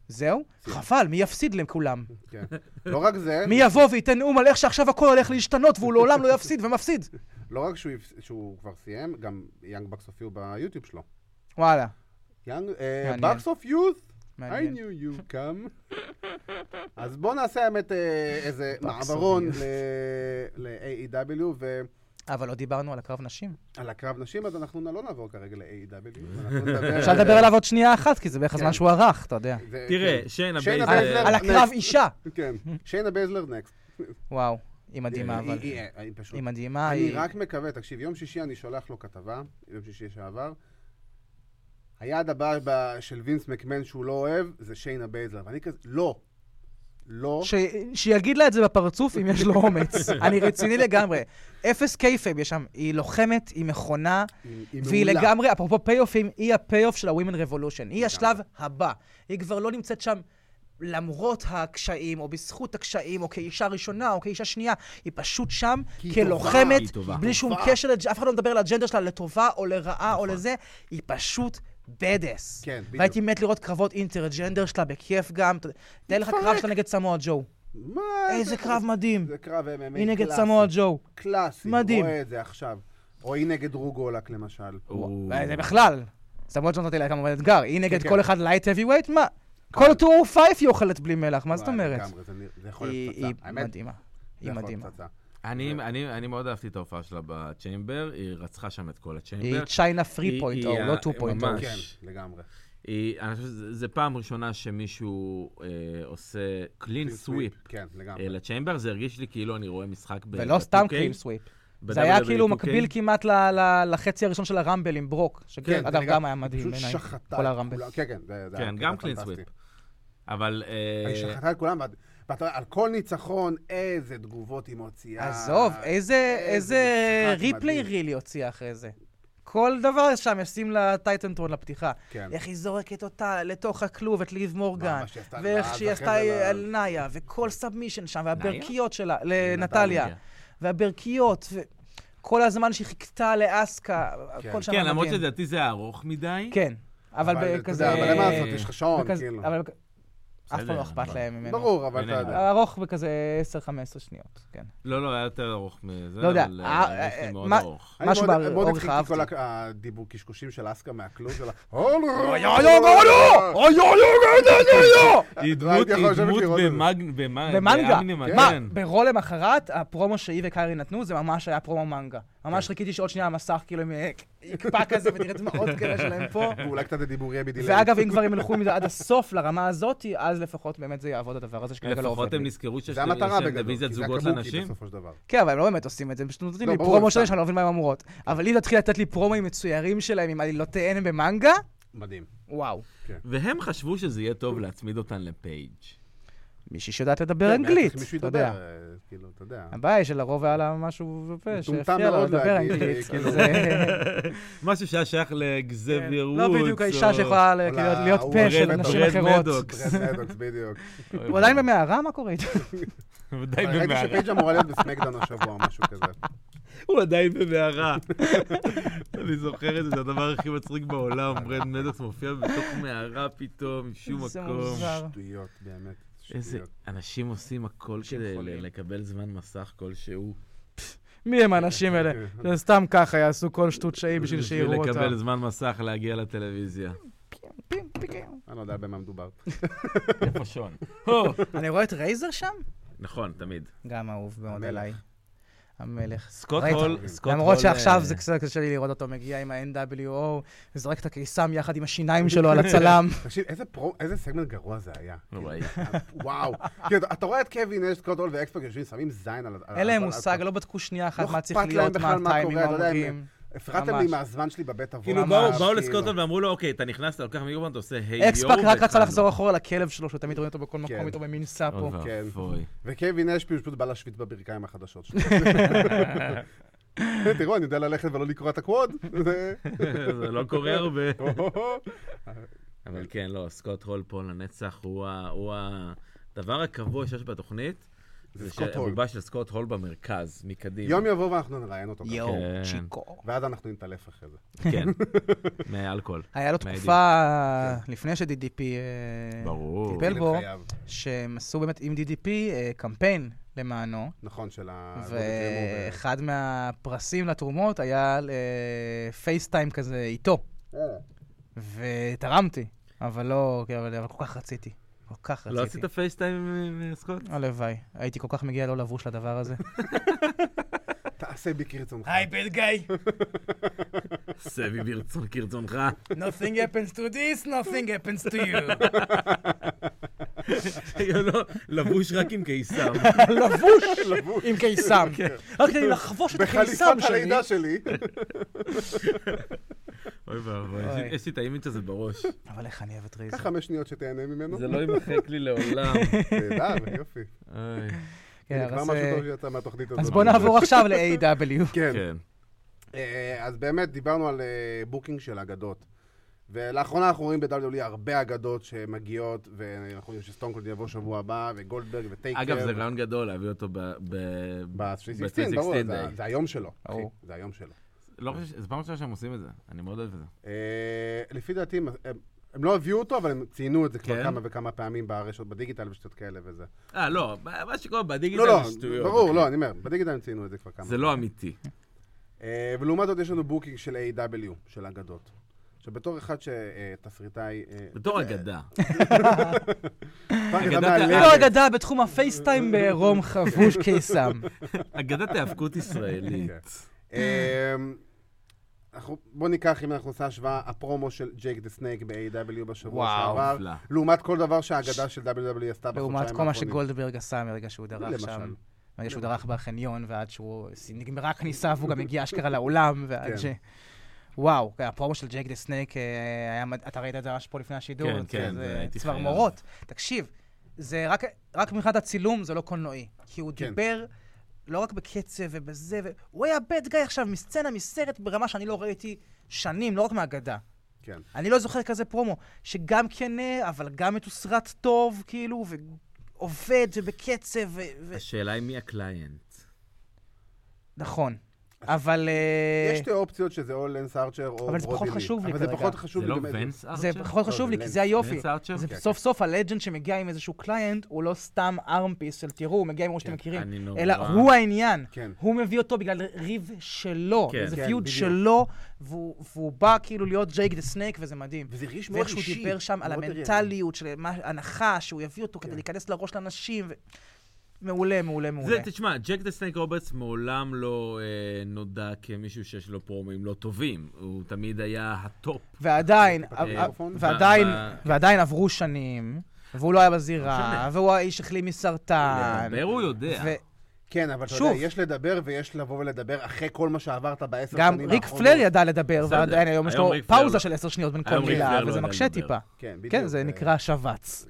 [SPEAKER 3] זהו? חבל, מי יפסיד להם כולם?
[SPEAKER 1] כן. לא רק זה,
[SPEAKER 3] מי יבוא וייתן נאום על איך שעכשיו הכל הולך להשתנות והוא לעולם לא יפסיד ומפסיד?
[SPEAKER 1] לא רק שהוא הפס- שהוא כבר סיים, גם יאנג בקס הופיעו ביוטיוב שלו.
[SPEAKER 3] וואלה.
[SPEAKER 1] יאנג, אה,
[SPEAKER 3] מעניין.
[SPEAKER 1] בקס אוף יוס, I
[SPEAKER 3] מעניין.
[SPEAKER 1] knew you come. אז בואו נעשה האמת אה, איזה
[SPEAKER 3] Bucks of
[SPEAKER 1] מעברון
[SPEAKER 3] Youth.
[SPEAKER 1] ל-AEW,
[SPEAKER 3] אבל לא דיברנו על הקרב נשים.
[SPEAKER 1] ועל הקרב נשים, אז אנחנו לא נעבור כרגע ל-AEW. אנחנו נדבר-
[SPEAKER 3] אפשר לדבר עליו עוד שנייה אחת, כי זה בערך הזמן
[SPEAKER 1] כן.
[SPEAKER 3] שהוא ערך, אתה יודע.
[SPEAKER 1] זה-
[SPEAKER 2] תראה,
[SPEAKER 1] כן.
[SPEAKER 2] שיינה
[SPEAKER 1] שיינה
[SPEAKER 2] בייזלר,
[SPEAKER 1] בייזלר.
[SPEAKER 3] על הקרב
[SPEAKER 1] next.
[SPEAKER 3] אישה.
[SPEAKER 1] כן, שיינה בייזלר נקסט.
[SPEAKER 3] וואו, היא מדהימה אבל.
[SPEAKER 1] היא- היא- היא פשוט
[SPEAKER 3] היא מדהימה,
[SPEAKER 1] אה, אני
[SPEAKER 3] היא...
[SPEAKER 1] רק מקווה, תקשיב, יום שישי אני שולח לו כתבה, יום שישי שעבר. היעד הבא ב- של וינס מקמן שהוא לא אוהב, זה שיינה בייזלר. ואני כזה, לא. לא.
[SPEAKER 3] ש- שיגיד לה את זה בפרצוף אם יש לו אומץ. אני רציני לגמרי. אפס קייפב יש שם. היא לוחמת, היא מכונה,
[SPEAKER 1] היא- היא
[SPEAKER 3] והיא
[SPEAKER 1] מעולה.
[SPEAKER 3] לגמרי, אפרופו פי-אופים, היא הפי-אוף של ה-Women Revolution. היא השלב הבא. היא כבר לא נמצאת שם למרות הקשיים, או בזכות הקשיים, או כאישה ראשונה, או כאישה שנייה. היא פשוט שם
[SPEAKER 1] כי היא טובה,
[SPEAKER 3] כלוחמת,
[SPEAKER 2] היא טובה.
[SPEAKER 3] בלי שום
[SPEAKER 1] טובה. נכון.
[SPEAKER 3] קשר, לג'- אף אחד לא מדבר על האג'נדה שלה לטובה או לרעה או לזה. היא פשוט... בדס.
[SPEAKER 1] כן, בדיוק.
[SPEAKER 3] והייתי מת לראות קרבות אינטרג'נדר שלה בכיף גם. ת- תאר לך קרב שלה נגד סמואל ג'ו.
[SPEAKER 1] מה?
[SPEAKER 3] איזה קרב מדהים.
[SPEAKER 1] אה, זה קרב MMA קלאסי.
[SPEAKER 3] היא נגד סמואל ג'ו.
[SPEAKER 1] קלאסי.
[SPEAKER 3] מדהים.
[SPEAKER 1] רואה את זה עכשיו. או היא נגד רוגולק למשל.
[SPEAKER 2] הוא-
[SPEAKER 3] אה, זה בכלל. סמואל ג'ו נתתי לה כמובן אתגר. היא נגד
[SPEAKER 1] כן.
[SPEAKER 3] כל אחד לייט heavyweight? מה? כל טור פייף היא אוכלת בלי מלח, מה זאת
[SPEAKER 1] וואי,
[SPEAKER 3] אומרת?
[SPEAKER 1] לגמרי, זה נראה- זה יכול
[SPEAKER 3] היא
[SPEAKER 1] להיות
[SPEAKER 3] היא
[SPEAKER 1] פצצה. האמת,
[SPEAKER 3] מדהימה.
[SPEAKER 1] זה
[SPEAKER 3] היא
[SPEAKER 1] יכול להיות
[SPEAKER 3] מדהימה.
[SPEAKER 1] פצצה.
[SPEAKER 2] אני, אני, אני מאוד אהבתי את ההופעה שלה בצ'יימבר, היא רצחה שם את כל
[SPEAKER 3] היא
[SPEAKER 2] הצ'יימבר.
[SPEAKER 3] צ'יינה
[SPEAKER 2] היא-
[SPEAKER 3] פרי פוינט
[SPEAKER 2] היא
[SPEAKER 3] או,
[SPEAKER 2] ה- אה,
[SPEAKER 3] לא טו פוינט או.
[SPEAKER 2] ממש.
[SPEAKER 1] כן, לגמרי.
[SPEAKER 2] היא, אני חושב שזו פעם ראשונה שמישהו אה, עושה קלין סוויפ
[SPEAKER 1] כן, לגמרי.
[SPEAKER 2] אה, לצ'יימבר, זה הרגיש לי כאילו אני רואה משחק ב...
[SPEAKER 3] ולא
[SPEAKER 2] ב-
[SPEAKER 3] סתם
[SPEAKER 2] 2K,
[SPEAKER 3] קלין סוויפ.
[SPEAKER 2] ב-
[SPEAKER 3] זה היה
[SPEAKER 2] WWE
[SPEAKER 3] כאילו
[SPEAKER 2] 2K.
[SPEAKER 3] מקביל כמעט ל- ל- לחצי הראשון של הרמבל עם ברוק.
[SPEAKER 1] כן,
[SPEAKER 3] שכן,
[SPEAKER 1] זה
[SPEAKER 3] אגב,
[SPEAKER 1] לגמרי.
[SPEAKER 3] גם היה מדהים
[SPEAKER 1] פשוט
[SPEAKER 3] בעיניי.
[SPEAKER 1] שחטה את
[SPEAKER 3] כל הרמבל.
[SPEAKER 1] כולם. כן, כן. זה- זה
[SPEAKER 2] כן,
[SPEAKER 1] היה
[SPEAKER 2] גם
[SPEAKER 1] קטע
[SPEAKER 2] קלין
[SPEAKER 1] פנטסטי.
[SPEAKER 2] סוויפ. אבל... אה,
[SPEAKER 1] היא שחטה את כולם, ואת- ואתה על כל ניצחון, איזה תגובות היא מוציאה.
[SPEAKER 3] עזוב, איזה איזה
[SPEAKER 1] משחק
[SPEAKER 3] ריפליי
[SPEAKER 1] מדהים.
[SPEAKER 3] ריל היא הוציאה אחרי זה. כל דבר שם ישים לה טייטנטרון לפתיחה.
[SPEAKER 1] כן.
[SPEAKER 3] איך היא זורקת אותה לתוך הכלוב, את ליב מורגן,
[SPEAKER 1] מה שהיא עשתה
[SPEAKER 3] ואיך
[SPEAKER 1] לאז,
[SPEAKER 3] שהיא
[SPEAKER 1] אחרי
[SPEAKER 3] עשתה
[SPEAKER 1] זה
[SPEAKER 3] על
[SPEAKER 1] ל-
[SPEAKER 3] נאיה, וכל סאבמישן שם,
[SPEAKER 2] נאיה?
[SPEAKER 3] והברכיות שלה, לנטליה, והברכיות, וכל הזמן שהיא חיכתה לאסקה,
[SPEAKER 1] כן.
[SPEAKER 3] הכל שם
[SPEAKER 2] כן, למרות
[SPEAKER 3] מדהים.
[SPEAKER 2] שלדעתי זה היה ארוך מדי.
[SPEAKER 3] כן, אבל
[SPEAKER 1] אתה יודע,
[SPEAKER 3] בכזה...
[SPEAKER 1] אבל למה לעשות, יש לך שעון,
[SPEAKER 3] בכזה-
[SPEAKER 1] כאילו.
[SPEAKER 3] אבל בכ- אף פעם
[SPEAKER 2] בסדר,
[SPEAKER 3] לא אכפת
[SPEAKER 2] אבל-
[SPEAKER 3] להם ממנו.
[SPEAKER 1] ברור, אבל אתה
[SPEAKER 2] אין
[SPEAKER 1] יודע.
[SPEAKER 2] להם.
[SPEAKER 3] ארוך בכזה 10-15 שניות, כן.
[SPEAKER 2] לא, לא, היה יותר ארוך מזה,
[SPEAKER 3] לא יודע,
[SPEAKER 2] אבל
[SPEAKER 3] אה,
[SPEAKER 2] אה,
[SPEAKER 3] אה,
[SPEAKER 2] היה מאוד
[SPEAKER 3] מה-
[SPEAKER 2] ארוך.
[SPEAKER 1] אני
[SPEAKER 3] משהו
[SPEAKER 1] מאוד-
[SPEAKER 3] באורך
[SPEAKER 1] מאוד התחיל
[SPEAKER 3] אהבתי.
[SPEAKER 1] כל הק- הדיבור, קשקושים של אסקה מהכלוב שלה. "הולו,
[SPEAKER 3] אוי אוי אוי אוי אוי אוי אוי אוי
[SPEAKER 1] לא
[SPEAKER 2] היא דמות
[SPEAKER 1] הייתי יכול
[SPEAKER 2] היא
[SPEAKER 1] לשבת
[SPEAKER 2] דמות
[SPEAKER 1] לראות את זה.
[SPEAKER 2] במאג- במאג-
[SPEAKER 1] אה,
[SPEAKER 3] במנגה.
[SPEAKER 2] באנימה,
[SPEAKER 3] מה,
[SPEAKER 2] כן.
[SPEAKER 3] ברול למחרת, הפרומו שהיא וקיירי נתנו, זה ממש היה פרומו מנגה.
[SPEAKER 1] כן.
[SPEAKER 3] ממש חיכיתי שעוד שנייה המסך כאילו הם, אה, יקפא כזה ותראה דמעות כאלה שלהם פה.
[SPEAKER 1] ואולי קצת הדיבור יהיה בדיליי.
[SPEAKER 3] ואגב, אם כבר הם ילכו עם זה עד הסוף לרמה הזאת, אז לפחות באמת זה יעבוד הדבר הזה שכרגע לא
[SPEAKER 2] לפחות
[SPEAKER 3] עובד.
[SPEAKER 2] הם
[SPEAKER 3] לי.
[SPEAKER 2] נזכרו שיש
[SPEAKER 1] זה המטרה
[SPEAKER 2] להם
[SPEAKER 1] בגדול,
[SPEAKER 2] דיוויזיית
[SPEAKER 1] כי זה
[SPEAKER 2] זוגות
[SPEAKER 1] הקבוקי
[SPEAKER 2] לנשים.
[SPEAKER 1] בסופו של דבר.
[SPEAKER 3] כן, אבל הם לא באמת עושים את זה, הם פשוט נותנים
[SPEAKER 1] לא,
[SPEAKER 3] לי
[SPEAKER 1] ברור,
[SPEAKER 3] פרומו
[SPEAKER 1] הם
[SPEAKER 3] שלהם
[SPEAKER 1] סתם.
[SPEAKER 3] שאני לא מבין מה הם אמורות. אבל אם תתחיל לתת לי פרומואים מצוירים שלהם עם עלילותיהן במנגה,
[SPEAKER 1] מדהים.
[SPEAKER 3] וואו.
[SPEAKER 2] והם חשבו שזה יהיה טוב להצמיד אותן לפייג'.
[SPEAKER 3] מישהי שיודעת
[SPEAKER 1] כן,
[SPEAKER 3] לדבר
[SPEAKER 1] היה
[SPEAKER 3] אנגלית,
[SPEAKER 1] צריך מישהו
[SPEAKER 3] אתה
[SPEAKER 1] ידבר,
[SPEAKER 3] יודע.
[SPEAKER 1] אה, כאילו, אתה יודע.
[SPEAKER 3] הבעיה היא שלרוב היה לה משהו בפה
[SPEAKER 1] מטומטם
[SPEAKER 3] שהפריע לה
[SPEAKER 1] מאוד
[SPEAKER 3] לדבר
[SPEAKER 1] להגיד,
[SPEAKER 3] אנגלית.
[SPEAKER 1] אה, כאילו,
[SPEAKER 3] אז, אה,
[SPEAKER 2] משהו שהיה שייך לגזביר
[SPEAKER 3] לא
[SPEAKER 2] וודס.
[SPEAKER 3] בדיוק
[SPEAKER 2] או-
[SPEAKER 3] האישה שיכולה ל- כאילו, להיות
[SPEAKER 1] הוא
[SPEAKER 3] פה
[SPEAKER 1] רד-
[SPEAKER 3] של
[SPEAKER 1] רד
[SPEAKER 3] נשים
[SPEAKER 2] רד
[SPEAKER 3] אחרות.
[SPEAKER 2] מדוק.
[SPEAKER 1] ברד מדוקס, בדיוק.
[SPEAKER 2] אוי,
[SPEAKER 3] הוא עדיין במערה? מה קורה איתו?
[SPEAKER 2] אה, הוא עדיין
[SPEAKER 1] ראיתי
[SPEAKER 2] במערה.
[SPEAKER 1] שפייג' אמורה להיות בסמקדאון השבוע או משהו כזה.
[SPEAKER 2] הוא עדיין במערה. אני זוכר את זה, זה הדבר הכי מצחיק בעולם. ברד מדוקס מופיע בתוך מערה פתאום, משום
[SPEAKER 3] זה
[SPEAKER 2] מקום.
[SPEAKER 3] מוזר.
[SPEAKER 1] שטויות, באמת.
[SPEAKER 2] איזה
[SPEAKER 1] שטויות.
[SPEAKER 2] אנשים עושים הכל כדי
[SPEAKER 3] חולים.
[SPEAKER 2] ל- לקבל זמן מסך כלשהו.
[SPEAKER 3] מי הם האנשים האלה? זה סתם ככה יעשו כל שטות שהיא בשביל שיראו אותה.
[SPEAKER 2] לקבל זמן מסך להגיע לטלוויזיה.
[SPEAKER 3] פים, פים, פים.
[SPEAKER 1] אני לא יודע במה מדובר.
[SPEAKER 2] איפה שון?
[SPEAKER 3] אני רואה את רייזר שם?
[SPEAKER 2] נכון, תמיד.
[SPEAKER 3] גם אהוב מאוד
[SPEAKER 1] המלך.
[SPEAKER 3] עליי. המלך.
[SPEAKER 2] סקוט
[SPEAKER 3] ראית?
[SPEAKER 2] הול, סקוט הול...
[SPEAKER 3] למרות שעכשיו
[SPEAKER 2] אה,
[SPEAKER 3] זה קצת קשה לי לראות אותו מגיע עם ה-NWO, וזורק את הקיסם יחד עם השיניים שלו על הצלם.
[SPEAKER 1] תקשיב, איזה פרו- איזה סגמנט גרוע זה היה.
[SPEAKER 2] נוראי.
[SPEAKER 1] וואו. כאילו, אתה רואה את קווין, יש את קוטול ואקספק יושבים, שמים זין על... על-
[SPEAKER 3] אין להם
[SPEAKER 1] על-
[SPEAKER 3] מושג,
[SPEAKER 1] על-
[SPEAKER 3] לא בדקו שנייה
[SPEAKER 1] אה, לא
[SPEAKER 3] אחת מה צריך
[SPEAKER 1] אכפת להם
[SPEAKER 3] להיות, מה
[SPEAKER 1] בכלל מה
[SPEAKER 3] הטיימים,
[SPEAKER 1] קורה, אתה
[SPEAKER 3] מה
[SPEAKER 1] יודע, הם-
[SPEAKER 3] אומרים.
[SPEAKER 1] הפרעתם לי
[SPEAKER 3] ממש.
[SPEAKER 1] מהזמן שלי בבית עבור.
[SPEAKER 2] כאילו,
[SPEAKER 3] ממש,
[SPEAKER 2] באו- באו לסקוטלנד ואמרו לו, אוקיי, אתה נכנס, אתה לוקח מיקרופון, אתה עושה היי יו.
[SPEAKER 3] אקספאק רק רצה
[SPEAKER 2] והתחלנו."
[SPEAKER 3] לחזור אחורה לכלב שלו, שהוא תמיד רואה אותו בכל
[SPEAKER 1] כן.
[SPEAKER 3] מקום איתו במין סאפו.
[SPEAKER 2] אוי
[SPEAKER 1] כן.
[SPEAKER 2] ואבוי.
[SPEAKER 1] וקווין אשפי הוא פשוט בא להשוויץ בברכיים החדשות שלו. תראו, אני יודע ללכת ולא לקרוא את הקווד. זה-
[SPEAKER 2] זה לא קורה הרבה.
[SPEAKER 1] או-הו-הו.
[SPEAKER 2] אבל כן, לא, סקוט הול פה לנצח הוא ה- הוא הדבר הקבוע שיש בתוכנית.
[SPEAKER 1] זה
[SPEAKER 2] זה
[SPEAKER 1] סקוט הול.
[SPEAKER 2] שהבובה של סקוט הול במרכז, מקדימה.
[SPEAKER 1] יום יבוא ואנחנו נראיין אותו. גם.
[SPEAKER 3] יואו,
[SPEAKER 2] כן.
[SPEAKER 3] צ'יקו.
[SPEAKER 1] ואז אנחנו נתעלף אחרי זה.
[SPEAKER 2] כן, מאלכוהול.
[SPEAKER 3] היה לו
[SPEAKER 2] מהעדים.
[SPEAKER 3] תקופה
[SPEAKER 1] כן.
[SPEAKER 3] לפני ש-DDP אה,
[SPEAKER 2] ברור.
[SPEAKER 3] טיפל בו,
[SPEAKER 1] חייב.
[SPEAKER 3] שהם עשו באמת עם DDP אה, קמפיין למענו,
[SPEAKER 1] נכון, של ה...
[SPEAKER 3] ואחד מהפרסים לתרומות היה אה, פייסטיים כזה איתו,
[SPEAKER 1] אה,
[SPEAKER 3] ותרמתי, אבל לא, כן, אבל אבל כל כך רציתי, כל כך
[SPEAKER 2] לא
[SPEAKER 3] רציתי.
[SPEAKER 2] עשית פייסטיים עם עם סקוט?
[SPEAKER 3] הלוואי, הייתי כל כך מגיע לא לבוש לדבר הזה.
[SPEAKER 1] תעשה בי כרצונך.
[SPEAKER 3] bad guy,
[SPEAKER 2] סבי ברצון כרצונך.
[SPEAKER 3] nothing happens to this, nothing happens to you.
[SPEAKER 2] לא, לבוש רק עם קיסם.
[SPEAKER 3] לבוש עם קיסם. רק כדי לחבוש את קיסם
[SPEAKER 1] כן. בחליפת
[SPEAKER 3] שלי.
[SPEAKER 1] הלידה שלי.
[SPEAKER 2] אוי ואבוי, יש לי- יש לי את האימג' הזה בראש.
[SPEAKER 3] אבל איך אני אוהב את רייזר.
[SPEAKER 1] קח חמש שניות שתהנה ממנו.
[SPEAKER 2] זה לא יימחק לי לעולם.
[SPEAKER 1] נהדר, יופי.
[SPEAKER 2] אוי,
[SPEAKER 3] כן,
[SPEAKER 1] הנה, כבר
[SPEAKER 3] אז,
[SPEAKER 1] משהו
[SPEAKER 3] אה,
[SPEAKER 1] טוב שיצא מהתוכנית הזאת.
[SPEAKER 3] אז בוא נעבור עכשיו ל-AW.
[SPEAKER 1] כן.
[SPEAKER 2] כן.
[SPEAKER 1] אה, אז באמת, דיברנו על אה, בוקינג של אגדות. ולאחרונה אנחנו רואים ב-WWE הרבה אגדות שמגיעות, ואנחנו יודעים שסטונקולד יבוא שבוע הבא, וגולדברג וטייקר.
[SPEAKER 2] אגב, זה רעיון גדול להביא אותו ב... ב-
[SPEAKER 1] ב-316, כן. ברור,
[SPEAKER 2] ב-
[SPEAKER 1] זה- זה היום שלו. אחי,
[SPEAKER 3] ברור.
[SPEAKER 1] זה היום שלו.
[SPEAKER 2] לא חושב, ש- זו פעם ראשונה שהם עושים את זה, אני מאוד אוהב את זה.
[SPEAKER 1] אה, לפי דעתי, הם- הם- הם לא הביאו אותו, אבל הם ציינו את זה כבר
[SPEAKER 2] כן.
[SPEAKER 1] כמה וכמה פעמים ברשת בדיגיטל ושטות כאלה וזה.
[SPEAKER 2] אה, לא, מה שקורה בדיגיטל
[SPEAKER 1] לא, לא,
[SPEAKER 2] זה שטויות.
[SPEAKER 1] ברור,
[SPEAKER 2] אחי.
[SPEAKER 1] לא, אני אומר, בדיגיטל הם ציינו את זה כבר כמה.
[SPEAKER 2] זה לא אמיתי.
[SPEAKER 1] אה, ולעומת זאת יש לנו בוקינג של A.W. של אגדות. עכשיו, בתור אחד אה, שתסריטאי...
[SPEAKER 2] בתור
[SPEAKER 1] כן.
[SPEAKER 2] אגדה. אגדת-
[SPEAKER 3] לא אגדה בתחום הפייסטיים בעירום חבוש קיסם.
[SPEAKER 2] אגדת האבקות ישראלית.
[SPEAKER 1] כן. אמ, אנחנו, בוא ניקח, אם אנחנו נעשה השוואה, הפרומו של ג'ייק דה סנייק ב-AW בשבוע
[SPEAKER 3] וואו,
[SPEAKER 1] שעבר.
[SPEAKER 2] נפלא.
[SPEAKER 1] לעומת כל דבר שהאגדה של WWE עשתה בחודשיים
[SPEAKER 3] לעומת כל מה
[SPEAKER 1] האחרונים.
[SPEAKER 3] שגולדברג עשה מרגע שהוא דרך
[SPEAKER 1] למשל.
[SPEAKER 3] שם. מרגע שהוא דרך בחניון, ועד שהוא... נגמרה הכניסה והוא גם הגיע אשכרה לאולם,
[SPEAKER 1] כן.
[SPEAKER 3] ועד ש... וואו, כן, הפרומו של ג'ייק דה סנייק, אה, היה מד- אתה ראית את זה ממש פה לפני השידור,
[SPEAKER 2] כן,
[SPEAKER 3] זה-
[SPEAKER 2] כן,
[SPEAKER 3] זה
[SPEAKER 2] זה- הייתי
[SPEAKER 3] צמרמורות. תקשיב, זה רק, רק מבחינת הצילום זה לא קולנועי, כי הוא
[SPEAKER 1] כן.
[SPEAKER 3] דיבר לא רק בקצב ובזה, ו... הוא היה bad guy עכשיו מסצנה, מסרט, ברמה שאני לא ראיתי שנים, לא רק מהגדה.
[SPEAKER 1] כן.
[SPEAKER 3] אני לא זוכר כזה פרומו, שגם כנה, אבל גם מתוסרט טוב, כאילו, ועובד ובקצב, ו... ו...
[SPEAKER 2] השאלה היא מי הקליינט.
[SPEAKER 3] נכון. אבל... אה,
[SPEAKER 1] יש שתי אופציות שזה או לנס ארצ'ר או ברודי
[SPEAKER 3] אבל זה פחות חשוב לי
[SPEAKER 1] אבל זה
[SPEAKER 3] כרגע.
[SPEAKER 1] פחות חשוב
[SPEAKER 2] זה
[SPEAKER 1] לי.
[SPEAKER 2] לא
[SPEAKER 1] גם-
[SPEAKER 2] ונס ארצ'ר?
[SPEAKER 3] זה פחות
[SPEAKER 1] לא,
[SPEAKER 3] חשוב
[SPEAKER 1] זה
[SPEAKER 3] לי, כי
[SPEAKER 1] לנס-
[SPEAKER 3] זה היופי.
[SPEAKER 2] לנס ארצ'ר?
[SPEAKER 3] זה
[SPEAKER 1] כן,
[SPEAKER 3] סוף סוף הלג'נד שמגיע עם איזשהו קליינט, הוא לא סתם ארמפיס של תראו, הוא מגיע עם מה שאתם
[SPEAKER 1] כן,
[SPEAKER 3] מכירים,
[SPEAKER 2] אני נורא-
[SPEAKER 3] אלא הוא העניין.
[SPEAKER 1] כן.
[SPEAKER 3] הוא מביא אותו בגלל ריב שלו,
[SPEAKER 2] כן.
[SPEAKER 3] זה
[SPEAKER 1] כן,
[SPEAKER 3] פיוד
[SPEAKER 1] בדיוק.
[SPEAKER 3] שלו, והוא והוא בא כאילו להיות ג'ייק דה סנייק, וזה מדהים.
[SPEAKER 1] וזה הרגיש מאוד
[SPEAKER 3] ואיך
[SPEAKER 1] אישי.
[SPEAKER 3] שהוא דיבר שם על
[SPEAKER 1] מאוד
[SPEAKER 3] המנטליות של מה- הנחש, שהוא יביא אותו
[SPEAKER 1] כן.
[SPEAKER 3] כדי להיכנס לראש לאנשים. ו- מעולה, מעולה, מעולה.
[SPEAKER 4] זה, תשמע, ג'ק דה סנק רוברטס מעולם לא אה, נודע כמישהו שיש לו פרומים לא טובים. הוא תמיד היה הטופ.
[SPEAKER 3] ועדיין,
[SPEAKER 1] במיקרופון?
[SPEAKER 3] ועדיין,
[SPEAKER 4] ב- ב-
[SPEAKER 3] ועדיין עברו שנים, והוא לא היה בזירה,
[SPEAKER 4] משנה.
[SPEAKER 3] והוא האיש החלים מסרטן.
[SPEAKER 4] לדבר הוא יודע.
[SPEAKER 3] אה, ו-
[SPEAKER 1] כן, אבל אתה
[SPEAKER 3] שוב.
[SPEAKER 1] יודע, יש לדבר ויש לבוא ולדבר אחרי כל מה שעברת בעשר שנים
[SPEAKER 3] גם
[SPEAKER 1] האחרונות.
[SPEAKER 3] ריק פלר ידע לדבר,
[SPEAKER 4] בסדר.
[SPEAKER 3] ועדיין היום יש
[SPEAKER 4] היום
[SPEAKER 3] לו
[SPEAKER 4] ריק פלר
[SPEAKER 3] פאוזה
[SPEAKER 4] לא-
[SPEAKER 3] של עשר שניות בין כל
[SPEAKER 4] היום ריק
[SPEAKER 3] מילה,
[SPEAKER 4] פלר לא
[SPEAKER 3] וזה
[SPEAKER 4] יודע
[SPEAKER 3] מקשה
[SPEAKER 4] לדבר.
[SPEAKER 3] טיפה.
[SPEAKER 1] כן, בדיוק.
[SPEAKER 3] כן, זה נקרא שבץ.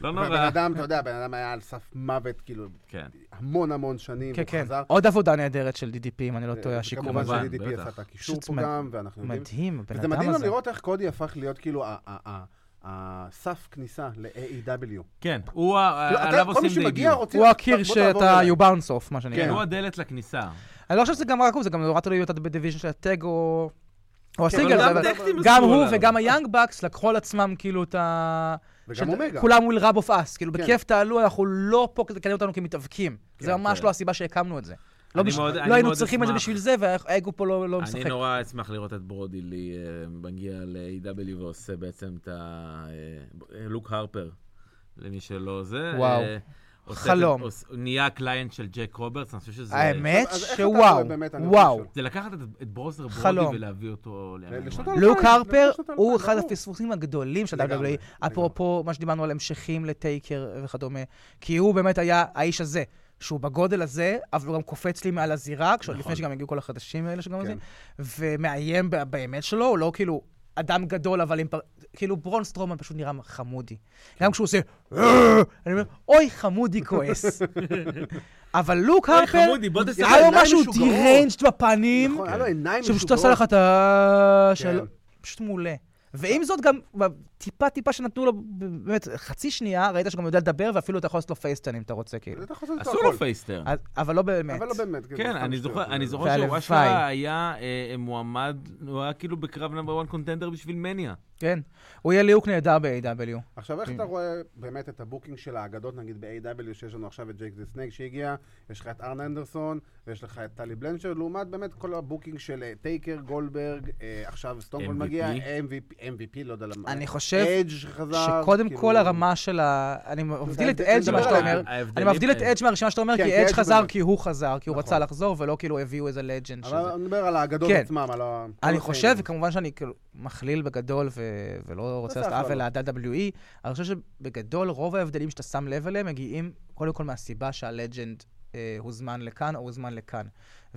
[SPEAKER 4] לא
[SPEAKER 1] אבל
[SPEAKER 4] נורא.
[SPEAKER 1] בן אדם, אתה יודע, בן אדם היה על סף מוות, כאילו,
[SPEAKER 4] כן.
[SPEAKER 1] המון המון שנים,
[SPEAKER 3] כן, כן.
[SPEAKER 1] וחזר.
[SPEAKER 3] עוד עודה נהדרת של DDP, אם אני לא טועה, השיקום
[SPEAKER 1] כמובן
[SPEAKER 3] הזה.
[SPEAKER 4] כמובן,
[SPEAKER 1] ש-DDP
[SPEAKER 4] בטח.
[SPEAKER 1] עשה את הקישור
[SPEAKER 3] פשוט
[SPEAKER 1] פה
[SPEAKER 3] מד-
[SPEAKER 1] גם, ואנחנו יודעים.
[SPEAKER 3] מדהים, הבן
[SPEAKER 1] אה, וזה
[SPEAKER 3] אדם
[SPEAKER 1] מדהים גם
[SPEAKER 3] הזה.
[SPEAKER 1] לראות איך קודי הפך להיות כאילו ה- ה- ה- הסף כניסה ל-AEW.
[SPEAKER 2] כן, הוא, ה-
[SPEAKER 1] כאילו,
[SPEAKER 2] עליו
[SPEAKER 1] אתה- כל מי
[SPEAKER 2] עושים
[SPEAKER 1] שמגיע
[SPEAKER 2] דייביוט.
[SPEAKER 1] רוצה...
[SPEAKER 3] הוא
[SPEAKER 1] בוא
[SPEAKER 3] הקיר
[SPEAKER 1] תעבור
[SPEAKER 3] שאתה
[SPEAKER 1] אליי.
[SPEAKER 3] you bounce off, מה שנקרא.
[SPEAKER 1] כן.
[SPEAKER 2] הוא הדלת לכניסה.
[SPEAKER 3] אני לא חושב שזה גם רק הוא, זה גם נורא תלוי להיות בדיוויז'ן של הטג או... או
[SPEAKER 1] כן,
[SPEAKER 3] הסינגל,
[SPEAKER 1] אבל
[SPEAKER 3] הזה,
[SPEAKER 1] גם
[SPEAKER 3] אבל
[SPEAKER 4] טקטים
[SPEAKER 3] גם
[SPEAKER 4] עשו
[SPEAKER 3] הוא
[SPEAKER 4] עליו.
[SPEAKER 3] וגם היאנג בקס לקחו על עצמם כאילו את ה...
[SPEAKER 1] וגם
[SPEAKER 3] של-
[SPEAKER 1] אומגה.
[SPEAKER 3] כולם מול רב אוף אס, כאילו
[SPEAKER 1] כן.
[SPEAKER 3] בכיף תעלו, אנחנו לא פה כדי לקדם אותנו כמתאבקים. זה ממש
[SPEAKER 4] כן.
[SPEAKER 3] לא הסיבה שהקמנו את זה. לא
[SPEAKER 4] אני
[SPEAKER 3] בש-
[SPEAKER 4] מאוד- אני
[SPEAKER 3] לא היינו
[SPEAKER 4] מאוד
[SPEAKER 3] צריכים את זה
[SPEAKER 4] אשמח.
[SPEAKER 3] בשביל זה, והאגו פה לא לא משחק.
[SPEAKER 4] אני נורא אשמח לראות את ברודי לי אה, מגיע ל-AW ועושה בעצם את ה... אה, לוק הרפר, למי שלא זה.
[SPEAKER 3] וואו.
[SPEAKER 4] אה, עושה את-
[SPEAKER 3] חלום.
[SPEAKER 4] עוש- נהיה הקליינט של ג'ק רוברטס, אני חושב שזה...
[SPEAKER 3] האמת
[SPEAKER 1] אז איך אתה
[SPEAKER 3] שוואו,
[SPEAKER 1] רואה באמת, אני רוצה
[SPEAKER 3] וואו.
[SPEAKER 1] לשאול.
[SPEAKER 2] זה לקחת את- את ברוזר
[SPEAKER 3] חלום.
[SPEAKER 2] ברודי ולהביא אותו לימים.
[SPEAKER 1] לשנות
[SPEAKER 2] וואי.
[SPEAKER 1] ה-
[SPEAKER 3] לוק
[SPEAKER 1] אלפיים,
[SPEAKER 3] הרפר
[SPEAKER 1] לפני שנות אלפיים,
[SPEAKER 3] הוא אחד
[SPEAKER 1] ברור.
[SPEAKER 3] הפספוסים הגדולים של
[SPEAKER 1] לגמרי,
[SPEAKER 3] WWE, אפרופו מה שדיברנו על המשכים לטייקר וכדומה, כי הוא באמת היה האיש הזה, שהוא בגודל הזה, אבל הוא גם קופץ לי מעל הזירה,
[SPEAKER 1] נכון.
[SPEAKER 3] כשעוד לפני שגם הגיעו כל החדשים האלה
[SPEAKER 1] כן.
[SPEAKER 3] שגם עוזבים, ומאיים ב- באמת שלו, הוא לא כאילו אדם גדול, אבל עם פר... כאילו ברון סטרומן פשוט נראה חמודי.
[SPEAKER 1] כן.
[SPEAKER 3] גם כשהוא עושה, "אה", אני אומר, אוי, חמודי כועס. אבל לוק
[SPEAKER 4] היי,
[SPEAKER 3] הרפר,
[SPEAKER 4] חמודי, בוא תספר.
[SPEAKER 3] היה לו
[SPEAKER 1] עיניים
[SPEAKER 3] משהו
[SPEAKER 1] משוגעות.
[SPEAKER 3] דירנג'ד בפנים.
[SPEAKER 1] נכון, היה לו עיניים
[SPEAKER 3] שפשוט עשה לך את ה... של...
[SPEAKER 1] כן.
[SPEAKER 3] פשוט מעולה. ועם זאת גם, טיפה טיפה שנתנו לו, באמת, חצי שנייה, ראית שגם יודע לדבר, ואפילו אתה יכול לעשות לו פייסטן אם אתה רוצה, כאילו.
[SPEAKER 1] אתה יכול לעשות
[SPEAKER 2] עשו
[SPEAKER 1] אותו
[SPEAKER 2] לו
[SPEAKER 1] הכל.
[SPEAKER 2] פייסטרן.
[SPEAKER 3] אז- אבל לא באמת.
[SPEAKER 1] אה. אבל לא באמת. כאילו,
[SPEAKER 2] כן,
[SPEAKER 1] סתם
[SPEAKER 2] אני
[SPEAKER 1] שטויות,
[SPEAKER 2] זוכר,
[SPEAKER 1] כאילו.
[SPEAKER 2] אני זוכר
[SPEAKER 3] והלוואי.
[SPEAKER 2] שוואשלה היה אה, מועמד, הוא היה כאילו בקרב נאמבר 1 קונטנדר בשביל מניה.
[SPEAKER 3] כן. הוא יהיה ליהוק נהדר ב-AW.
[SPEAKER 1] עכשיו,
[SPEAKER 4] כן.
[SPEAKER 1] איך אתה רואה באמת את הבוקינג של האגדות, נגיד ב-AW, שיש לנו עכשיו את ג'ייק דה סנייק שהגיע, יש לך את ארן אנדרסון, ויש לך את טלי בלנצ'ר, לעומת באמת כל הבוקינג של אה, טייקר, גולדברג, אה, עכשיו סטונגולד
[SPEAKER 4] MVP.
[SPEAKER 1] מגיע, MVP, MVP, לא יודע למה.
[SPEAKER 3] אני חושב
[SPEAKER 1] אדג' שחזר.
[SPEAKER 3] שקודם
[SPEAKER 1] כאילו-
[SPEAKER 3] כל הרמה של ה... אני מבדיל את
[SPEAKER 1] אתה
[SPEAKER 3] אדג'
[SPEAKER 1] מדבר
[SPEAKER 3] מה
[SPEAKER 1] על
[SPEAKER 3] שאתה
[SPEAKER 2] אה,
[SPEAKER 3] אומר. אני
[SPEAKER 4] ההבדלים-
[SPEAKER 3] מבדיל את אדג' מהרשימה שאתה אומר,
[SPEAKER 1] כן,
[SPEAKER 3] כי
[SPEAKER 1] כי
[SPEAKER 3] אדג'
[SPEAKER 1] אדג'
[SPEAKER 3] חזר
[SPEAKER 1] באמת.
[SPEAKER 3] כי הוא חזר, כי הוא רצה
[SPEAKER 1] נכון.
[SPEAKER 3] לחזור, ולא כאילו הביאו איזה לג'נד שזה.
[SPEAKER 1] אבל אני מדבר על האגדות
[SPEAKER 3] כן.
[SPEAKER 1] עצמם, על ה...
[SPEAKER 3] אני חושב, וכמובן שאני כאילו מכליל בגדול ו- ולא רוצה לעשות
[SPEAKER 1] אחלה,
[SPEAKER 3] עוול
[SPEAKER 1] לא.
[SPEAKER 3] ל-WWE, אני חושב שבגדול רוב ההבדלים שאתה שם לב אליהם מגיעים קודם כל מהסיבה שהלג'נד אה, הוזמן לכאן או הוזמן לכאן.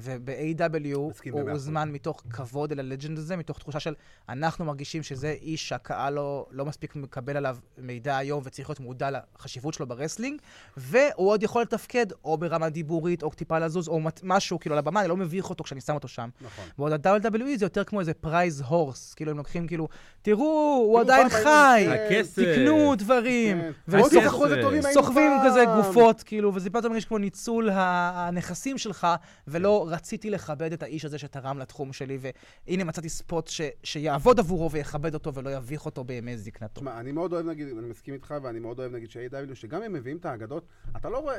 [SPEAKER 3] וב-AW
[SPEAKER 1] מסכים
[SPEAKER 3] הוא
[SPEAKER 1] במאה
[SPEAKER 3] הוזמן מתוך כבוד אל הלג'נד הזה, מתוך תחושה של אנחנו מרגישים שזה איש שהקהל לא, לא מספיק מקבל עליו מידע היום וצריך להיות מודע לחשיבות שלו ברסלינג, והוא עוד יכול לתפקד או ברמה דיבורית או טיפה לזוז או מת- משהו כאילו על הבמה, אני לא מביך אותו כשאני שם אותו שם.
[SPEAKER 1] נכון.
[SPEAKER 3] בעוד ה-WWE E זה יותר כמו איזה פרייז הורס, כאילו הם לוקחים כאילו, תראו, הוא עדיין
[SPEAKER 1] כאילו, פעם
[SPEAKER 3] חי,
[SPEAKER 1] היינו- כן.
[SPEAKER 4] הכסף.
[SPEAKER 3] תקנו דברים,
[SPEAKER 1] ועוד
[SPEAKER 4] הכסף.
[SPEAKER 1] שכחו איזה טובים היינו
[SPEAKER 3] סוחבים
[SPEAKER 1] פעם.
[SPEAKER 3] כזה גופות, כאילו, וזה פתאום מרגיש כמו ניצול ה- הנכסים שלך, ולא
[SPEAKER 1] כן.
[SPEAKER 3] רציתי לכבד את האיש הזה שתרם לתחום שלי, והנה מצאתי ספוט ש- שיעבוד עבורו ויכבד אותו ולא יביך אותו בימי זקנתו.
[SPEAKER 1] תשמע, אני מאוד אוהב, נגיד, אני מסכים איתך, ואני מאוד אוהב, נגיד, ש-AW, שגם אם מביאים את האגדות, אתה לא רואה...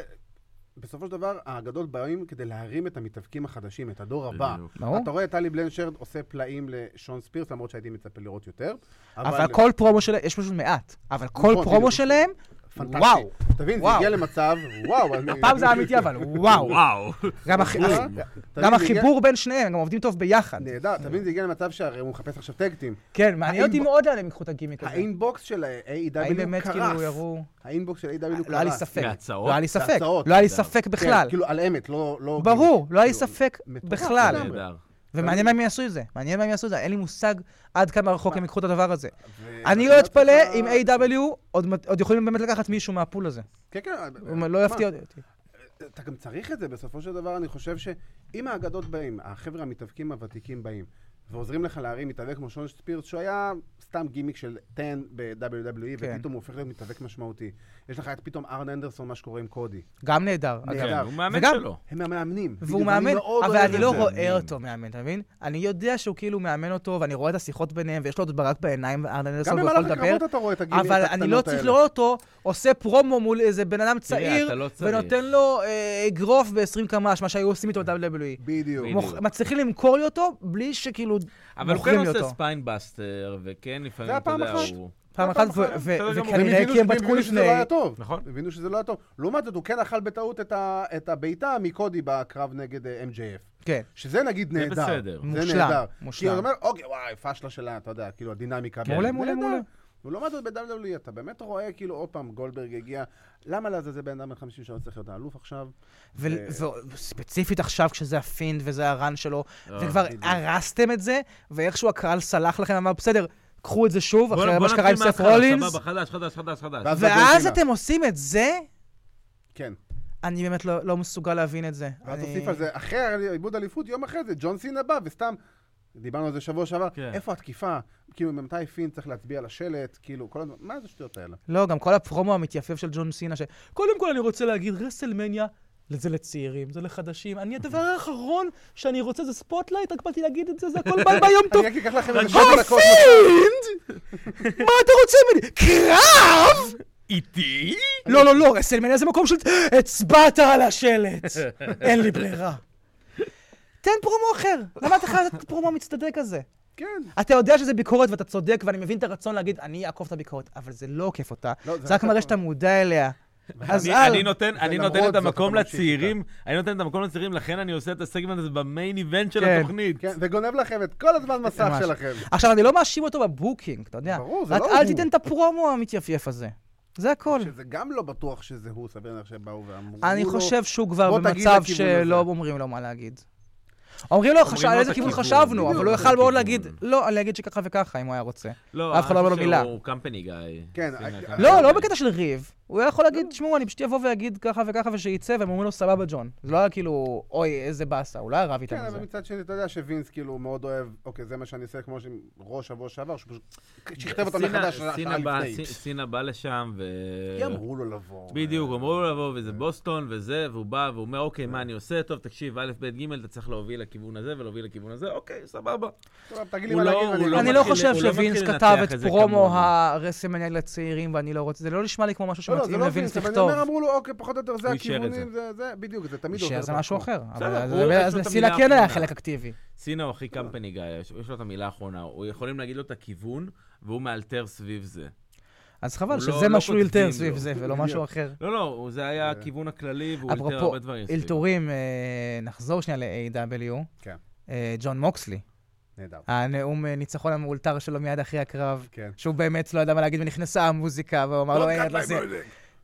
[SPEAKER 1] בסופו של דבר, האגדות באים כדי להרים את המתאבקים החדשים, את הדור הבא.
[SPEAKER 4] בדיוק.
[SPEAKER 3] ברור.
[SPEAKER 1] אתה רואה את טלי בלנשרד עושה פלאים לשון ספירס, למרות שהייתי מצפה לראות יותר.
[SPEAKER 3] אבל כל פרומו שלהם, יש פשוט מעט, אבל כל
[SPEAKER 1] נכון,
[SPEAKER 3] פרומו
[SPEAKER 1] בדיוק.
[SPEAKER 3] שלהם,
[SPEAKER 1] פנטסטי.
[SPEAKER 3] וואו.
[SPEAKER 1] תבין, זה
[SPEAKER 3] וואו.
[SPEAKER 1] הגיע למצב, וואו. אני-
[SPEAKER 3] פעם זה היה אמיתי, אבל וואו.
[SPEAKER 4] וואו.
[SPEAKER 3] גם הח-
[SPEAKER 1] וואו.
[SPEAKER 3] הח-
[SPEAKER 1] תבין,
[SPEAKER 3] גם
[SPEAKER 1] כן. זה הגיע-
[SPEAKER 3] החיבור בין שניהם, הם גם עובדים טוב ביחד.
[SPEAKER 1] נהדר, תבין, זה הגיע למצב שהרי הוא מחפש עכשיו טקטים.
[SPEAKER 3] כן, מעניין אותי
[SPEAKER 1] האם-
[SPEAKER 3] מאוד לאן הם ייקחו את הגימיק הזה.
[SPEAKER 1] האינבוקס של ה-AW קרס.
[SPEAKER 3] האם באמת כאילו ירו...
[SPEAKER 1] האינבוקס של ה-AW קרס.
[SPEAKER 3] לא היה לי
[SPEAKER 2] כן,
[SPEAKER 3] ספק.
[SPEAKER 4] מהצעות?
[SPEAKER 3] לא היה לי ספק.
[SPEAKER 1] מהצעות,
[SPEAKER 3] לא היה לי
[SPEAKER 1] אגב.
[SPEAKER 3] ספק
[SPEAKER 1] כן,
[SPEAKER 3] בכלל.
[SPEAKER 1] כאילו, על אמת, לא... לא-
[SPEAKER 3] ברור,
[SPEAKER 1] כאילו,
[SPEAKER 3] לא היה לי
[SPEAKER 1] כאילו,
[SPEAKER 3] ספק
[SPEAKER 1] מטורף
[SPEAKER 3] בכלל.
[SPEAKER 2] כן.
[SPEAKER 1] לגמרי.
[SPEAKER 4] נהדר.
[SPEAKER 3] ומעניין מה הם יעשו את זה. מעניין מה הם יעשו את זה. אין לי מושג עד כמה רחוק הם ייקחו את הדבר הזה.
[SPEAKER 1] ו-
[SPEAKER 3] אני
[SPEAKER 1] ואתה
[SPEAKER 3] לא
[SPEAKER 1] יודע,
[SPEAKER 3] אתפלא
[SPEAKER 1] אה, אתה-
[SPEAKER 3] אם A.W. עוד מת- עוד יכולים באמת לקחת מישהו מהפול הזה.
[SPEAKER 1] כן, כן.
[SPEAKER 3] הוא
[SPEAKER 1] מה,
[SPEAKER 3] לא יפתיע אותי.
[SPEAKER 1] אתה גם צריך את זה, בסופו של דבר אני חושב שאם האגדות באים, החבר'ה המתאבקים הוותיקים באים, ועוזרים לך להרים מתאבק כמו שון ספירס, שהוא היה סתם גימיק של 10 ב-WWE,
[SPEAKER 3] כן.
[SPEAKER 1] E, ופתאום הוא הופך להיות מתאבק משמעותי. יש לך את פתאום ארן אנדרסון, מה שקורה עם קודי.
[SPEAKER 3] גם נהדר, אגב.
[SPEAKER 2] אוקיי.
[SPEAKER 4] כן,
[SPEAKER 1] נהדר.
[SPEAKER 4] הוא מאמן
[SPEAKER 3] וגם-
[SPEAKER 4] שלו.
[SPEAKER 1] הם המאמנים.
[SPEAKER 3] והוא
[SPEAKER 1] בדיוק,
[SPEAKER 3] מאמן,
[SPEAKER 1] מאוד
[SPEAKER 3] אבל
[SPEAKER 1] אוהב
[SPEAKER 3] אני
[SPEAKER 1] את
[SPEAKER 3] לא
[SPEAKER 1] זה.
[SPEAKER 3] רואה אותו מאמן, אתה מבין? אני יודע שהוא כאילו מאמן אותו, ואני רואה את השיחות ביניהם, ויש לו את ברק בעיניים, וארנן
[SPEAKER 1] גם
[SPEAKER 3] אלסון, והוא יכול
[SPEAKER 1] במהלך
[SPEAKER 3] לדבר,
[SPEAKER 1] הקרבות אתה רואה את הגימיק
[SPEAKER 3] אבל אני לא צריך לראות אותו עושה פרומו מול איזה בן אדם צעיר,
[SPEAKER 4] אתה לא צריך.
[SPEAKER 3] ונותן לו אה, אגרוף ב-20 קמ"ש, מה שהיו עושים איתו ב-WWE.
[SPEAKER 1] בדיוק.
[SPEAKER 4] בדיוק.
[SPEAKER 3] מוכ- מצליחים למכור לי אותו בלי שכאילו
[SPEAKER 4] אבל הוא כן
[SPEAKER 3] מוכרים לי
[SPEAKER 4] עושה
[SPEAKER 3] אותו.
[SPEAKER 4] ספיינבאסטר, וכן
[SPEAKER 1] זה
[SPEAKER 4] לפעמים, אתה
[SPEAKER 1] הפעם
[SPEAKER 4] יודע,
[SPEAKER 1] אחת.
[SPEAKER 4] הוא...
[SPEAKER 1] לא,
[SPEAKER 3] פעם
[SPEAKER 5] פעם
[SPEAKER 3] אחת, ו-
[SPEAKER 5] אחת,
[SPEAKER 3] ו-
[SPEAKER 5] בסדר גמור.
[SPEAKER 1] והם
[SPEAKER 3] וכנראה
[SPEAKER 1] הבינו-
[SPEAKER 3] כי הם
[SPEAKER 1] והם
[SPEAKER 3] בדקו
[SPEAKER 1] הבינו שזה לא
[SPEAKER 3] לפני.
[SPEAKER 1] היה טוב.
[SPEAKER 5] נכון.
[SPEAKER 1] הבינו שזה לא היה טוב. לעומת זאת, הוא כן אכל בטעות את ה- את הבעיטה מקודי בקרב נגד אה, MJF.
[SPEAKER 3] כן.
[SPEAKER 1] שזה נגיד נהדר.
[SPEAKER 5] בסדר.
[SPEAKER 1] זה
[SPEAKER 3] מושלם,
[SPEAKER 1] נהדר.
[SPEAKER 3] מושלם. כן.
[SPEAKER 1] כי הוא אומר, אוקיי, וואי, פאשלה שלה, אתה יודע, כאילו, הדינמיקה.
[SPEAKER 3] מעולה,
[SPEAKER 1] בין-
[SPEAKER 3] מעולה,
[SPEAKER 1] נהדר.
[SPEAKER 3] מעולה.
[SPEAKER 1] ולעומת זאת, ב-WWE אתה באמת רואה, כאילו, עוד פעם, גולדברג הגיע, למה לעזאזל בן אדם בן 50 שנה צריך להיות האלוף עכשיו?
[SPEAKER 3] ו- וספציפית עכשיו, כשזה הפינד וזה הרן שלו, וכבר
[SPEAKER 1] בדיוק.
[SPEAKER 3] הרסתם את זה, ואיכשהו הקהל סלח לכם, אמר, בסדר, קחו את זה שוב,
[SPEAKER 2] בוא-
[SPEAKER 3] אחרי
[SPEAKER 2] בוא
[SPEAKER 3] מה שקרה עם
[SPEAKER 2] נתחיל
[SPEAKER 3] סף
[SPEAKER 2] מההתחלה,
[SPEAKER 3] רולינס,
[SPEAKER 2] סבבה, חדש, חדש, חדש, חדש.
[SPEAKER 1] ואז
[SPEAKER 3] ואז
[SPEAKER 1] בברזילה.
[SPEAKER 3] אתם עושים את זה,
[SPEAKER 1] כן.
[SPEAKER 3] אני באמת לא לא מסוגל להבין את זה.
[SPEAKER 1] ואז
[SPEAKER 3] אני-
[SPEAKER 1] תוסיף על זה, אחרי עיבוד אליפות, יום אחרי זה, ג'ון סינה בא, וסתם, דיברנו על זה שבוע שעבר,
[SPEAKER 2] כן.
[SPEAKER 1] איפה התקיפה? כאילו, ממתי פין צריך להצביע על השלט? כאילו, כל הזמן, מה זה השטויות האלה?
[SPEAKER 3] לא, גם כל הפרומו המתייפף של ג'ון סינה, שקודם כל אני רוצה להגיד, רסלמניה, זה לצעירים, זה לחדשים. אני, הדבר האחרון שאני רוצה זה ספוטלייט, רק באתי להגיד את זה, זה הכל ביי ביום טוב.
[SPEAKER 1] אני רק אקח לכם איזה שבע דקות.
[SPEAKER 3] הפינד! מה אתה רוצה ממני? קרב?
[SPEAKER 5] איתי?
[SPEAKER 3] לא, לא, לא, רסלמניה זה מקום של... הצבעת על השלט! אין לי ברירה. תן פרומו אחר. למה אתה חייב לתת פרומו מצטדק כזה?
[SPEAKER 1] כן.
[SPEAKER 3] אתה יודע שזה ביקורת ואתה צודק, ואני מבין את הרצון להגיד, אני אעקוף את הביקורת, אבל זה לא עוקף אותה.
[SPEAKER 1] לא,
[SPEAKER 3] זה רק מראה שאתה מודע אליה. אז
[SPEAKER 2] אני-
[SPEAKER 3] אל.
[SPEAKER 2] אני נותן, אני
[SPEAKER 1] ולמרות
[SPEAKER 2] נותן
[SPEAKER 1] זאת,
[SPEAKER 2] את המקום
[SPEAKER 1] אתה ממשיך
[SPEAKER 2] לצעירים, אני נותן את המקום לצעירים, לכן אני עושה את הסגמנט הזה במיין איבנט של
[SPEAKER 3] כן.
[SPEAKER 2] התוכנית.
[SPEAKER 1] כן, וגונב לכם את כל הזמן מסך
[SPEAKER 3] ממש.
[SPEAKER 1] שלכם.
[SPEAKER 3] עכשיו, אני לא מאשים אותו בבוקינג, אתה יודע.
[SPEAKER 1] ברור, זה
[SPEAKER 3] רק
[SPEAKER 1] לא
[SPEAKER 3] אל
[SPEAKER 1] הוא.
[SPEAKER 3] תיתן את הפרומו המתייפייף הזה. זה הכל.
[SPEAKER 1] שזה גם לא בטוח שזה הוא, סביר לך שבאו ואמרו לו...
[SPEAKER 3] אני חושב שהוא כבר
[SPEAKER 1] לא- בוא תגיד
[SPEAKER 3] במצב
[SPEAKER 1] לכיוון
[SPEAKER 3] שלא
[SPEAKER 1] הזה.
[SPEAKER 3] אומרים לו מה להגיד. אומרים לו, חשב-
[SPEAKER 2] לו
[SPEAKER 3] על
[SPEAKER 2] את
[SPEAKER 3] איזה כיוון
[SPEAKER 2] הכיוון,
[SPEAKER 3] חשבנו,
[SPEAKER 2] בדיוק,
[SPEAKER 3] אבל הוא
[SPEAKER 2] את
[SPEAKER 3] יכל
[SPEAKER 2] הכיוון.
[SPEAKER 3] מאוד להגיד, לא, אני אגיד שככה וככה, אם הוא היה רוצה.
[SPEAKER 2] לא,
[SPEAKER 3] אף אחד לא אומר לו
[SPEAKER 2] אני חושב
[SPEAKER 3] מילה.
[SPEAKER 2] שהוא קמפני גיא.
[SPEAKER 1] כן,
[SPEAKER 2] עושים
[SPEAKER 1] אה,
[SPEAKER 2] לה
[SPEAKER 1] אה,
[SPEAKER 2] ככה.
[SPEAKER 3] לא, לא בקטע של ריב. הוא היה יכול להגיד, תשמעו, אני פשוט אבוא ואגיד ככה וככה ושייצא, והם אומרים לו, סבבה, ג'ון. זה לא היה כאילו, אוי, איזה באסה, הוא לא היה רב איתם
[SPEAKER 1] כן,
[SPEAKER 3] על זה.
[SPEAKER 1] אבל מצד שני, אתה יודע שווינס כאילו מאוד אוהב, אוקיי, זה מה שאני עושה, כמו שעם ראש שבוע שעבר, שהוא פשוט שכתב אותו
[SPEAKER 2] סינה-
[SPEAKER 1] מחדש שעה
[SPEAKER 2] סינה בא-
[SPEAKER 1] לפני.
[SPEAKER 2] סי- סינה בא לשם ו...
[SPEAKER 1] כי אמרו לו לבוא.
[SPEAKER 2] בדיוק, אמרו לו לבוא,
[SPEAKER 3] "כן."
[SPEAKER 2] וזה בוסטון, וזה, והוא בא, והוא אומר, אוקיי, מה אני עושה? טוב, תקשיב, א', ב', ג', אתה צריך להוביל לכיוון הזה ולהוביל לכיוון הזה, אוקיי, סבבה.
[SPEAKER 1] טוב, תגיד לי
[SPEAKER 2] הוא
[SPEAKER 1] מה
[SPEAKER 2] לא-
[SPEAKER 1] להגיד.
[SPEAKER 2] הוא
[SPEAKER 1] ואני-
[SPEAKER 2] לא
[SPEAKER 3] אני לא
[SPEAKER 2] מתחיל-
[SPEAKER 3] חושב
[SPEAKER 2] הוא לא
[SPEAKER 3] שווינס
[SPEAKER 2] מתחיל
[SPEAKER 3] כתב
[SPEAKER 2] לנתח
[SPEAKER 3] את
[SPEAKER 2] את זה
[SPEAKER 3] פרומו
[SPEAKER 2] כמונו.
[SPEAKER 3] הרסמניה לצעירים, ואני לא רוצה, זה לא נשמע לי כמו משהו
[SPEAKER 1] לא, לא, זה
[SPEAKER 3] שמתאים
[SPEAKER 1] לא
[SPEAKER 3] לווינס
[SPEAKER 1] ווינס, אבל אני
[SPEAKER 3] לכתוב.
[SPEAKER 1] אומר, אמרו לו, אוקיי, פחות או יותר זה
[SPEAKER 2] הוא אישר את
[SPEAKER 1] הכיוונים, זה, זה, בדיוק, זה תמיד עובר.
[SPEAKER 3] שזה
[SPEAKER 1] את
[SPEAKER 3] משהו
[SPEAKER 1] עצמו.
[SPEAKER 3] אחר. אבל
[SPEAKER 2] בסדר,
[SPEAKER 3] אז-
[SPEAKER 2] הוא- יש
[SPEAKER 3] אז
[SPEAKER 2] לו את
[SPEAKER 3] לסילה
[SPEAKER 2] המילה
[SPEAKER 3] כן היה
[SPEAKER 2] האחרונה.
[SPEAKER 3] חלק אקטיבי.
[SPEAKER 2] סינה הוא הכי קמפני גיא, יש יש לו את המילה האחרונה, הוא יכולים להגיד לו את הכיוון, והוא מאלתר סביב זה.
[SPEAKER 3] אז חבל
[SPEAKER 2] הוא לא-
[SPEAKER 3] שזה
[SPEAKER 2] לא
[SPEAKER 3] מה שהוא
[SPEAKER 2] כותבים
[SPEAKER 3] אילתר
[SPEAKER 2] לו.
[SPEAKER 3] סביב זה, ולא משהו אחר.
[SPEAKER 2] לא, לא, הוא- זה היה הכיוון הכללי, והוא אלתר
[SPEAKER 3] אה. אפרופו
[SPEAKER 2] הרבה דברים. סביב.
[SPEAKER 3] אילתורים, אה, נחזור שנייה ל-AW.
[SPEAKER 1] כן.
[SPEAKER 3] אה, ג'ון מוקסלי,
[SPEAKER 1] נהדר.
[SPEAKER 3] הנאום אה, ניצחון המאולתר שלו מיד אחרי הקרב,
[SPEAKER 1] כן.
[SPEAKER 3] שהוא באמת לא ידע מה להגיד, ונכנסה המוזיקה, והוא
[SPEAKER 1] לא
[SPEAKER 2] לא
[SPEAKER 3] אמר לו, אין את זה.
[SPEAKER 1] זה.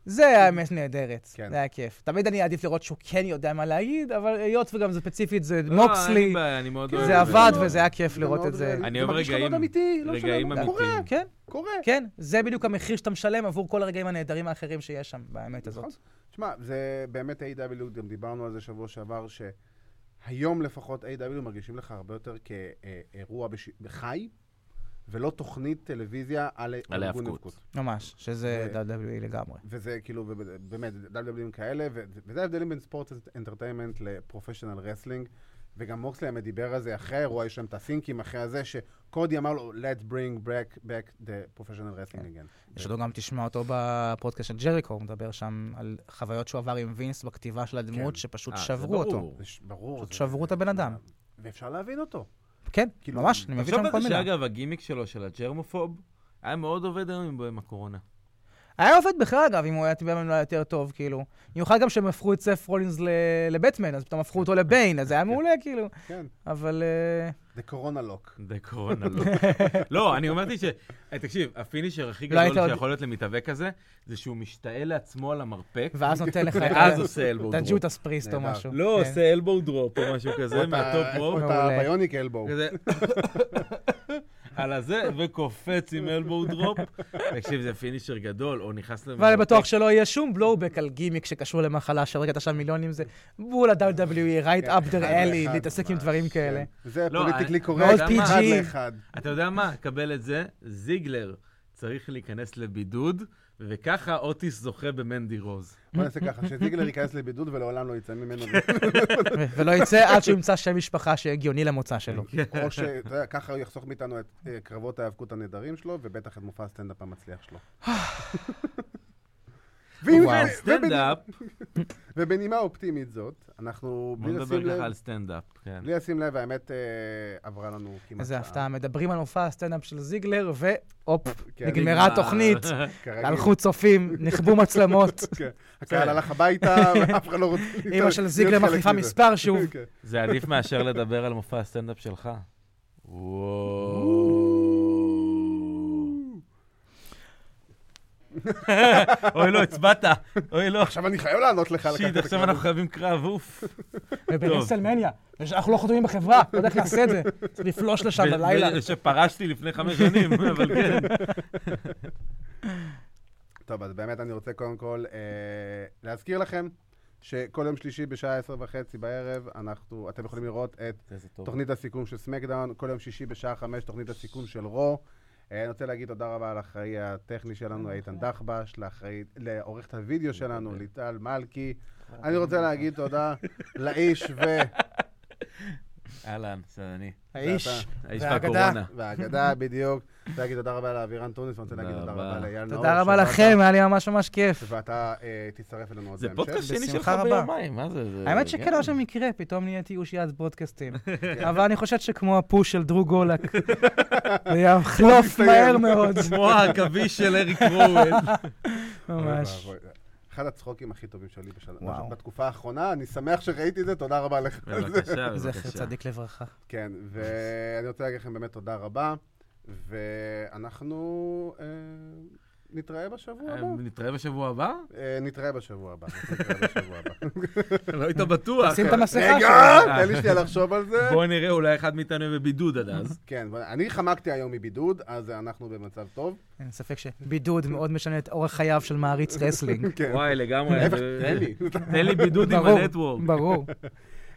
[SPEAKER 3] זה היה אמת נהדרת,
[SPEAKER 1] כן.
[SPEAKER 3] זה היה כיף. תמיד אני אעדיף לראות שהוא כן יודע מה להגיד, אבל היות וגם זה ספציפית, זה
[SPEAKER 2] לא, אין לי
[SPEAKER 3] מוקסלי,
[SPEAKER 2] בעיה, אני מאוד אוהב
[SPEAKER 3] זה
[SPEAKER 2] את
[SPEAKER 3] עבד
[SPEAKER 1] זה
[SPEAKER 3] וזה היה כאילו כיף
[SPEAKER 1] זה
[SPEAKER 3] לראות
[SPEAKER 1] מאוד
[SPEAKER 3] את זה.
[SPEAKER 1] ריאלי.
[SPEAKER 2] אני אוהב
[SPEAKER 1] זה מרגיש לך
[SPEAKER 2] רגעים-
[SPEAKER 1] מאוד אמיתי, לא משנה,
[SPEAKER 2] רגעים
[SPEAKER 1] מה, קורה,
[SPEAKER 2] אמיתיים. אה,
[SPEAKER 3] כן,
[SPEAKER 1] קורה.
[SPEAKER 3] כן, זה בדיוק המחיר שאתה משלם עבור כל הרגעים הנהדרים האחרים שיש שם, באמת הזאת.
[SPEAKER 1] נכון. שמע, זה באמת A.W. גם דיברנו על זה שבוע שעבר, שהיום לפחות A.W. מרגישים לך הרבה יותר כאירוע בש- בחי, ולא תוכנית טלוויזיה על
[SPEAKER 2] על
[SPEAKER 1] ארגון
[SPEAKER 2] האבקות.
[SPEAKER 3] ממש, שזה
[SPEAKER 1] זה-
[SPEAKER 3] WWE לגמרי.
[SPEAKER 1] וזה כאילו, ו- באמת, דלדלים כאלה, ו- וזה ההבדלים בין ספורט אנטרטיימנט לפרופשיונל רסלינג. וגם מוקסלי האמת דיבר על זה אחרי האירוע, יש שם את הסינקים אחרי הזה, שקודי אמר לו, let's bring back, back the professional wrestling again.
[SPEAKER 3] יש לנו גם, תשמע אותו בפודקאסט של ג'ריקו, הוא מדבר שם על חוויות שהוא עבר עם וינס בכתיבה של הדמות,
[SPEAKER 1] כן.
[SPEAKER 3] שפשוט
[SPEAKER 2] אה, זה
[SPEAKER 3] שברו כאילו אותו.
[SPEAKER 2] ברור.
[SPEAKER 1] זה ש- ברור.
[SPEAKER 3] פשוט
[SPEAKER 1] זה-
[SPEAKER 3] שברו את
[SPEAKER 1] זה-
[SPEAKER 3] הבן אדם.
[SPEAKER 1] ואפשר להבין אותו.
[SPEAKER 3] כן,
[SPEAKER 1] כאילו,
[SPEAKER 3] ממש, אני מבין
[SPEAKER 2] תחשוב
[SPEAKER 3] שם
[SPEAKER 2] על
[SPEAKER 3] כל
[SPEAKER 2] זה
[SPEAKER 3] מילה.
[SPEAKER 2] שאגב, הגימיק שלו, של הג'רמופוב, היה מאוד עובד היום עם הקורונה.
[SPEAKER 3] היה עובד בכלל, אגב, אם הוא היה טיפה ממנו יותר טוב, כאילו. במיוחד גם שהם הפכו את סף רולינס ל- לבטמן, אז פתאום הפכו אותו לביין, אז זה היה מעולה, כאילו.
[SPEAKER 1] כן,
[SPEAKER 3] אבל... אה,
[SPEAKER 1] זה קורונה לוק.
[SPEAKER 2] זה קורונה, לא. לא, אני אמרתי ש... אה, תקשיב, הפינישר הכי
[SPEAKER 3] לא היית
[SPEAKER 2] גדול
[SPEAKER 3] עוד-
[SPEAKER 2] שיכול להיות למתאבק הזה, זה שהוא משתעל לעצמו על המרפק,
[SPEAKER 3] ואז נותן לך את
[SPEAKER 2] ואז עושה אלבו
[SPEAKER 3] את
[SPEAKER 2] דרופ.
[SPEAKER 3] הג'וטס פריסט או
[SPEAKER 1] נהדר.
[SPEAKER 3] משהו.
[SPEAKER 2] לא,
[SPEAKER 3] כן.
[SPEAKER 2] עושה אלבו דרופ או משהו
[SPEAKER 1] או
[SPEAKER 2] כזה,
[SPEAKER 1] את ה-
[SPEAKER 2] מהטופ רופ.
[SPEAKER 1] או את
[SPEAKER 3] מעולה.
[SPEAKER 1] הביוניק אלבו.
[SPEAKER 2] כזה, על הזה, וקופץ עם אלבו דרופ. תקשיב, זה פינישר גדול, או נכנס למרפק.
[SPEAKER 3] ואני בטוח שלא יהיה שום בלואובק על גימיק שקשור למחלה שהרגעת שם מיליונים, זה בול ה-WWE, right
[SPEAKER 1] כן. אחד
[SPEAKER 3] up their alley,
[SPEAKER 1] לאחד,
[SPEAKER 3] להתעסק עם
[SPEAKER 1] ממש,
[SPEAKER 3] דברים
[SPEAKER 1] כן.
[SPEAKER 3] כאלה.
[SPEAKER 1] זה
[SPEAKER 2] לא,
[SPEAKER 1] פוליטיקלי
[SPEAKER 2] אני-
[SPEAKER 1] קורקט,
[SPEAKER 3] מאוד
[SPEAKER 1] אחד
[SPEAKER 3] PG.
[SPEAKER 1] לאחד.
[SPEAKER 2] אתה יודע מה? קבל את זה, זיגלר צריך להיכנס לבידוד, וככה אוטיס זוכה במנדי רוז.
[SPEAKER 1] בוא נעשה ככה, שזיגלר ייכנס לבידוד ולעולם לא יצא ממנו,
[SPEAKER 3] ו- ולא יצא עד שהוא ימצא שם משפחה שהגיוני למוצא שלו.
[SPEAKER 2] כן.
[SPEAKER 1] או שאתה יודע, ככה הוא יחסוך מאיתנו את אה, קרבות ההיאבקות הנהדרים שלו, ובטח את מופע הסטנדאפ המצליח שלו. ואם-
[SPEAKER 6] וואו.
[SPEAKER 1] ו-
[SPEAKER 6] סטנדאפ,
[SPEAKER 1] ובנימה אופטימית זאת, אנחנו
[SPEAKER 2] בוא
[SPEAKER 1] בלי
[SPEAKER 2] נדבר
[SPEAKER 1] לשים לב,
[SPEAKER 2] ככה על סטנדאפ, כן.
[SPEAKER 1] בלי לשים לב, האמת אה, עברה לנו כמעט...
[SPEAKER 3] איזה
[SPEAKER 1] שעה.
[SPEAKER 3] הפתעה, מדברים על מופע הסטנדאפ של זיגלר, והופ,
[SPEAKER 1] כן,
[SPEAKER 3] נגמרה
[SPEAKER 2] נגמר.
[SPEAKER 3] התוכנית,
[SPEAKER 1] כרגיל.
[SPEAKER 3] הלכו צופים, נכבו מצלמות,
[SPEAKER 1] כן. הקהל הלך הביתה, ואף אחד לא רוצה...
[SPEAKER 3] אימא של
[SPEAKER 1] להיות
[SPEAKER 3] זיגלר
[SPEAKER 1] חלק
[SPEAKER 3] מחליפה
[SPEAKER 1] מזה.
[SPEAKER 3] מספר שוב.
[SPEAKER 1] כן.
[SPEAKER 2] זה עדיף מאשר לדבר על מופע הסטנדאפ שלך. וואו. אוי לא, הצבעת. אוי לא.
[SPEAKER 1] עכשיו אני חייב לענות לך על לקחת
[SPEAKER 2] שיט,
[SPEAKER 1] את
[SPEAKER 2] עכשיו
[SPEAKER 1] הקרדיט.
[SPEAKER 2] אנחנו חייבים קרב, אוף.
[SPEAKER 3] ובריסלמניה, אנחנו לא חתומים בחברה, לא יודע איך נעשה את זה, צריך לפלוש לשם
[SPEAKER 2] ו-
[SPEAKER 3] בלילה.
[SPEAKER 2] ו- שפרשתי לפני חמש שנים, אבל כן.
[SPEAKER 1] טוב, אז באמת אני רוצה קודם כל אה, להזכיר לכם שכל יום שלישי בשעה עשר וחצי בערב, אנחנו, אתם יכולים לראות את
[SPEAKER 2] איזה טוב.
[SPEAKER 1] תוכנית הסיכום של סמקדאון, כל יום שישי בשעה חמש תוכנית הסיכום של רו. אה, אני רוצה להגיד תודה רבה לאחראי הטכני שלנו, איתן דחבש, לאחראי- לעורכת הוידאו שלנו, ליטל מלכי. אני רוצה להגיד תודה לאיש ו...
[SPEAKER 2] אהלן, זה אני.
[SPEAKER 1] זה
[SPEAKER 3] האיש,
[SPEAKER 2] האיש
[SPEAKER 3] והאגדה.
[SPEAKER 2] והקורונה.
[SPEAKER 1] והאגדה, בדיוק. אני רוצה להגיד תודה רבה לאבירן טוניס, ואני רוצה להגיד
[SPEAKER 2] תודה
[SPEAKER 1] תודה רבה
[SPEAKER 2] רבה.
[SPEAKER 1] לאייל נאור.
[SPEAKER 3] תודה רבה
[SPEAKER 1] שבאת-
[SPEAKER 3] לכם, היה לי ממש ממש כיף.
[SPEAKER 1] ואתה אה, תצטרף אלינו עוד
[SPEAKER 2] זה
[SPEAKER 1] בהמשך.
[SPEAKER 2] פודקאסט שני שלך
[SPEAKER 3] בשמחה רבה.
[SPEAKER 2] ביומיים, מה זה? זה- כן.
[SPEAKER 3] האמת שכן, לא שמקרה, פתאום נהייתי אושיית ברודקאסטים. אבל אני חושד שכמו הפוש של דרו גולק, זה יחלוף
[SPEAKER 1] הסתיים.
[SPEAKER 3] מהר מאוד.
[SPEAKER 2] כמו העכביש של אריק רואל.
[SPEAKER 1] אוי
[SPEAKER 3] ממש.
[SPEAKER 1] ואבוי. אחד הצחוקים הכי טובים שלי בשל-
[SPEAKER 3] וואו.
[SPEAKER 1] בתקופה האחרונה, אני שמח שראיתי את זה, תודה רבה לך. על זה.
[SPEAKER 2] בבקשה,
[SPEAKER 3] זכר
[SPEAKER 2] בבקשה.
[SPEAKER 3] צדיק לברכה.
[SPEAKER 1] כן, ואני רוצה להגיד לכם באמת תודה רבה, ואנחנו אה, נתראה בשבוע הבא.
[SPEAKER 2] אה, נתראה בשבוע הבא?
[SPEAKER 1] אה, נתראה בשבוע הבא. נתראה בשבוע הבא.
[SPEAKER 2] לא היית בטוח.
[SPEAKER 3] שים את המסכה
[SPEAKER 1] רגע,
[SPEAKER 3] שלו.
[SPEAKER 1] תן לי שנייה לחשוב על זה.
[SPEAKER 2] בוא נראה, אולי אחד מאיתנו יהיה בבידוד עד אז.
[SPEAKER 1] כן, אבל אני חמקתי היום מבידוד, אז אנחנו במצב טוב.
[SPEAKER 3] אין ספק שבידוד מאוד משנה את אורח חייו של מעריץ רסלינג.
[SPEAKER 1] כן.
[SPEAKER 2] וואי, לגמרי.
[SPEAKER 1] להפך,
[SPEAKER 2] זה-
[SPEAKER 1] תן לי.
[SPEAKER 2] תן לי בידוד עם
[SPEAKER 3] ברור,
[SPEAKER 2] הנטוורק.
[SPEAKER 3] ברור.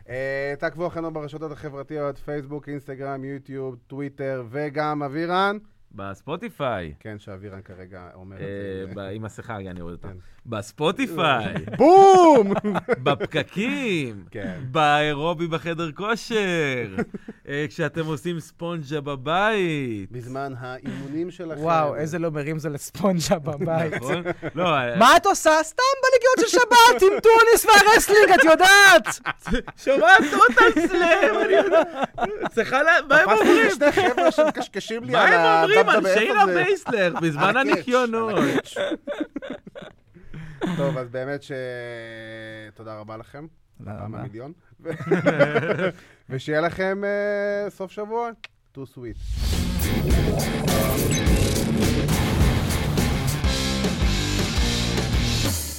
[SPEAKER 1] אה, תעקבו אחרינו ברשתות החברתיות, פייסבוק, אינסטגרם, יוטיוב, טוויטר, וגם אבירן.
[SPEAKER 2] בספוטיפיי.
[SPEAKER 1] כן, שאבירן כרגע אומר את
[SPEAKER 2] אה,
[SPEAKER 1] זה.
[SPEAKER 2] ב- עם מסכה, רגע, אני אוריד אותה.
[SPEAKER 1] כן.
[SPEAKER 2] בספוטיפיי,
[SPEAKER 1] בום!
[SPEAKER 2] בפקקים,
[SPEAKER 1] כן.
[SPEAKER 2] באירובי בחדר כושר, אה, כשאתם עושים ספונג'ה בבית.
[SPEAKER 1] בזמן האימונים שלכם.
[SPEAKER 3] וואו, איזה לא מרים זה לספונג'ה בבית.
[SPEAKER 2] נכון? לא, אה,
[SPEAKER 3] מה את עושה? סתם בלגיון של שבת עם טוניס והרסלינג, את יודעת!
[SPEAKER 2] שומעת אותם סלאם, אני יודעת. צריכה ל... מה הם
[SPEAKER 1] פסתי
[SPEAKER 2] אומרים?
[SPEAKER 1] לשני חבר'ה שמקשקשים לי
[SPEAKER 2] מה
[SPEAKER 1] על
[SPEAKER 2] הם אומרים?
[SPEAKER 1] הדבדבה,
[SPEAKER 2] אנשי
[SPEAKER 1] איפה זה?
[SPEAKER 2] למייסלר, בזמן
[SPEAKER 1] על הקאץ',
[SPEAKER 2] הניקיונות.
[SPEAKER 1] על הקאץ'. טוב, אז באמת ש... תודה רבה לכם. הפעם המיליון. ו- ושיהיה לכם אה, סוף שבוע. טו סוויט.